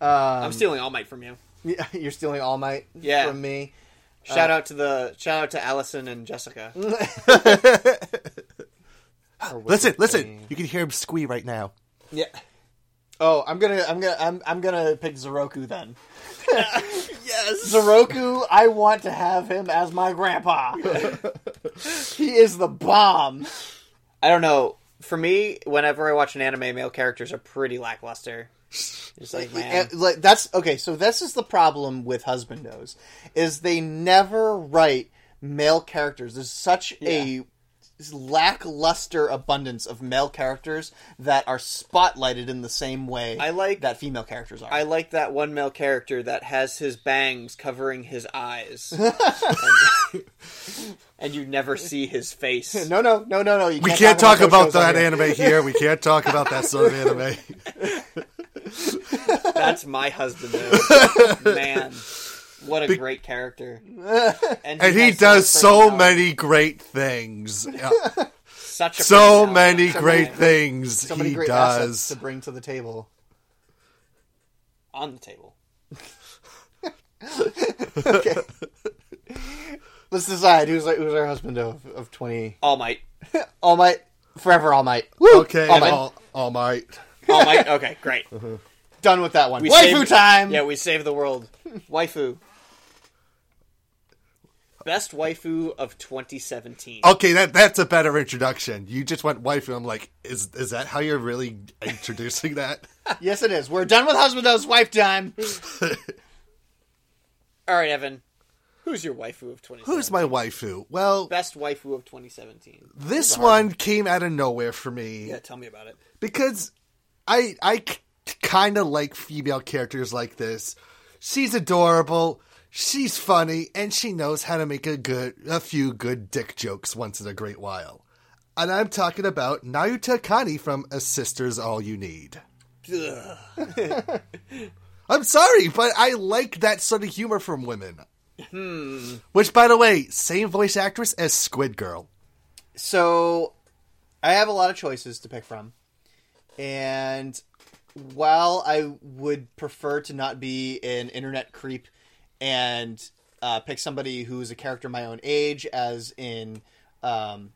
S5: I'm stealing All Might from you.
S2: Yeah, You're stealing All Might
S5: Yeah.
S2: from me. Uh,
S5: Shout out to the shout out to Allison and Jessica.
S4: Listen, listen. You can hear him squee right now.
S5: yeah.
S2: Oh, I'm gonna I'm gonna I'm I'm gonna pick Zoroku then.
S5: Yes.
S2: Zoroku, I want to have him as my grandpa. he is the bomb.
S5: I don't know. For me, whenever I watch an anime, male characters are pretty lackluster. Just like man,
S2: And, Eh, like, that's okay. So this is the problem with husbandos, is they never write male characters. There's such a lackluster abundance of male characters that are spotlighted in the same way
S5: I like-
S2: that female characters are.
S5: I like that one male character that has his bangs covering his eyes, and you never see his face.
S2: no, no, no, no, no. You
S4: We can't talk about that
S2: anime.
S4: anime here. We can't talk about that sort of anime.
S5: That's my husband, though. man. What a great character.
S4: And he
S5: has so
S4: does
S5: much
S4: so
S5: personality.
S4: many great things. Yeah.
S5: Such a
S4: So
S5: personality.
S4: many great things
S2: So many
S4: he
S2: great assets
S4: does.
S2: to bring to the table.
S5: on the table.
S2: Let's decide who's our, who's our husband of of twenty.
S5: All Might.
S2: All Might, forever All Might.
S4: Okay,
S2: All Might.
S4: all, all Might.
S5: All Might. Okay, great.
S2: Done with that one.
S5: We
S2: Waifu
S5: saved-
S2: time.
S5: Yeah, we saved the world. Waifu. Best waifu of 2017.
S4: Okay, that that's a better introduction. You just went waifu. I'm like, is is that how you're really introducing that?
S2: Yes, it is. We're done with husbandos. Wife time.
S5: All right, Evan. Who's your waifu of 2017?
S4: Who's my waifu? Well,
S5: best waifu of 2017?
S4: this one came out of nowhere for me.
S5: Yeah, tell me about it.
S4: because I I kind of like female characters like this. She's adorable, she's funny, and she knows how to make a good a few good dick jokes once in a great while. And I'm talking about Nayuta Kani from A Sister's All You Need. I'm sorry, but I like that sort of humor from women. Which, by the way, same voice actress as Squid Girl.
S2: So, I have a lot of choices to pick from, and while I would prefer to not be an internet creep and uh, pick somebody who is a character my own age, as in um,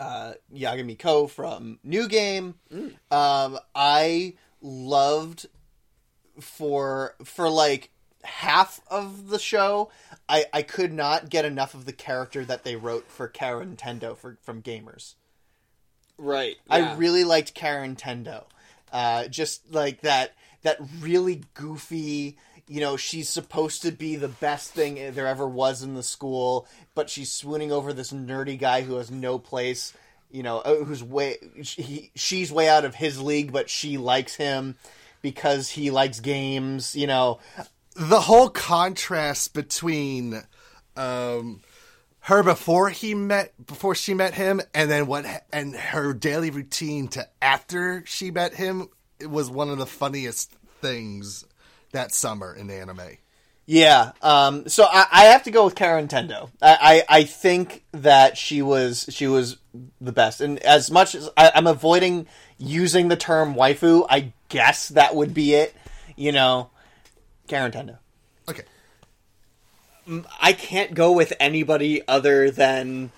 S2: uh, Yagami Ko from New Game, um, I loved for for like half of the show i i could not get enough of the character that they wrote for karen tendo for from gamers
S5: Right.
S2: i really liked karen tendo uh just like that that really goofy you know she's supposed to be the best thing there ever was in the school but she's swooning over this nerdy guy who has no place you know uh, who's way he, she's way out of his league but she likes him because he likes games, you know.
S4: The whole contrast between um, her before he met before she met him and then what and her daily routine to after she met him it was one of the funniest things that summer in the anime.
S2: Yeah. Um, so I, I have to go with Kara Nintendo. I, I, I think that she was she was the best. And as much as I, I'm avoiding using the term waifu, I guess that would be it. You know, Kara Nintendo.
S4: Okay.
S5: I can't go with anybody other than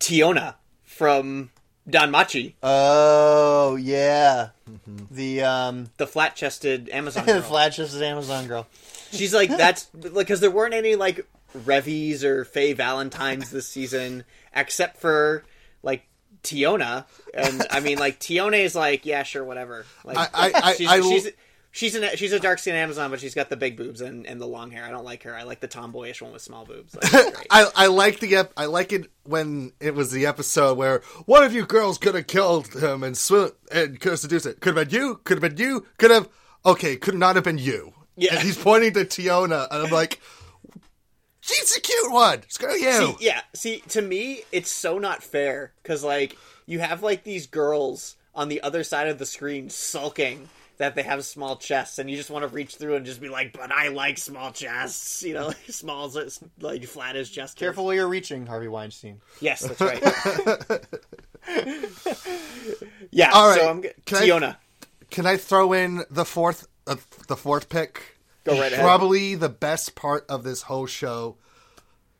S5: Tiona from Danmachi.
S2: Oh yeah,
S4: Mm-hmm.
S2: the um
S5: the flat chested Amazon
S2: the
S5: girl.
S2: flat chested Amazon girl.
S5: She's like that's like because there weren't any like Revies or Faye Valentines this season except for like Tiona, and I mean like Tiona is like yeah sure whatever. Like
S4: I- I- I-
S5: she's,
S4: I-
S5: she's she's an, she's a dark skinned Amazon, but she's got the big boobs and, and the long hair. I don't like her. I like the tomboyish one with small boobs. Like, that's great.
S4: I I like the ep- I like it when it was the episode where one of you girls could have killed him and swim and could have seduced it. Could have been you. Could have been you. Could have okay. Could not have been you.
S5: Yeah.
S4: And he's pointing to Tiona, and I'm like, she's a cute one. Screw you.
S5: See, yeah, see, to me, it's so not fair because like you have like these girls on the other side of the screen sulking that they have small chests, and you just want to reach through and just be like, "But I like small chests," you know, like, small like flat as chest.
S2: Careful where you're reaching, Harvey Weinstein.
S5: Yes, that's right. yeah.
S4: All right.
S5: So I'm g-
S4: Can I-
S5: Tiona.
S4: Can I throw in the fourth uh, the fourth pick?
S5: Go right ahead.
S4: Probably the best part of this whole show,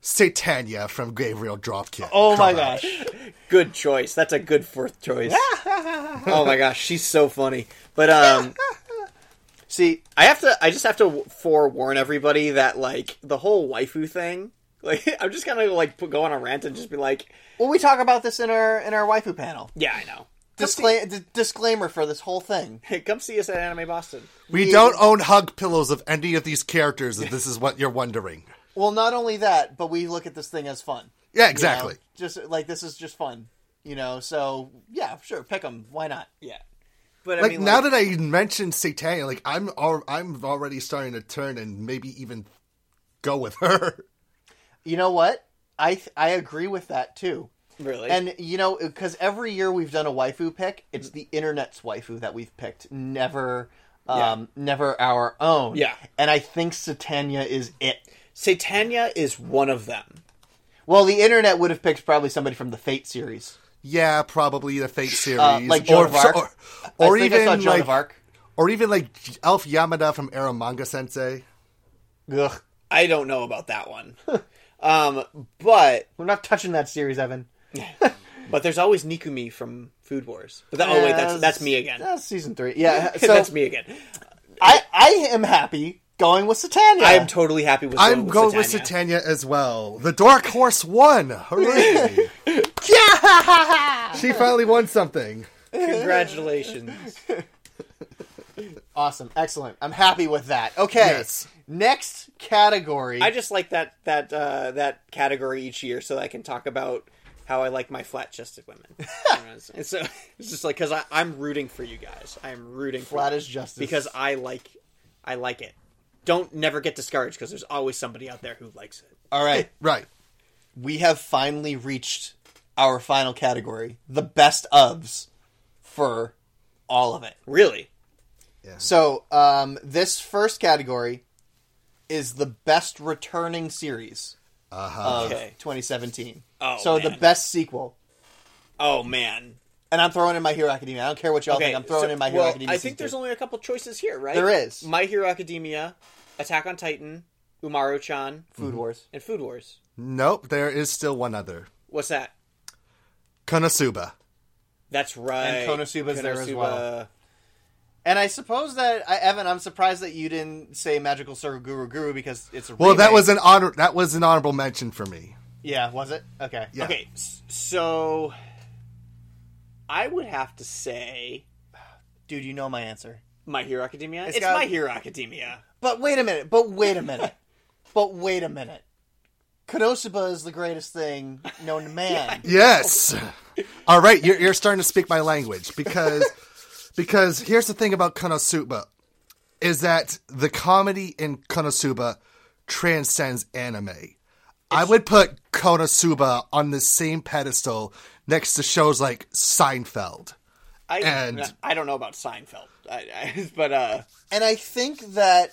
S4: Satania from Gabriel Dropkick.
S5: Oh my gosh. Good choice. That's a good fourth choice. oh my gosh, she's so funny. But um see, I have to I just have to forewarn everybody that like the whole waifu thing, like I'm just going to like put- go on a rant and just be like,
S2: Well, we talk about this in our in our waifu panel.
S5: yeah, I know.
S2: Discla- d- disclaimer for this whole thing.
S5: Hey, come see us at Anime Boston.
S4: We don't own hug pillows of any of these characters, if this is what you're wondering.
S2: Well, not only that, but we look at this thing as fun.
S4: Yeah, exactly.
S2: You know? Oh, Just like this is just fun, you know. So yeah, sure, pick them. Why not?
S5: Yeah. But I
S4: Like
S5: mean
S4: now that I mentioned Satania, like I'm al- I'm already starting to turn and maybe even go with her.
S2: You know what? I th- I agree with that too.
S5: really
S2: And you know, because every year we've done a waifu pick,
S5: Mm-hmm.
S2: it's the internet's waifu that we've picked, never, um, never our own.
S5: Yeah.
S2: and I think Satania is it.
S5: Satania is one of them.
S2: Well, the internet would have picked probably somebody from the Fate series,
S4: Yeah, probably the Fate series,
S2: Uh, like Joan
S4: or
S2: of Arc.
S4: or, or
S2: I think
S4: even
S2: I saw Joan
S4: like
S2: of Arc.
S4: or even like Elf Yamada from Arrow Manga Sensei.
S2: Ugh,
S5: I don't know about that one. um but
S2: we're not touching that series, Evan.
S5: but there's always Nikumi from Food Wars. But that, oh wait, that's that's me again.
S2: That's season three. Yeah, so
S5: that's me again.
S2: I I am happy going with Satania.
S5: I am totally happy with.
S4: I'm going with Satania as well. The Dark Horse won. Hooray! she finally won something.
S5: Congratulations.
S2: awesome, excellent. I'm happy with that. Okay,
S4: Yes.
S2: next category.
S5: I just like that that uh, that category each year, so I can talk about how I like my flat-chested women. and so it's just like because I'm rooting for you guys. I'm rooting for
S2: Flat
S5: you.
S2: as justice.
S5: because I like I like it. Don't never get discouraged because there's always somebody out there who likes it.
S2: all right.
S4: Right.
S2: we have finally reached our final category the best ofs for all of it
S5: Really?
S2: so um, this first category is the best returning series of
S5: Okay.
S2: 2017
S5: Oh,
S2: so the
S5: man.
S2: best sequel
S5: Oh man.
S2: and i'm throwing in my hero academia i don't care what y'all
S5: Okay,
S2: think i'm throwing
S5: so-
S2: in my hero
S5: well,
S2: academia
S5: I
S2: season
S5: think there's
S2: two.
S5: only a couple choices here, right?
S2: There is.
S5: My Hero Academia, Attack on Titan, Umaru-chan,
S2: food wars
S5: and Food Wars.
S4: Nope. There is still one other.
S5: What's that?
S4: Konosuba.
S5: That's right.
S2: And Konosuba's there as
S5: Konosuba.
S2: well. and i suppose that I, evan i'm surprised that you didn't say magical circle guru guru because it's a
S4: Well, that
S2: remake.
S4: was an honor. That was an honorable mention for me.
S2: yeah was it okay
S4: Yeah.
S5: Okay, s- so I would have to say
S2: dude you know my answer
S5: My Hero Academia. It's,
S2: got-
S5: My Hero Academia.
S2: But wait a minute. But wait a minute. but wait a minute. Konosuba is the greatest thing known to man.
S4: Yes. All right, you're, you're starting to speak my language because because here's the thing about Konosuba. is that the comedy in Konosuba transcends anime. I would put Konosuba on the same pedestal next to shows like Seinfeld.
S5: I
S4: and
S5: I don't know about Seinfeld, I, I, but uh,
S2: and I think that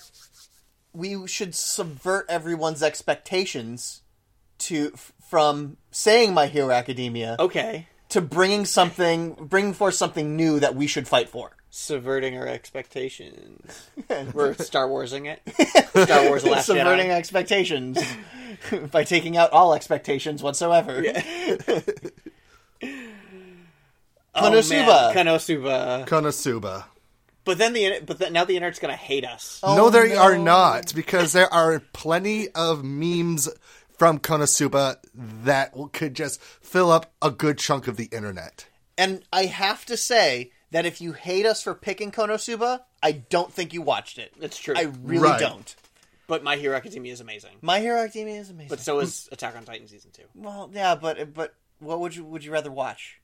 S2: we should subvert everyone's expectations to f- from saying My Hero Academia.
S5: Okay.
S2: To bringing something, bringing forth something new that we should fight for.
S5: subverting our expectations. We're Star Warsing it. Star Wars The Last
S2: subverting
S5: Jedi.
S2: expectations by taking out all expectations whatsoever.
S5: Oh, man,
S2: Konosuba.
S5: Konosuba.
S4: Konosuba.
S5: But then the but then, now the internet's gonna hate us.
S2: Oh,
S4: no, they are not, because there are plenty of memes from Konosuba that w- could just fill up a good chunk of the internet.
S2: And I have to say that if you hate us for picking Konosuba, I don't think you watched it.
S5: It's true.
S2: I really
S4: Right.
S2: don't.
S5: But My Hero Academia is amazing.
S2: My Hero Academia is amazing.
S5: But so is Attack on Titan season two.
S2: well, yeah, but but what would you would you rather watch?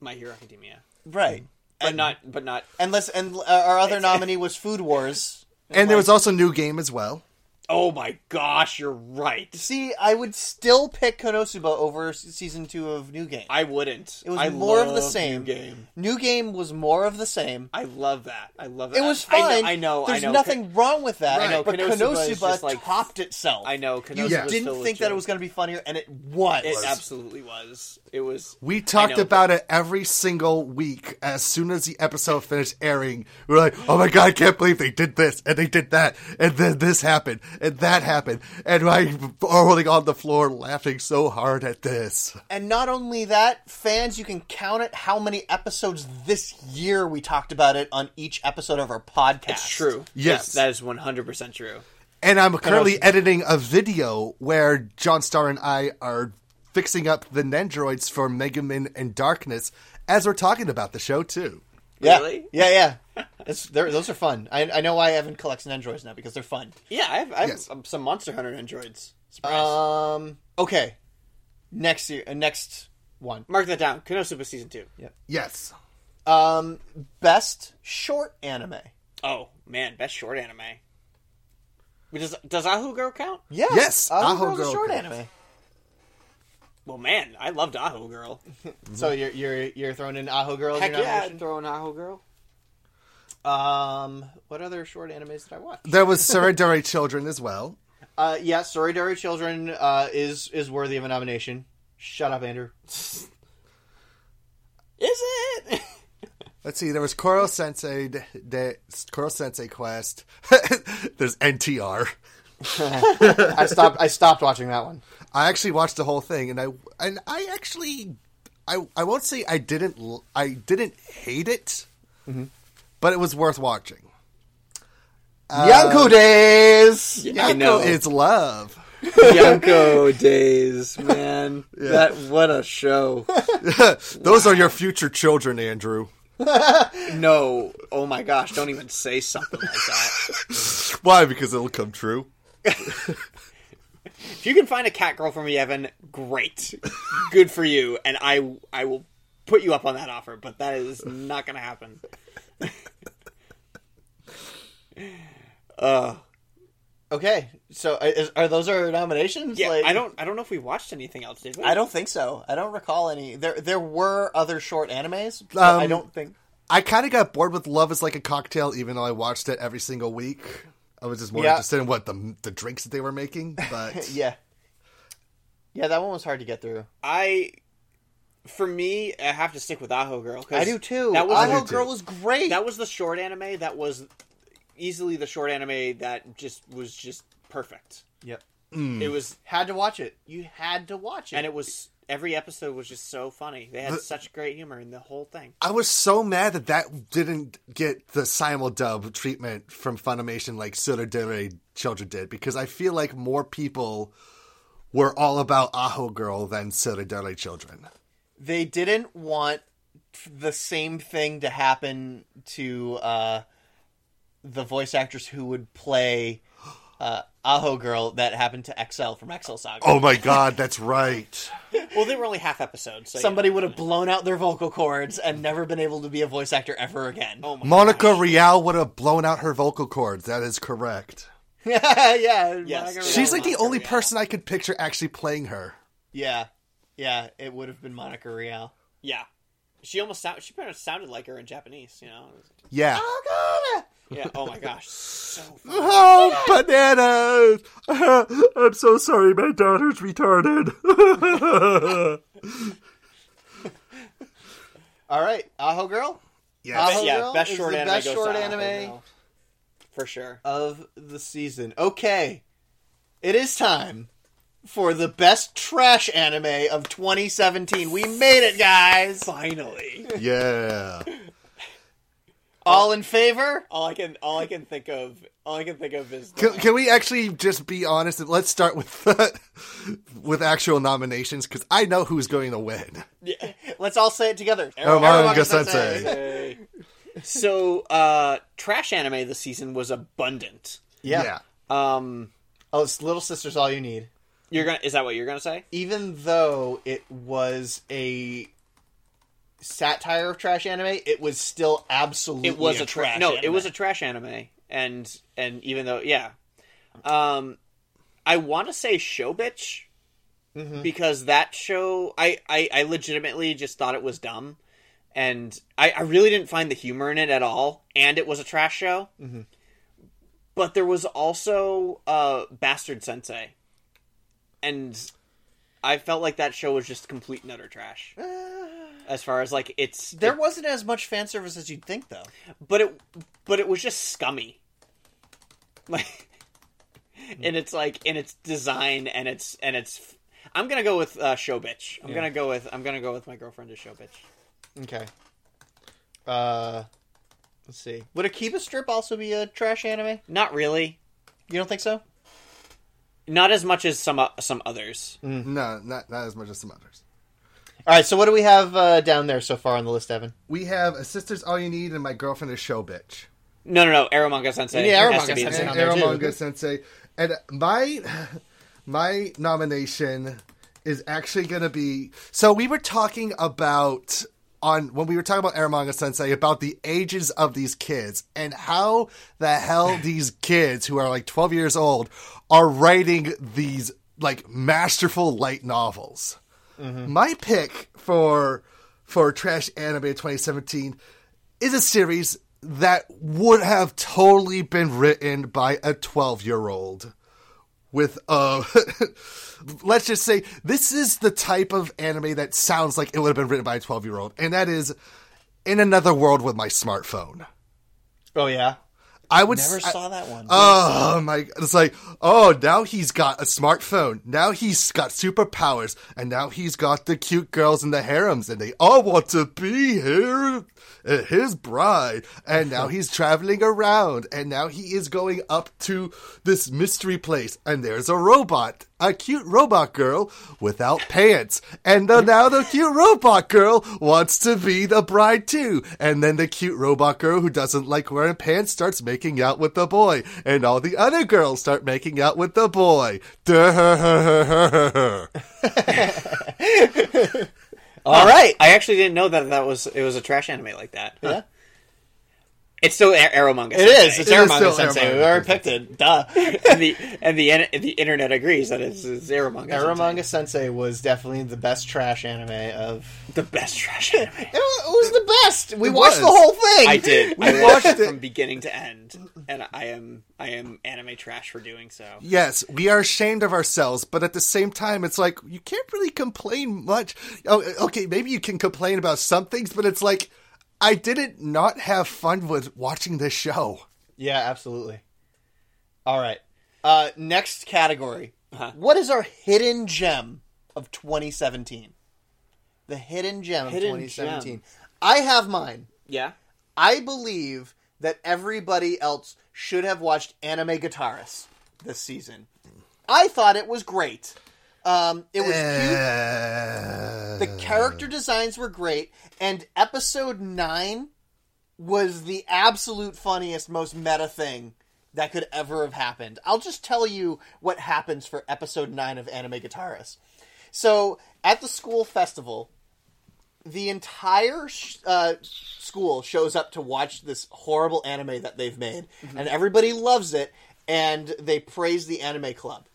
S5: My Hero Academia,
S2: Right.
S5: but not but not.
S2: Unless and uh, our other nominee was Food Wars.
S4: And there was also New Game as well.
S5: Oh my gosh, you're right.
S2: See, I would still pick Konosuba over s- season two of New Game.
S5: I wouldn't.
S2: It was
S5: I
S2: more of the
S5: love
S2: same.
S5: New game.
S2: New Game was more of the same.
S5: I love that. I love that.
S2: It was
S5: I-
S2: fine.
S5: I know. I know.
S2: There's
S5: I know.
S2: nothing wrong with that.
S5: Right. I know,
S2: But
S5: Konosuba is
S2: Konosuba
S5: just like-
S2: topped itself.
S5: I know.
S2: You
S5: Konosuba's
S4: Yeah.
S5: filled
S2: didn't
S5: with
S2: think that it
S5: jokes.
S2: was going to be funnier, and it was.
S5: It absolutely was. It was.
S4: We talked
S5: I know,
S4: about it every single week. As soon as the episode finished airing, we were like, "Oh my god, I can't believe they did this and they did that, and then this happened and that happened." And I'm rolling on the floor, laughing so hard at this.
S2: And not only that, fans, you can count it how many episodes this year we talked about it on each episode of our podcast.
S5: It's true.
S4: Yes.
S5: that is one hundred percent true.
S4: And I'm currently editing a video where John Star and I are fixing up the Nendroids for Mega Man and Darkness as we're talking about the show too.
S2: Yeah,
S5: Really?
S2: yeah, yeah. It's, they're- those are fun. I, I know why Evan collects Nendroids now because they're fun.
S5: Yeah, I have, I have
S4: Yes.
S5: um, some Monster Hunter androids. Surprise!
S2: Um. Okay. Next year. Uh, next one.
S5: Mark that down. Konosuba season two.
S4: Yes.
S2: Um. Best short anime.
S5: Oh man, best short anime. Does does Ahu Girl count?
S2: Yeah.
S4: Yes,
S2: Uh,
S4: Aho
S2: Girl's a
S4: Girl Mm-hmm.
S2: short
S4: Girl.
S2: anime.
S5: Well, man, I loved Ahu Girl.
S2: So you're you're you're throwing in Aho Girl. as
S5: Heck
S2: your
S5: yeah,
S2: nomination?
S5: throw in Ahu Girl.
S2: Um. What other short animes did I watch?
S4: There was Surrendary Children as well.
S2: Uh. Yeah. Sorority Children. Uh. Is is worthy of a nomination. Shut up, Andrew.
S5: Is it?
S4: Let's see. There was Koro Sensei, de, de, Koro Sensei Quest. There's NTR.
S2: I stopped. I stopped watching that one.
S4: I actually watched the whole thing, and I and I actually, I I won't say I didn't l- I didn't hate it, but it was worth watching.
S2: Yanko days.
S5: I know.
S4: It's love.
S5: Yonko days, man. That what a show.
S4: Those are your future children, Andrew.
S5: No, oh my gosh, don't even say something like that.
S4: Why? Because it'll come true.
S5: If you can find a cat girl for me, Evan, great, good for you, and I I will put you up on that offer. But that is not going to happen.
S2: Okay. So uh, is, are those our nominations?
S5: Yeah,
S2: Like-
S5: I don't I don't know if we watched anything else, did we?
S2: I don't think so. I don't recall any. There there were other short animes. But I
S4: Um,
S2: don't think.
S4: I kind of got bored with Love is Like a Cocktail, even though I watched it every single week. I was just more
S2: Yeah.
S4: interested in what the the drinks that they were making, but
S2: Yeah. Yeah, that one was hard to get through.
S5: I. For me, I have to stick with Aho Girl. 'cause
S2: I do too.
S5: That was
S2: Aho Girl was great.
S5: that was the short anime. That was easily the short anime that just was just perfect.
S2: Yep.
S5: It was,
S2: Had to watch it. You had to watch it.
S5: and it was every episode was just so funny. They had such great humor in the whole thing.
S4: I was so mad that that didn't get the simuldub treatment from Funimation like Sudadere Children did because I feel like more people were all about Aho Girl than Sudadere Children.
S2: they didn't want the same thing to happen to uh, the voice actress who would play uh, Aho Girl that happened to XL from XL Saga.
S4: Oh my god, that's right.
S5: Well, they were only half episodes. So,
S2: Somebody would have blown out their vocal cords and never been able to be a voice actor ever again. Oh
S4: Monica Rial would have blown out her vocal cords. That is correct.
S2: yeah, yeah. Monica
S4: She's
S2: Rial.
S4: like the only person I could picture actually playing her.
S2: Yeah, yeah. It would have been Monica Rial.
S5: Yeah, she almost sound, she pretty much sounded like her in Japanese. You know.
S4: Yeah.
S2: Oh,
S5: Yeah. Oh my gosh. So funny.
S4: Oh, bananas! I'm so sorry, my daughter's retarded.
S2: All right, Aho Girl.
S4: Yes.
S2: Aho
S5: Yeah,
S2: Girl
S5: best
S2: is
S5: short
S2: the
S5: anime
S2: best
S5: goes
S2: short
S5: to Aho
S2: anime
S5: Girl. for sure.
S2: of the season. Okay, it is time for the best trash anime of 2017. We made it, guys!
S5: Finally,
S4: yeah.
S2: All in favor?
S5: all I can all I can think of all I can think of is
S4: Can, can we actually just be honest? and Let's start with with actual nominations because I know who's going to win.
S2: Let's all say it together.
S4: Oh, Manga
S2: Sensei.
S4: Sensei.
S5: so uh, trash anime this season was abundant.
S2: Yeah.
S4: Yeah.
S5: Um,
S2: Oh, it's Little Sister's all you need.
S5: you're gonna is that what you're gonna say?
S2: Even though it was a satire of trash anime, it was still absolutely
S5: It was a
S2: trash.
S5: trash. No, it
S2: anime.
S5: was a trash anime, and and even though yeah, um, I want to say show bitch
S2: Mm-hmm.
S5: because that show I, I I legitimately just thought it was dumb, and I I really didn't find the humor in it at all, and it was a trash show.
S2: Mm-hmm.
S5: But there was also uh, Bastard Sensei, and I felt like that show was just complete and utter trash. As far as like it's
S2: There wasn't as much fan service as you'd think, though.
S5: but it but it was just scummy like
S2: Hmm.
S5: and it's like in its design and it's and it's i'm gonna go with uh show bitch i'm gonna go with i'm gonna go with my girlfriend is show bitch
S2: Okay. Uh, let's see. Would Akiba Strip also be a trash anime?
S5: not really
S2: You don't think so?
S5: not as much as some uh, some others
S4: No, not not as much as some others.
S2: Mm. All right. So what do we have uh, down there so far on the list, Evan?
S4: We have a sister's all you need and my girlfriend is show bitch.
S5: no no no aromanga sensei
S2: Yeah,
S5: has to
S2: Aromanga
S5: be
S2: Sensei.
S5: in
S4: and
S2: there, too.
S4: Aramanga Sensei. And my my nomination is actually going to be. So we were talking about on when we were talking about Aramanga Sensei about the ages of these kids and how the hell these kids who are like 12 years old are writing these like masterful light novels. My pick for for trash anime 2017 is a series that would have totally been written by a 12 year old with uh let's just say this is the type of anime that sounds like it would have been written by a 12 year old and that is in another world with my smartphone
S2: Oh yeah.
S4: i would
S2: Never
S4: I-
S2: saw that one.
S4: Oh my! It's like, oh, now he's got a smartphone. Now he's got superpowers, and now he's got the cute girls in the harems, and they all want to be here, uh, his bride. And now he's traveling around, and now he is going up to this mystery place, and there's a robot, a cute robot girl without pants, and the, now the cute robot girl wants to be the bride too. And then the cute robot girl who doesn't like wearing pants starts making out with the boy, and all the other girls start making out with the boy.
S2: All right.
S5: Uh, i actually didn't know that that was it was a trash anime like that yeah it's still Ar- Aromanga
S2: It is. It's
S4: It is
S2: Aramanga
S4: still
S2: Sensei.
S4: Aramanga
S2: We already picked it. Duh.
S5: and the and the in- the internet agrees that it's, it's Aromanga
S2: Aramanga Sensei was definitely the best trash anime of.
S5: the best trash anime
S2: It wa- it was the best. We
S4: It
S2: watched the
S4: was.
S2: whole thing.
S5: I did.
S4: We
S5: I watched it
S4: watched it.
S5: from beginning to end, and I am I am anime trash for doing so.
S4: Yes, we are ashamed of ourselves, but at the same time, it's like you can't really complain much. Oh, okay, maybe you can complain about some things, but it's like I didn't not have fun with watching this show.
S2: Yeah, absolutely. All right. Uh, next category. What is our hidden gem of 2017? The hidden gem
S5: Hidden
S2: of 2017. I have mine.
S5: Yeah.
S2: I believe that everybody else should have watched Anime Guitarist this season. I thought it was great. Um, it was cute. The character designs were great, and episode nine was the absolute funniest, most meta thing that could ever have happened. I'll just tell you what happens for episode nine of Anime Guitarist. So at the school festival, the entire sh- uh, school shows up to watch this horrible anime that they've made,
S5: Mhm.
S2: and everybody loves it, and they praise the anime club.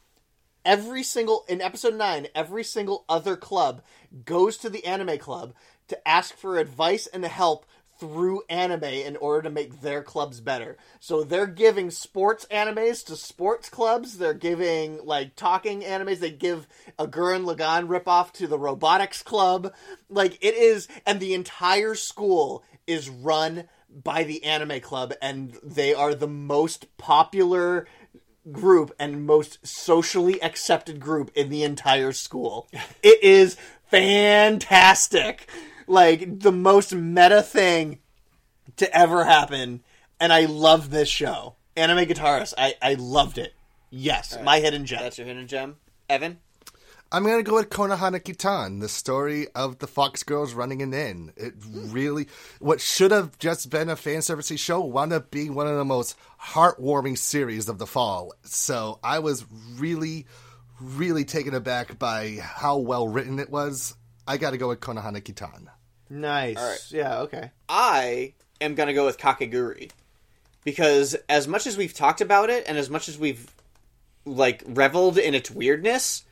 S2: Every single in episode nine, every single other club goes to the anime club to ask for advice and help through anime in order to make their clubs better. So they're giving sports animes to sports clubs. They're giving like talking animes. They give a Gurren Lagann ripoff to the robotics club. Like it is, and the entire school is run by the anime club, and they are the most popular group and most socially accepted group in the entire school. It is fantastic. Like the most meta thing to ever happen. And I love this show. Anime Guitarist, I, I loved it. Yes,
S5: All right.
S2: my hidden gem.
S5: That's your hidden gem, Evan.
S4: I'm gonna go with Konohana Kitan, the story of the Fox Girls running an inn. It really, what should have just been a fan servicey show, wound up being one of the most heartwarming series of the fall. So I was really, really taken aback by how well written it was. I got to go with Konohana Kitan.
S2: Nice.
S5: All right.
S2: Yeah, okay.
S5: I am going to go with Kakaguri because as much as we've talked about it and as much as we've like reveled in its weirdness,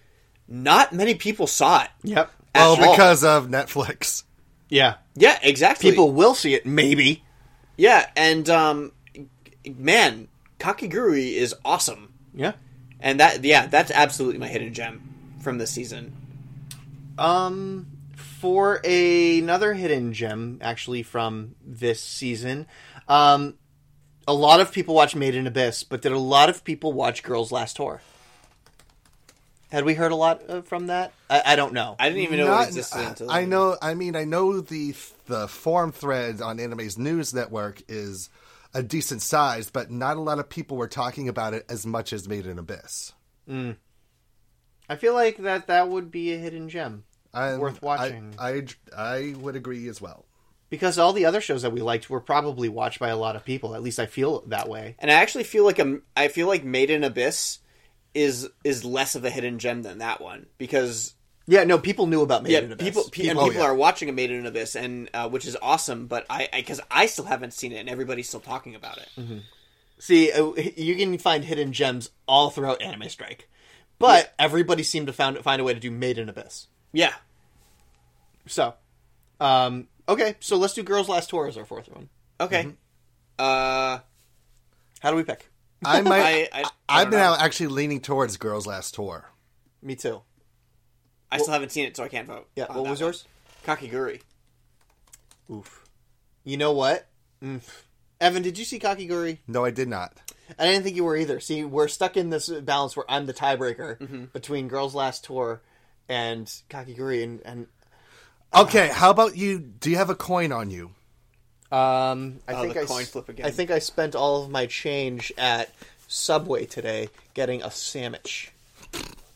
S5: not many people saw it.
S2: Yep.
S5: At
S4: Oh,
S5: all.
S4: because of Netflix.
S2: Yeah.
S5: Yeah, exactly.
S2: People will see it, maybe.
S5: Yeah, and um man, Kakiguri is awesome.
S2: Yeah.
S5: And that yeah, that's absolutely my hidden gem from this season.
S2: Um, for a- another hidden gem, actually from this season, um, a lot of people watch Made in Abyss, but did a lot of people watch Girls Last Tour? Had we heard a lot uh, from that? I, I don't know.
S5: I didn't even know
S4: Not-
S5: it existed until
S4: I know. I mean, I know the the forum thread on Anime's News Network is a decent size, but not a lot of people were talking about it as much as Made in Abyss.
S2: Mm. I feel like that that would be a hidden gem
S4: I'm-
S2: worth watching.
S4: I, I I would agree as well.
S2: because all the other shows that we liked were probably watched by a lot of people. At least I feel that way.
S5: And I actually feel like I'm, I feel like Made in Abyss is is less of a hidden gem than that one because
S2: Yeah, no, people knew about Made
S5: yeah,
S2: in Abyss.
S5: people, pe- and
S2: Oh,
S5: people
S2: yeah.
S5: are watching a Made in Abyss and uh, which is awesome. But I because I, still haven't seen it and everybody's still talking about it.
S2: Mhm. See, uh, you can find hidden gems all throughout Anime Strike, but everybody seemed to found find a way to do Made in Abyss.
S5: Yeah.
S2: So, um, okay, so let's do Girls Last Tour as our fourth one.
S5: Okay. Uh,
S2: how do we pick?
S4: I might.
S5: I,
S4: I,
S5: don't
S4: have been
S5: know.
S4: out actually leaning towards Girls Last Tour.
S2: Me too.
S5: I still haven't seen it, so I can't vote.
S2: Yeah,
S5: on
S2: what
S5: that
S2: was
S5: one.
S2: yours?
S5: Kakiguri.
S2: Oof. You know what? Mm. Evan, did you see Kakiguri?
S4: No, I did not.
S2: I didn't think you were either. See, we're stuck in this balance where I'm the tiebreaker
S5: Mm-hmm.
S2: between Girls Last Tour and Kakiguri, and, and
S5: Ah.
S4: Okay, how about you? Do you have a coin on you?
S2: Um, I
S5: Oh,
S2: think
S5: the
S2: I
S5: coin
S2: s-
S5: flip again.
S2: I think I spent all of my change at Subway today getting a sandwich.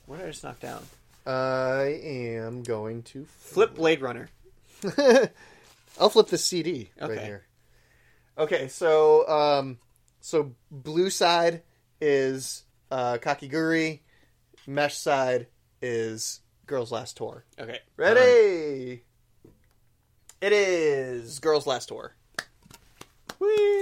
S5: What did I just knock down?
S2: I am going to
S5: Flip Blade Runner.
S2: I'll flip the CD right
S5: Okay.
S2: here. Okay, so um, so blue side is uh, Kakiguri, mesh side is Girls Last Tour.
S5: Okay.
S2: ready. It is Girls Last Tour.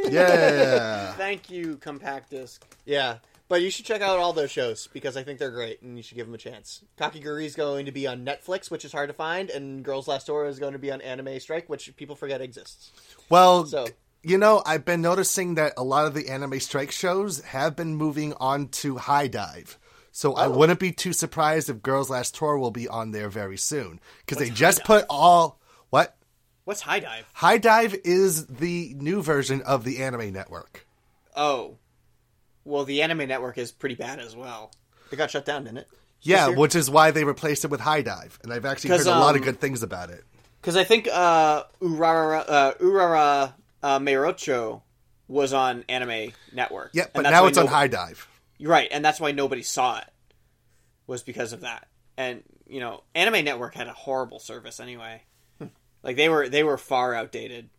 S4: Yeah.
S5: Thank you, Compact Disc.
S2: Yeah, but you should check out all those shows because I think they're great, and you should give them a chance. Kakiguri is going to be on Netflix, which is hard to find, and Girls Last Tour is going to be on Anime Strike, which people forget exists.
S4: Well,
S2: So-
S4: you know, I've been noticing that a lot of the anime strike shows have been moving on to high dive. So
S5: Oh.
S4: I wouldn't be too surprised if Girls Last Tour will be on there very soon because they just put all what
S5: What's High Dive?
S4: high dive is the new version of the anime network.
S5: Oh, well, the Anime Network is pretty bad as well.
S2: It got shut down, didn't it?
S4: Yeah, which is why they replaced it with high dive, and I've actually heard
S5: 'Cause,
S4: a lot of
S5: um,
S4: good things about it.
S5: Because I think uh, Urara uh, Urara uh, Meirocho was on Anime Network.
S4: Yeah,
S5: And
S4: but
S5: that's
S4: now
S5: why
S4: it's on
S5: no-
S4: high dive.
S5: You're Right, and that's why nobody saw it. Was because of that, and you know, Anime Network had a horrible service anyway.
S4: Hmm.
S5: like they were they were far outdated.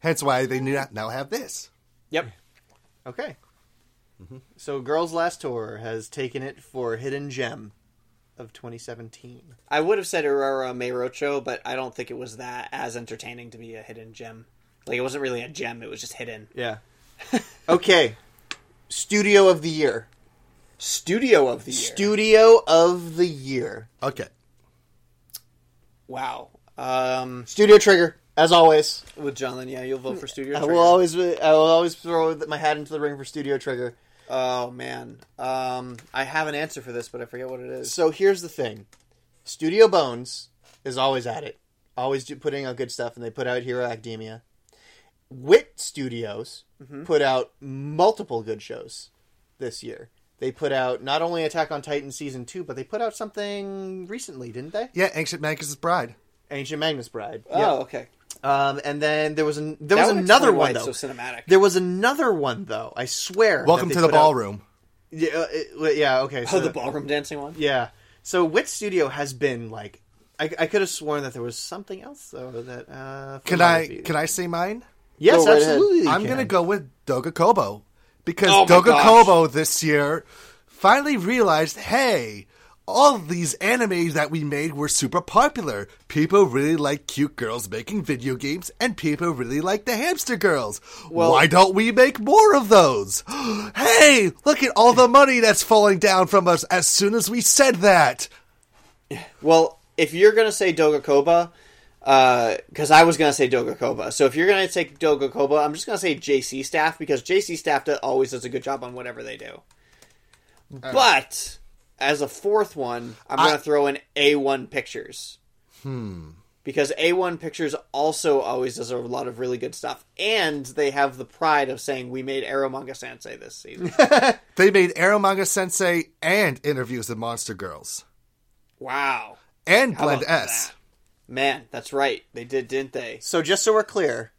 S4: Hence why they knew- now have this.
S5: Yep.
S2: Okay. So Girls Last Tour has taken it for Hidden Gem of 2017.
S5: I would have said Aurora Mayrocho, but I don't think it was that as entertaining to be a hidden gem. Like it wasn't really a gem; it was just hidden.
S2: Yeah. okay. Studio of the year.
S5: Studio of the year.
S2: Studio of the year.
S4: Okay.
S5: Wow. Um,
S2: Studio Trigger, as always.
S5: With John, yeah, you'll vote for Studio.
S2: I
S5: Trigger.
S2: will always, I will always throw my hat into the ring for Studio Trigger.
S5: Oh man, um, I have an answer for this, but I forget what it is.
S2: So here's the thing: Studio Bones is always at it, always do, putting out good stuff, and they put out Hero Academia. Wit Studios
S5: Mhm.
S2: put out multiple good shows this year. They put out not only Attack on Titan season two, but they put out something recently, didn't they?
S4: Yeah, Ancient Magus' Bride.
S2: Ancient Magnus Bride.
S5: Oh,
S2: yeah.
S5: okay.
S2: Um, and then there was an, there
S5: That
S2: was
S5: would
S2: another
S5: explain why
S2: one
S5: it's
S2: though.
S5: so cinematic.
S2: There was another one though. I swear.
S4: Welcome
S2: that they
S4: to the
S2: put out-
S4: ballroom.
S2: Yeah. uh, it- yeah. Okay.
S5: oh, the ballroom dancing one.
S2: Yeah. So Wit Studio has been like, I, I could have sworn that there was something else though that. Uh,
S4: Can I can I say mine?
S2: Yes, Go right absolutely ahead. you
S4: I'm
S2: can.
S4: gonna go with Doga Kobo because
S2: Oh my
S4: Doga
S2: gosh.
S4: Kobo this year finally realized, hey, all these anime that we made were super popular. People really like cute girls making video games, and people really like the hamster girls.
S9: Well-
S4: Why don't we make more of those? hey, look at all the money that's falling down from us as soon as we said that.
S5: Well, if you're gonna say Dogakoba, because I was gonna say Dogakoba, so if you're gonna take Dogakoba, I'm just gonna say JC Staff because JC Staff do- always does a good job on whatever they do.
S4: right.
S5: But as a fourth one, I'm gonna
S4: I-
S5: throw in A1 Pictures
S4: Hmm.
S5: because A1 Pictures also always does a lot of really good stuff, and they have the pride of saying we made Arrow Manga Sensei this season.
S4: They made Arrow Manga Sensei and interviews with Monster Girls.
S5: wow,
S4: And
S5: How
S4: Blend
S5: about
S4: S.
S5: man, that's right, they did, didn't they?
S2: So just so we're clear,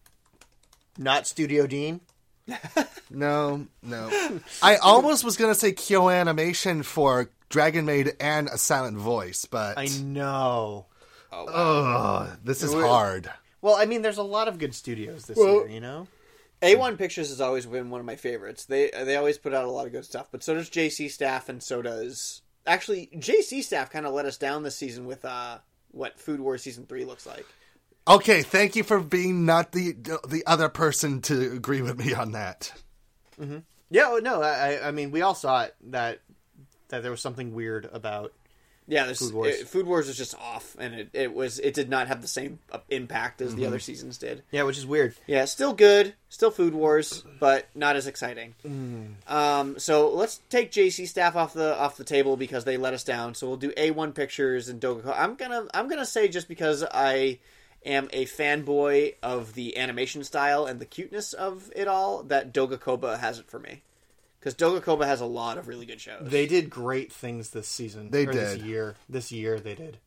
S2: not Studio Dean.
S4: No, no. I almost was gonna say Kyo Animation for Dragon Maid and a Silent Voice, but
S2: I know.
S5: Oh,
S4: Ugh, this is
S2: We're-
S4: hard.
S2: Well, I mean, there's a lot of good studios this year, you know.
S5: A1 Pictures has always been one of my favorites. They they always put out a lot of good stuff, but so does JC Staff and so does actually JC Staff kind of let us down this season with uh what Food War season 3 looks like.
S4: Okay, thank you for being not the the other person to agree with me on that.
S2: Mm-hmm. Yeah. oh, No. I. I- I mean, we all saw it that that there was something weird about.
S5: Yeah, there's,
S2: Food Wars.
S5: It, Food Wars was just off and it, it was it did not have the same uh, impact as the
S2: Mhm.
S5: other seasons did.
S2: yeah, which is weird.
S5: Yeah, still good, still Food Wars, but not as exciting.
S2: Mm.
S5: Um, so let's take JC staff off the off the table because they let us down. So we'll do A1 pictures and Doga. I'm gonna I'm gonna say just because I am a fanboy of the animation style and the cuteness of it all that Doga Koba has it for me because Doga Koba has a lot of really good shows.
S2: They did great things this season.
S4: They
S2: or This
S4: did.
S2: year. This year they did.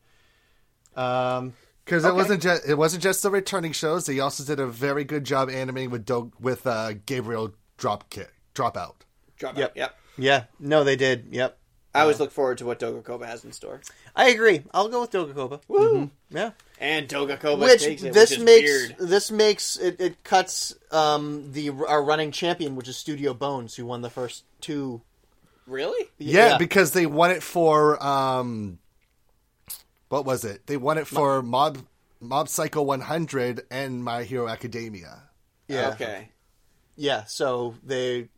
S2: Um,
S4: Because it
S2: okay.
S4: wasn't just it wasn't just the returning shows. They also did a very good job animating with Do- with uh, Gabriel Dropkick Dropout.
S5: Drop
S2: Yep.
S5: out. Yep.
S2: Yeah. No, they did. Yep.
S5: I always look forward to what Doga Koba has in store.
S2: I agree. I'll go with Dogakoba.
S5: Woo!
S2: Yeah.
S5: And Doga Koba
S2: Which
S5: takes it,
S2: this
S5: which is
S2: makes
S5: weird.
S2: this makes it, it cuts um the our running champion, which is Studio Bones, who won the first two.
S5: Really?
S4: Yeah, because they won it for um, what was it? They won it for Mob Mob Psycho 100 and My Hero Academia,
S2: Yeah.
S5: Okay.
S2: Yeah. So they.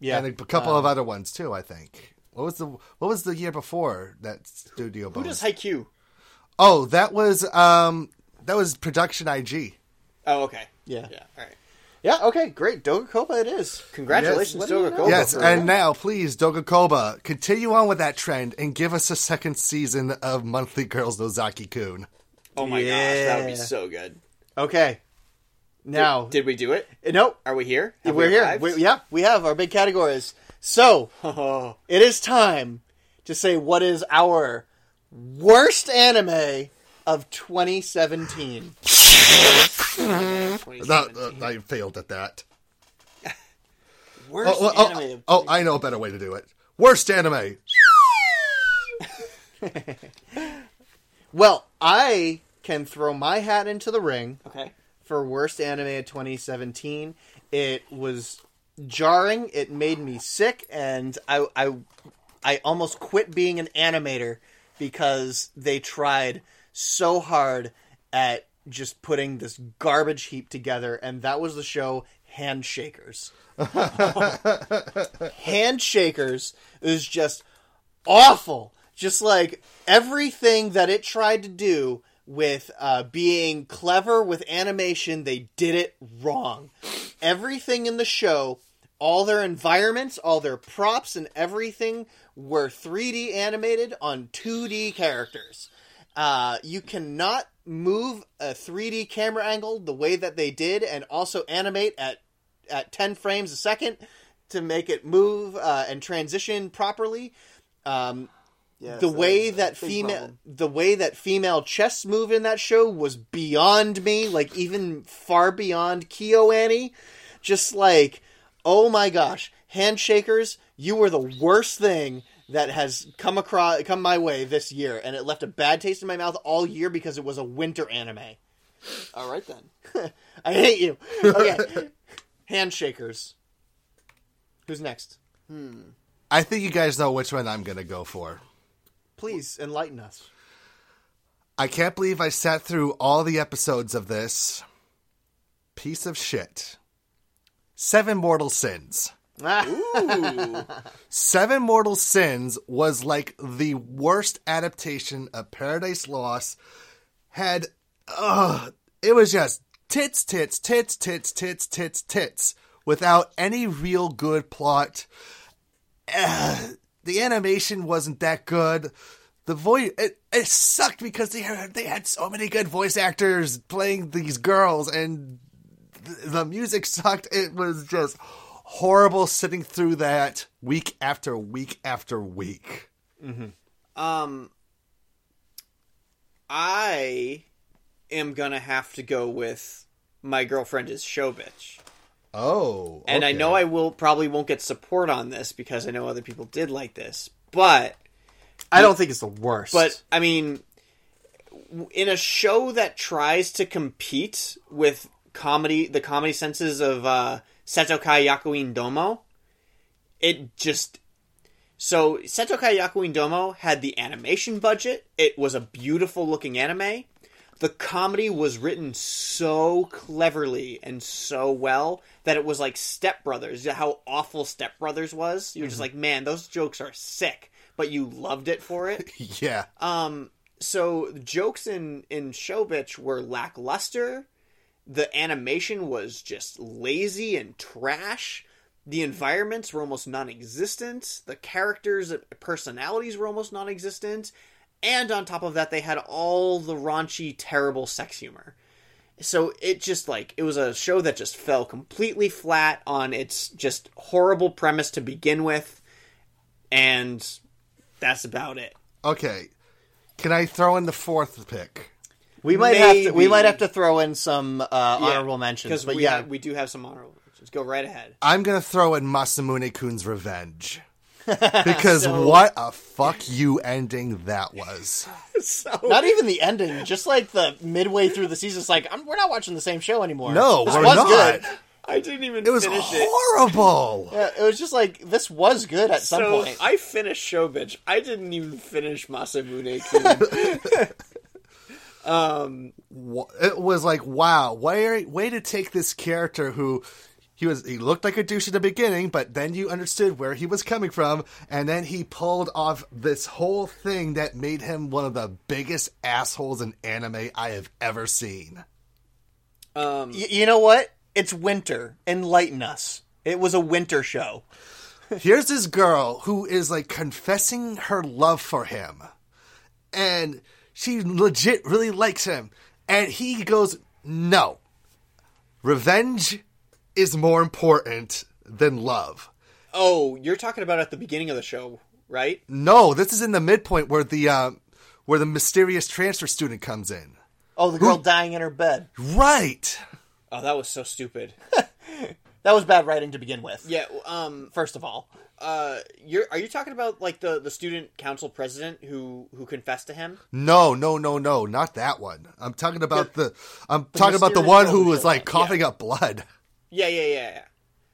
S2: Yeah.
S4: and a couple
S2: um,
S4: of other ones too. I think. What was the What was the year before that Studio
S5: Who
S4: Bones?
S5: does Haikyuu?
S4: oh, that was um, that was Production IG.
S5: Oh, okay.
S2: Yeah.
S5: Yeah. All right.
S2: Yeah. Okay. Great. Dogakoba. It is.
S5: Congratulations,
S2: Yes, let me know.
S5: Dogakoba.
S4: yes,
S5: for-
S4: and now please, Dogakoba, continue on with that trend and give us a second season of Monthly Girls Nozaki Kun.
S5: Oh my gosh, that would be
S2: Yeah.
S5: so good.
S2: Okay. Now. uh,
S5: Did, did we do it?
S2: nope.
S5: Are we here? Have
S2: We're
S5: we
S2: here.
S5: arrived?
S2: We, yeah, we have our big categories. So it is time to say what is our worst anime of 2017.
S4: That- uh, I failed at that.
S2: Worst
S4: oh, oh,
S2: anime. of-
S4: oh, I know a better way to do it. Worst anime.
S2: Well, I can throw my hat into the ring.
S5: Okay.
S2: For worst anime of 2017, it was jarring. It made me sick, and I I I almost quit being an animator because they tried so hard at just putting this garbage heap together, and that was the show Handshakers. Handshakers is just awful. Just like everything that it tried to do with uh, being clever with animation, they did it wrong. Everything in the show, all their environments, all their props, and everything were 3D animated on 2D characters. Uh, you cannot move a 3D camera angle the way that they did, and also animate at at 10 frames a second to make it move uh, and transition properly. Um,
S5: Yeah,
S2: the
S5: it's a
S2: way that
S5: big
S2: female
S5: problem.
S2: the way that female chess move in that show was beyond me, like even far beyond Kyo Annie. Just like, oh my gosh, handshakers, you were the worst thing that has come across come my way this year, and it left a bad taste in my mouth all year because it was a winter anime.
S5: All right then.
S2: I hate you. Okay, handshakers. Who's next?
S5: Hmm.
S4: I think you guys know which one I'm going to go for.
S2: Please enlighten us.
S4: I can't believe I sat through all the episodes of this piece of shit. Seven Mortal Sins.
S2: Ah.
S4: Seven Mortal Sins was like the worst adaptation of Paradise Lost. Had, ugh, it was just tits, tits, tits, tits, tits, tits, tits, without any real good plot. Eh, the animation wasn't that good. The voice it, it sucked because they had, they had so many good voice actors playing these girls, and th- the music sucked. It was just horrible sitting through that week after week after week.
S5: Um, I am gonna have to go with my girlfriend is show bitch,
S4: Oh,
S5: and I know I will probably won't get support on this because I know other people did like this, but
S2: I don't think it's the worst.
S5: But I mean, w- in a show that tries to compete with comedy, the comedy senses of uh, Setokai Yakuin Domo, it just so Setokai Yakuin Domo had the animation budget. It was a beautiful looking anime. The comedy was written so cleverly and so well that it was like Step Brothers. How awful Step Brothers was! You're just
S2: Mhm.
S5: like, man, those jokes are sick, but you loved it for it.
S4: yeah.
S5: Um, so jokes in in Showbitch were lackluster. The animation was just lazy and trash. The environments were almost non-existent. The characters' personalities were almost non-existent. And on top of that, they had all the raunchy, terrible sex humor. So it just like it was a show that just fell completely flat on its just horrible premise to begin with, and that's about it.
S4: Okay, can I throw in the fourth pick?
S2: We might have to, we might have to throw in some uh, honorable mentions,
S5: because
S2: but
S5: we
S2: yeah,
S5: have- we do have some honorable mentions. Go right ahead.
S4: I'm gonna throw in Masamune Kun's Revenge. Because what a fuck you ending that was.
S2: not even the ending, just like the midway through the season, it's like I'm, we're not watching the same show anymore.
S4: No,
S2: this
S4: we're
S2: was
S4: not.
S2: good.
S5: I didn't even.
S4: It was horrible.
S2: Yeah, it was just like this was good at some
S5: so
S2: point.
S5: I finished Showbitch. I didn't even finish Masamune. Kun. um,
S4: Wha- It was like, wow, way way to take this character who he was he looked like a douche at the beginning, but then you understood where he was coming from, and then he pulled off this whole thing that made him one of the biggest assholes in anime I have ever seen.
S5: Um,
S2: y- you know what? It's winter. Enlighten us. It was a winter show.
S4: Here's this girl who is like confessing her love for him. And she legit really likes him. And he goes, No. Revenge is more important than love.
S5: oh, you're talking about at the beginning of the show, right?
S4: No, this is in the midpoint where the uh, where the mysterious transfer student comes in.
S2: Oh, the girl dying in her bed.
S4: Right.
S5: Oh, that was so stupid.
S2: That was bad writing to begin with.
S5: Yeah. Um.
S2: First of all,
S5: Uh. You're. Are you talking about like the the student council president who who confessed to him?
S4: No, no, no, no, not that one. I'm talking about the I'm
S5: The
S4: talking about the
S5: mysterious
S4: one
S5: girl
S4: who
S5: who
S4: was
S5: showed
S4: like
S5: up, yeah.
S4: coughing up blood.
S5: Yeah, yeah, yeah, yeah.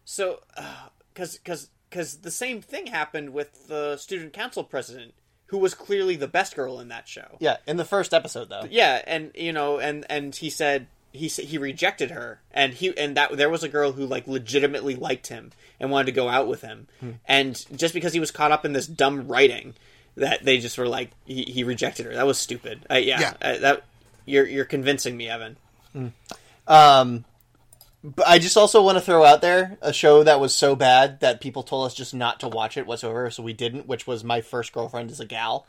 S5: So, uh, because because because the same thing happened with the student council president who was clearly the best girl in that show.
S2: Yeah, in the first episode though.
S5: Yeah, and you know, and and he said he s- he rejected her, and he and that there was a girl who like legitimately liked him and wanted to go out with him,
S2: Hmm.
S5: and just because he was caught up in this dumb writing, that they just were like he, he rejected her. That was stupid. Uh, yeah,
S2: Yeah. Hmm.
S5: Uh, that you're you're convincing me, Evan.
S2: Um, but I just also want to throw out there a show that was so bad that people told us just not to watch it whatsoever, so we didn't. Which was my first girlfriend is a gal.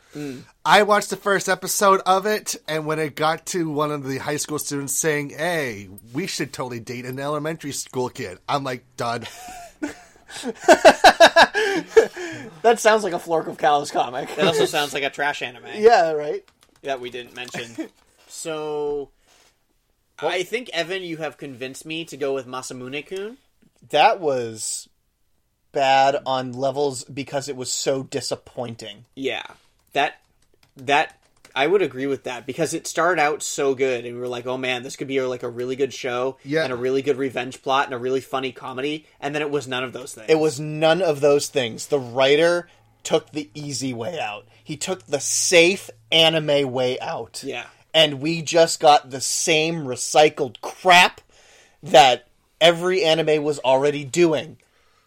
S4: I watched the first episode of it, and when it got to one of the high school students saying, "Hey, we should totally date an elementary school kid," I'm like, "Done."
S2: That sounds like a Flork of Cows comic.
S5: That also sounds like a trash anime.
S2: yeah, right.
S5: that we didn't mention. so, I think Evan, you have convinced me to go with Masamune Kun.
S2: That was bad on levels because it was so disappointing.
S5: Yeah, that that I would agree with that because it started out so good, and we were like, "Oh man, this could be like a really good show,
S2: Yeah.
S5: and a really good revenge plot, and a really funny comedy." And then it was none of those things.
S2: It was none of those things. The writer took the easy way out. He took the safe anime way out.
S5: Yeah.
S2: And we just got the same recycled crap that every anime was already doing.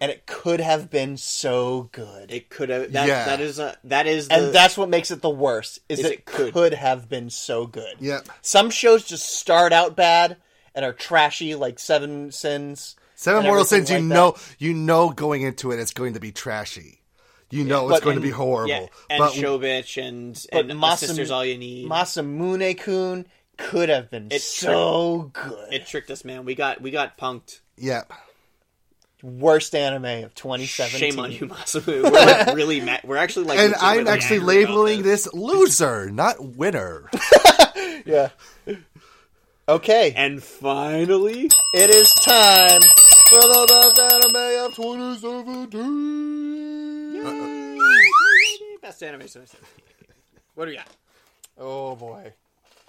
S2: And it could have been so good.
S5: It could have that- Yeah. that is a- that is the-
S2: And that's what makes it the worst is,
S5: Is
S2: it,
S5: it
S2: could.
S5: could.
S2: have been so good.
S4: Yeah.
S2: Some shows just start out bad and are trashy like Seven Sins.
S4: Seven
S2: and
S4: Mortal
S2: everything
S4: Sins,
S2: like
S4: you
S2: that.
S4: know, you know, going into it, it's going to be trashy. You know, it's
S2: But-
S4: going to
S2: and-
S4: be horrible.
S5: yeah, and
S4: but
S5: show bitch and
S2: But
S5: and a
S2: Masamu-
S5: sisters all you need.
S2: Masamune Kun could have been
S5: It
S2: so
S5: good. It tricked us, man. We got we got punked.
S4: yeah.
S2: Worst anime of 2017.
S5: Shame on you, Masamu. We're like really mad. We're actually like,
S4: and I'm
S5: legitimately
S4: actually
S5: angry about
S4: labeling this loser, not winner.
S2: yeah. Okay.
S5: And finally,
S2: it is time for the best anime of
S4: 2017.
S5: Best anime so What do we got?
S2: Oh boy.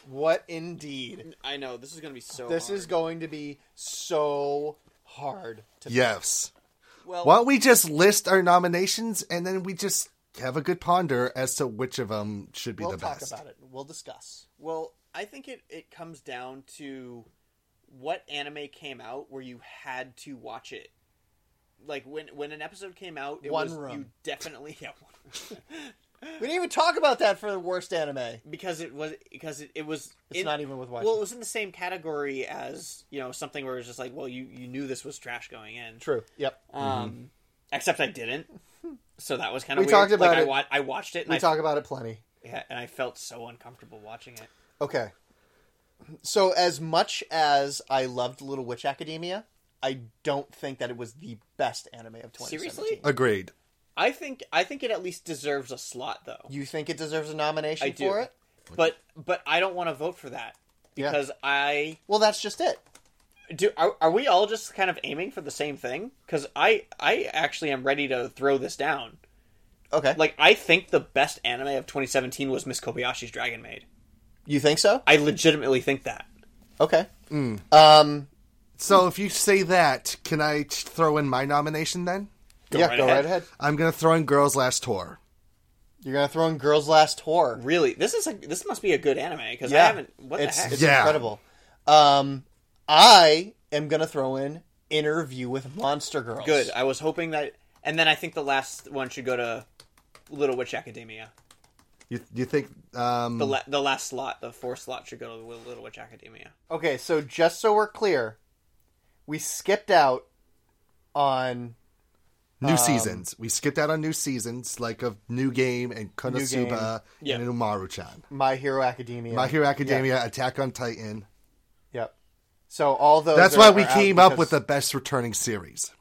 S2: What indeed.
S5: I know this is going to be so.
S2: this
S5: hard.
S2: is going to be so hard to
S4: yes.
S2: Well-
S4: Why don't we just list our nominations and then we just have a good ponder as to which of them should be
S2: We'll
S4: the
S2: talk
S4: best?
S2: about it. We'll discuss.
S5: Well, I think it it comes down to what anime came out where you had to watch it. Like when when an episode came out, it
S2: One
S5: was you
S2: Room.
S5: definitely yeah. One
S2: We didn't even talk about that for the worst anime.
S5: because it was because it, it was
S2: It's not even with
S5: well it was in the same category as you know something where it was just like well you you knew this was trash going in
S2: True. Yep.
S5: um
S2: Mhm.
S5: except i didn't so that was kind
S2: We
S5: of weird.
S2: talked about
S5: like, I,
S2: it.
S5: wa- I watched it and
S2: We
S5: I,
S2: talk about it plenty.
S5: yeah and i felt so uncomfortable watching it
S2: Okay. So as much as I loved Little Witch Academia, I don't think that it was the best anime of 2017.
S5: Seriously?
S4: Agreed.
S5: i think i think it at least deserves a slot though
S2: You think it deserves a nomination
S5: I do.
S2: for it?
S5: but but i don't want to vote for that
S2: Yeah.
S5: because i
S2: Well, that's just it.
S5: do are, are we all just kind of aiming for the same thing because i i actually am ready to throw this down
S2: okay
S5: like i think the best anime of 2017 was miss kobayashi's dragon maid
S2: You think so?
S5: i legitimately think that
S2: Okay.
S4: Mm.
S2: Um.
S4: So if you say that, can I t- throw in my nomination then?
S2: Go Yeah, right go ahead. right ahead.
S4: I'm gonna throw in Girls Last Tour.
S2: You're gonna throw in Girls Last Tour.
S5: Really, this is a this must be a good anime because I haven't. What
S2: it's
S5: the heck?
S2: it's incredible. Um, I am gonna throw in Interview with Monster Girls.
S5: Good. I was hoping that, and then I think the last one should go to Little Witch Academia.
S4: You you think um,
S5: The
S2: Mm.
S5: la- the last slot, the fourth slot, should go to Wi- Little Witch Academia.
S2: Okay, so just so we're clear, we skipped out on
S4: new
S2: um,
S4: seasons? We skipped out on new seasons, like of New Game and Konosuba
S2: Game.
S4: and Umaru-chan,
S2: My Hero Academia.
S4: My Hero Academia,
S2: Yeah.
S4: Attack on Titan.
S2: Yep. So all those.
S4: That's
S2: are-
S4: why we
S2: are out
S4: came up
S2: because-
S4: with the best returning series.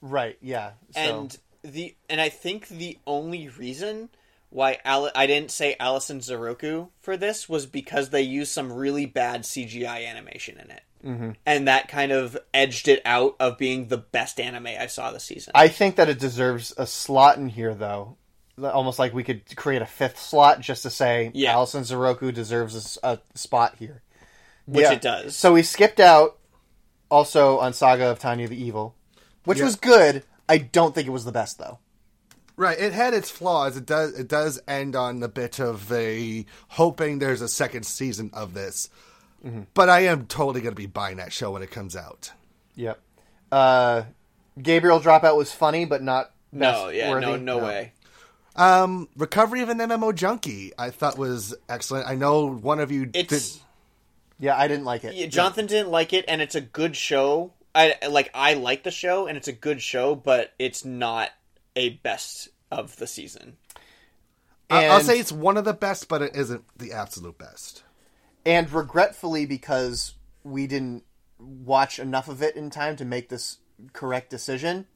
S2: Right. Yeah. So.
S5: And the and I think the only reason why Ali- I didn't say Allison Zoroku for this was because they used some really bad CGI animation in it,
S2: Mhm.
S5: and that kind of edged it out of being the best anime I saw this season.
S2: I think that it deserves a slot in here, though. Almost like we could create a fifth slot just to say
S5: Yeah.
S2: Allison Zoroku deserves a s- a, spot here,
S5: Which it does.
S2: So we skipped out also on Saga of Tanya the Evil, which
S4: Yeah.
S2: was good. I don't think it was the best though.
S4: Right, it had its flaws. It does it does end on a bit of a hoping there's a second season of this.
S2: Mhm.
S4: But I am totally going to be buying that show when it comes out.
S2: Yep. Uh, Gabriel Dropout was funny, but not.
S5: No, Oh, yeah,
S2: worthy.
S5: no, no way.
S4: Um, Recovery of an MMO Junkie, I thought was excellent. I know one of you did.
S2: Yeah, I didn't like it.
S5: Yeah, Jonathan didn't like it, and it's a good show. I like I like the show, and it's a good show, but it's not a best of the season.
S4: I- I'll
S5: And-
S4: say it's one of the best, but it isn't the absolute best.
S2: and regretfully because we didn't watch enough of it in time to make this correct decision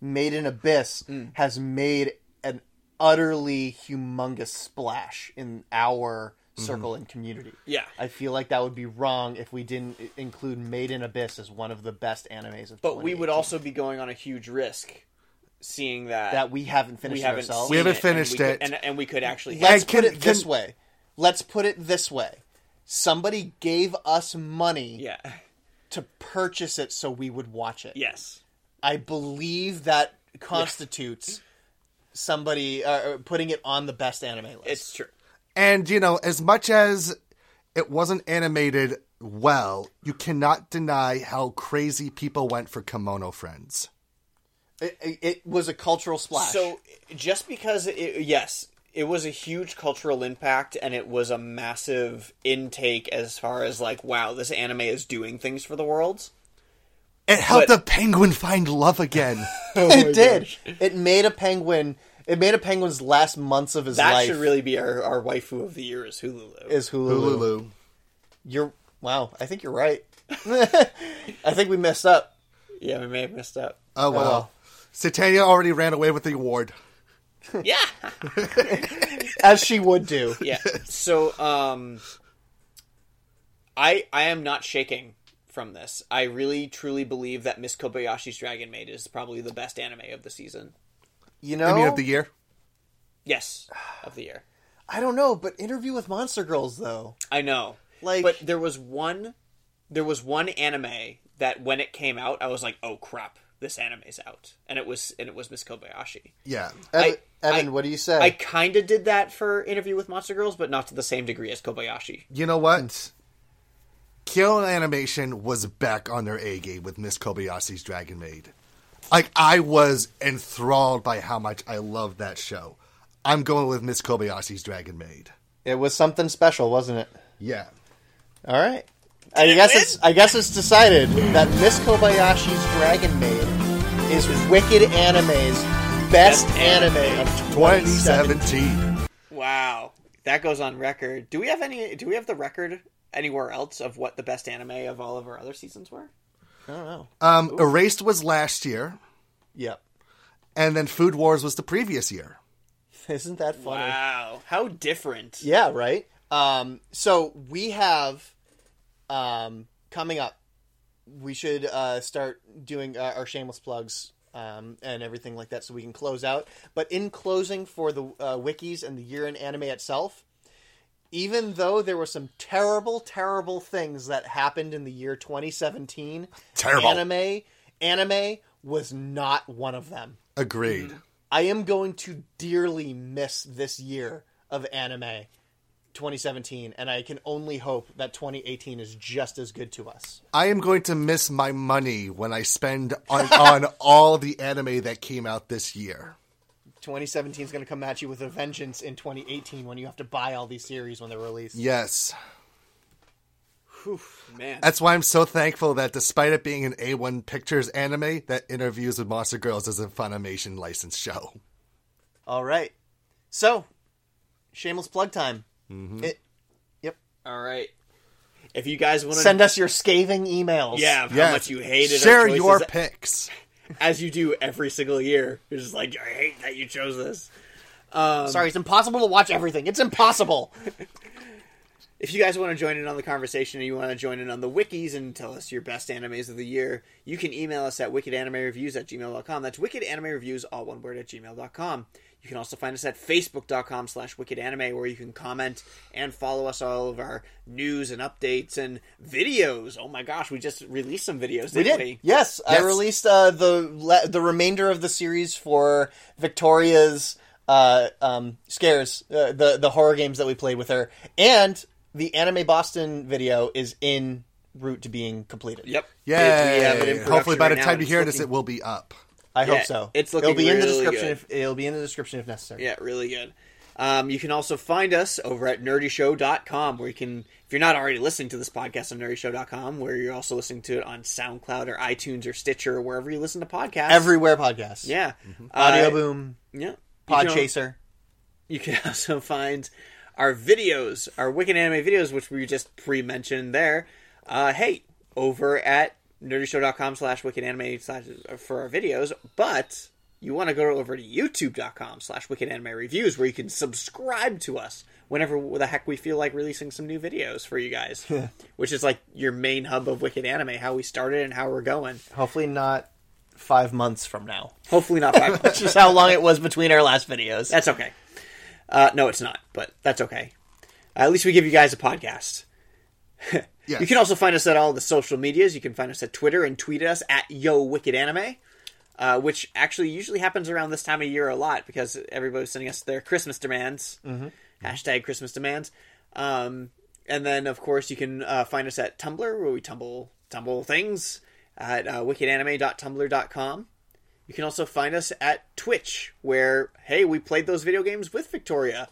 S2: made in abyss
S5: Hmm.
S2: has made an utterly humongous splash in our circle
S5: Mhm.
S2: and community
S5: Yeah.
S2: i feel like that would be wrong if we didn't i- include made in abyss as one of the best animes of
S5: But we would also be going on a huge risk, seeing that
S2: That we haven't finished it ourselves. We
S5: seen
S2: haven't
S5: it, and
S2: finished
S5: we could-
S2: it.
S5: and, and we could actually.
S2: Let's
S5: have-
S2: put it this way. Let's put it this way. Somebody gave us money to purchase it so we would watch it.
S5: Yes.
S2: I believe that constitutes somebody uh, putting it on the best anime list. It's
S5: true.
S4: And you know, as much as it wasn't animated well, you cannot deny how crazy people went for Kimono Friends.
S2: It, it was a cultural splash.
S5: So just because it, yes, it was a huge cultural impact and it was a massive intake as far as like wow, this anime is doing things for the world.
S4: It helped
S5: But- Oh,
S4: a penguin find love again.
S2: it did. It made a penguin. It made a penguin's last months of his
S5: that
S2: life.
S5: should really be our, our waifu of the year is Hululu.
S2: Is Hululu. Hululu. You're wow. I think you're right. I think we messed up.
S5: Yeah, we may have messed up.
S2: Uh,
S4: Oh well. Satania already ran away with the award.
S5: Yeah.
S2: As she would do.
S5: Yeah. So um I I am not shaking from this. I really truly believe that Miss Kobayashi's Dragon Maid is probably the best anime of the season.
S2: You
S4: I
S2: know,
S4: mean, of the year.
S5: Yes, of the year.
S2: I don't know, but Interview with Monster Girls though.
S5: I know.
S2: Like
S5: But there was one there was one anime that when it came out I was like, "Oh crap, this anime's out." And it was and it was Miss Kobayashi.
S4: Yeah.
S2: Evan,
S5: I-
S2: Evan,
S5: I-
S2: what do you say?
S5: I kind of did that for Interview with Monster Girls, but not to the same degree as Kobayashi.
S4: You know what? Kyoto Animation was back on their A game with Miss Kobayashi's Dragon Maid. Like I was enthralled by how much I loved that show. I'm going with Miss Kobayashi's Dragon Maid.
S2: It was something special, wasn't it?
S4: Yeah.
S2: All right. I guess it's I guess it's decided that Miss Kobayashi's Dragon Maid is Wicked Anime's best anime of
S4: 2017.
S5: Wow, that goes on record. Do we have any? Do we have the record anywhere else of what the best anime of all of our other seasons were?
S2: I don't know.
S4: Um, Erased was last year,
S2: Yep.
S4: and then Food Wars was the previous year.
S2: Isn't that funny?
S5: Wow, how different.
S2: Yeah, right. Um, so we have um, coming up. We should uh, start doing uh, our shameless plugs um, and everything like that, so we can close out. But in closing, for the uh, wikis and the year in anime itself, even though there were some terrible, terrible things that happened in the year 2017,
S4: Terrible.
S2: anime anime was not one of them.
S4: Agreed.
S2: I am going to dearly miss this year of anime 2017 and I can only hope that 2018 is just as good to us.
S4: I am going to miss my money when I spend on, on all the anime that came out this year.
S2: 2017 is going to come at you with a vengeance in 2018 when you have to buy all these series when they're released.
S4: Yes.
S5: Whew, man.
S4: That's why I'm so thankful that despite it being an A1 Pictures anime, that Interviews with Monster Girls is a Funimation licensed show.
S2: All right. So, shameless plug time. It, yep.
S5: All right. If you guys want to
S2: Send us your scathing emails.
S5: yeah, of how much you hated. our
S4: Share
S5: choices
S4: your
S5: a-
S4: picks.
S5: as you do every single year. You're just like, I hate that you chose this. Um,
S2: Sorry, it's impossible to watch everything. It's impossible.
S5: If you guys want to join in on the conversation or you want to join in on the wikis and tell us your best animes of the year, you can email us at wickedanimereviews at gmail.com. That's wickedanimereviews, all one word, at gmail.com. You can also find us at facebook.com slash wickedanime where you can comment and follow us all of our news and updates and videos. Oh my gosh, we just released some videos, didn't we?
S2: We did. Yes, I released uh, the le- the remainder of the series for Victoria's uh, um, scares, uh, the the horror games that we played with her, and the anime Boston video is in route to being completed.
S5: Yep.
S4: Yeah. Hopefully, by the time you hear this, it will be up.
S2: I
S5: Yeah,
S2: hope so.
S5: it's
S2: it'll be in the
S5: looking really
S2: description.
S5: good.
S2: If, it'll be in the description if necessary.
S5: Yeah, really good. Um, you can also find us over at nerdyshow.com where you can, if you're not already listening to this podcast on nerdyshow.com, where you're also listening to it on SoundCloud or iTunes or Stitcher or wherever you listen to podcasts.
S2: Everywhere podcasts.
S5: Yeah.
S2: Audio
S5: Uh,
S2: Boom.
S5: Yeah.
S2: Podchaser.
S5: You can, you can also find our videos, our Wicked Anime videos, which we just pre-mentioned there. Uh, hey, over at nerdyshow.com slash wicked anime slash for our videos, but you want to go over to youtube.com slash wicked anime reviews where you can subscribe to us whenever the heck we feel like releasing some new videos for you guys, which is like your main hub of Wicked Anime, how we started and how we're going.
S2: Hopefully not five months from now.
S5: Hopefully not five
S2: That's just how long it was between our last videos.
S5: That's okay. Uh, no, it's not, but that's okay. Uh, at least we give you guys a podcast. You can also find us at all the social medias. You can find us at Twitter and tweet us at Yo Wicked Anime, uh, which actually usually happens around this time of year a lot because everybody's sending us their Christmas demands.
S2: Mhm.
S5: Hashtag Christmas demands. Um, and then, of course, you can uh, find us at Tumblr where we tumble tumble things at uh, wickedanime.tumblr.com. You can also find us at Twitch, where hey, we played those video games with Victoria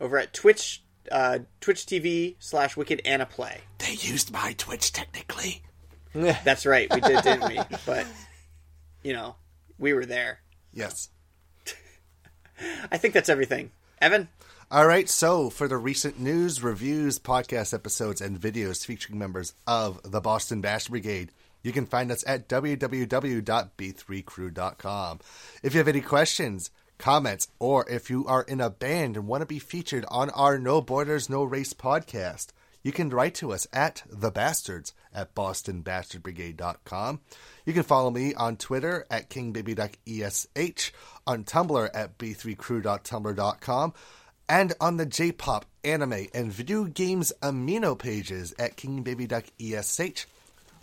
S5: over at Twitch uh, Twitch TV slash Wicked Anna Play. They used my Twitch technically. That's right, we did, didn't we? But you know, we were there.
S4: Yes.
S5: I think that's everything. Evan?
S4: All right, so for the recent news, reviews, podcast episodes, and videos featuring members of the Boston Bash Brigade, you can find us at www.b3crew.com. If you have any questions, comments, or if you are in a band and want to be featured on our No Borders, No Race podcast, you can write to us at the bastards at bostonbastardbrigade.com. You can follow me on Twitter at kingbabyduckesh, on Tumblr at b3crew.tumblr.com, and on the J-pop, anime, and video games amino pages at kingbabyduckesh.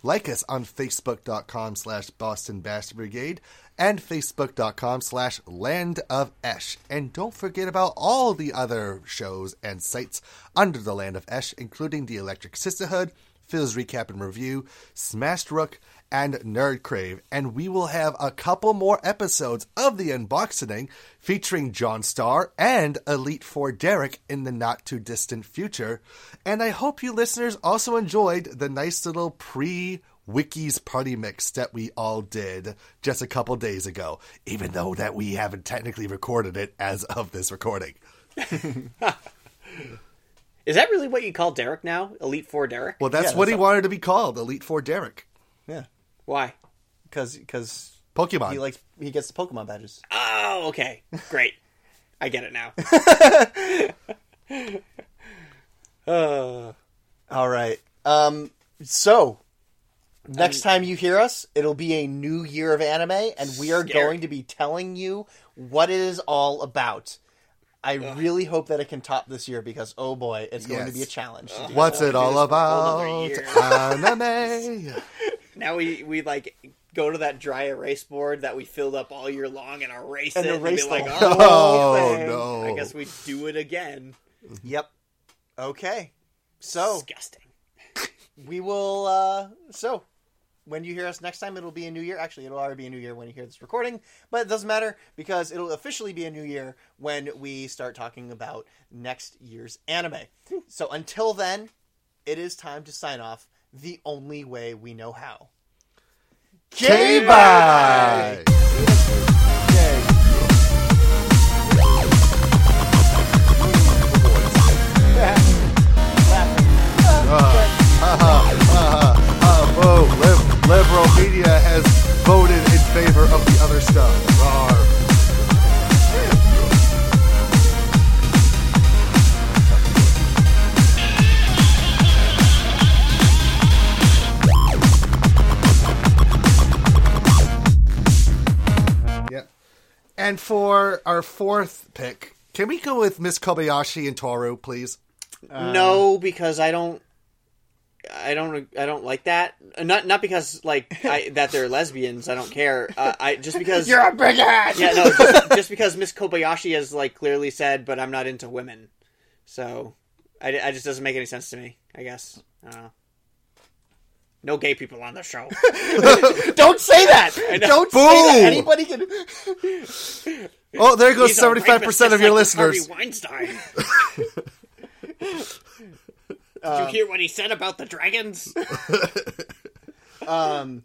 S4: Like us on facebook.com slash Boston Bastard Brigade and facebook.com slash Land of Esh. And don't forget about all the other shows and sites under the Land of Esh, including The Electric Sisterhood, Phil's Recap and Review, Smashed Rook, and Nerd Crave. And we will have a couple more episodes of the unboxing featuring John Starr and Elite Four Derek in the not too distant future. And I hope you listeners also enjoyed the nice little pre Wikis party mix that we all did just a couple days ago, even though that we haven't technically recorded it as of this recording.
S5: Is that really what you call Derek now? Elite Four Derek?
S4: Well, that's what he wanted to be called, Elite Four Derek.
S2: Yeah.
S5: Why?
S2: Because because
S4: Pokemon.
S2: He likes he gets the Pokemon badges.
S5: Oh, okay. Great. I get it now.
S2: Uh, all right. Um. So
S5: Um,
S2: next time you hear us, it'll be a new year of anime, and we are
S5: Scary.
S2: going to be telling you what it is all about. I really hope that it can top this year because oh boy, it's going to
S4: Yes.
S2: be a challenge. to do
S4: What's
S2: that.
S4: it all about? Anime.
S5: now we, we like go to that dry erase board that we filled up all year long and erase
S2: And
S5: it
S2: erase
S5: and
S2: the
S5: be like,
S2: whole
S5: oh,
S2: thing.
S5: no. I
S2: no.
S5: guess we do it again.
S2: Yep. Okay. So
S5: disgusting.
S2: We will. uh So when you hear us next time, it'll be a new year. Actually, it'll already be a new year when you hear this recording, but it doesn't matter because it'll officially be a new year when we start talking about next year's anime. so until then, it is time to sign off the only way we know how.
S4: K-bye! Whoa, lib- liberal media has voted in favor of the other stuff. Rawr. And for our fourth pick, can we go with Miss Kobayashi and Toru, please?
S5: no, because I don't. I don't. I don't like that. Not not because like I, that they're lesbians. I don't care. Uh, I just because
S2: You're a big ass!
S5: Yeah, no. Just, just because Miss Kobayashi has like clearly said, but I'm not into women. So, I, I just doesn't make any sense to me. I guess. I don't know. No gay people on the show.
S2: Don't say that.
S5: I know.
S2: Don't say that. Anybody can.
S4: Oh, there goes
S5: He's a rapist,
S4: 75% of
S5: just like
S4: your listeners.
S5: Harvey Weinstein. Did you hear what he said about the dragons?
S2: Um,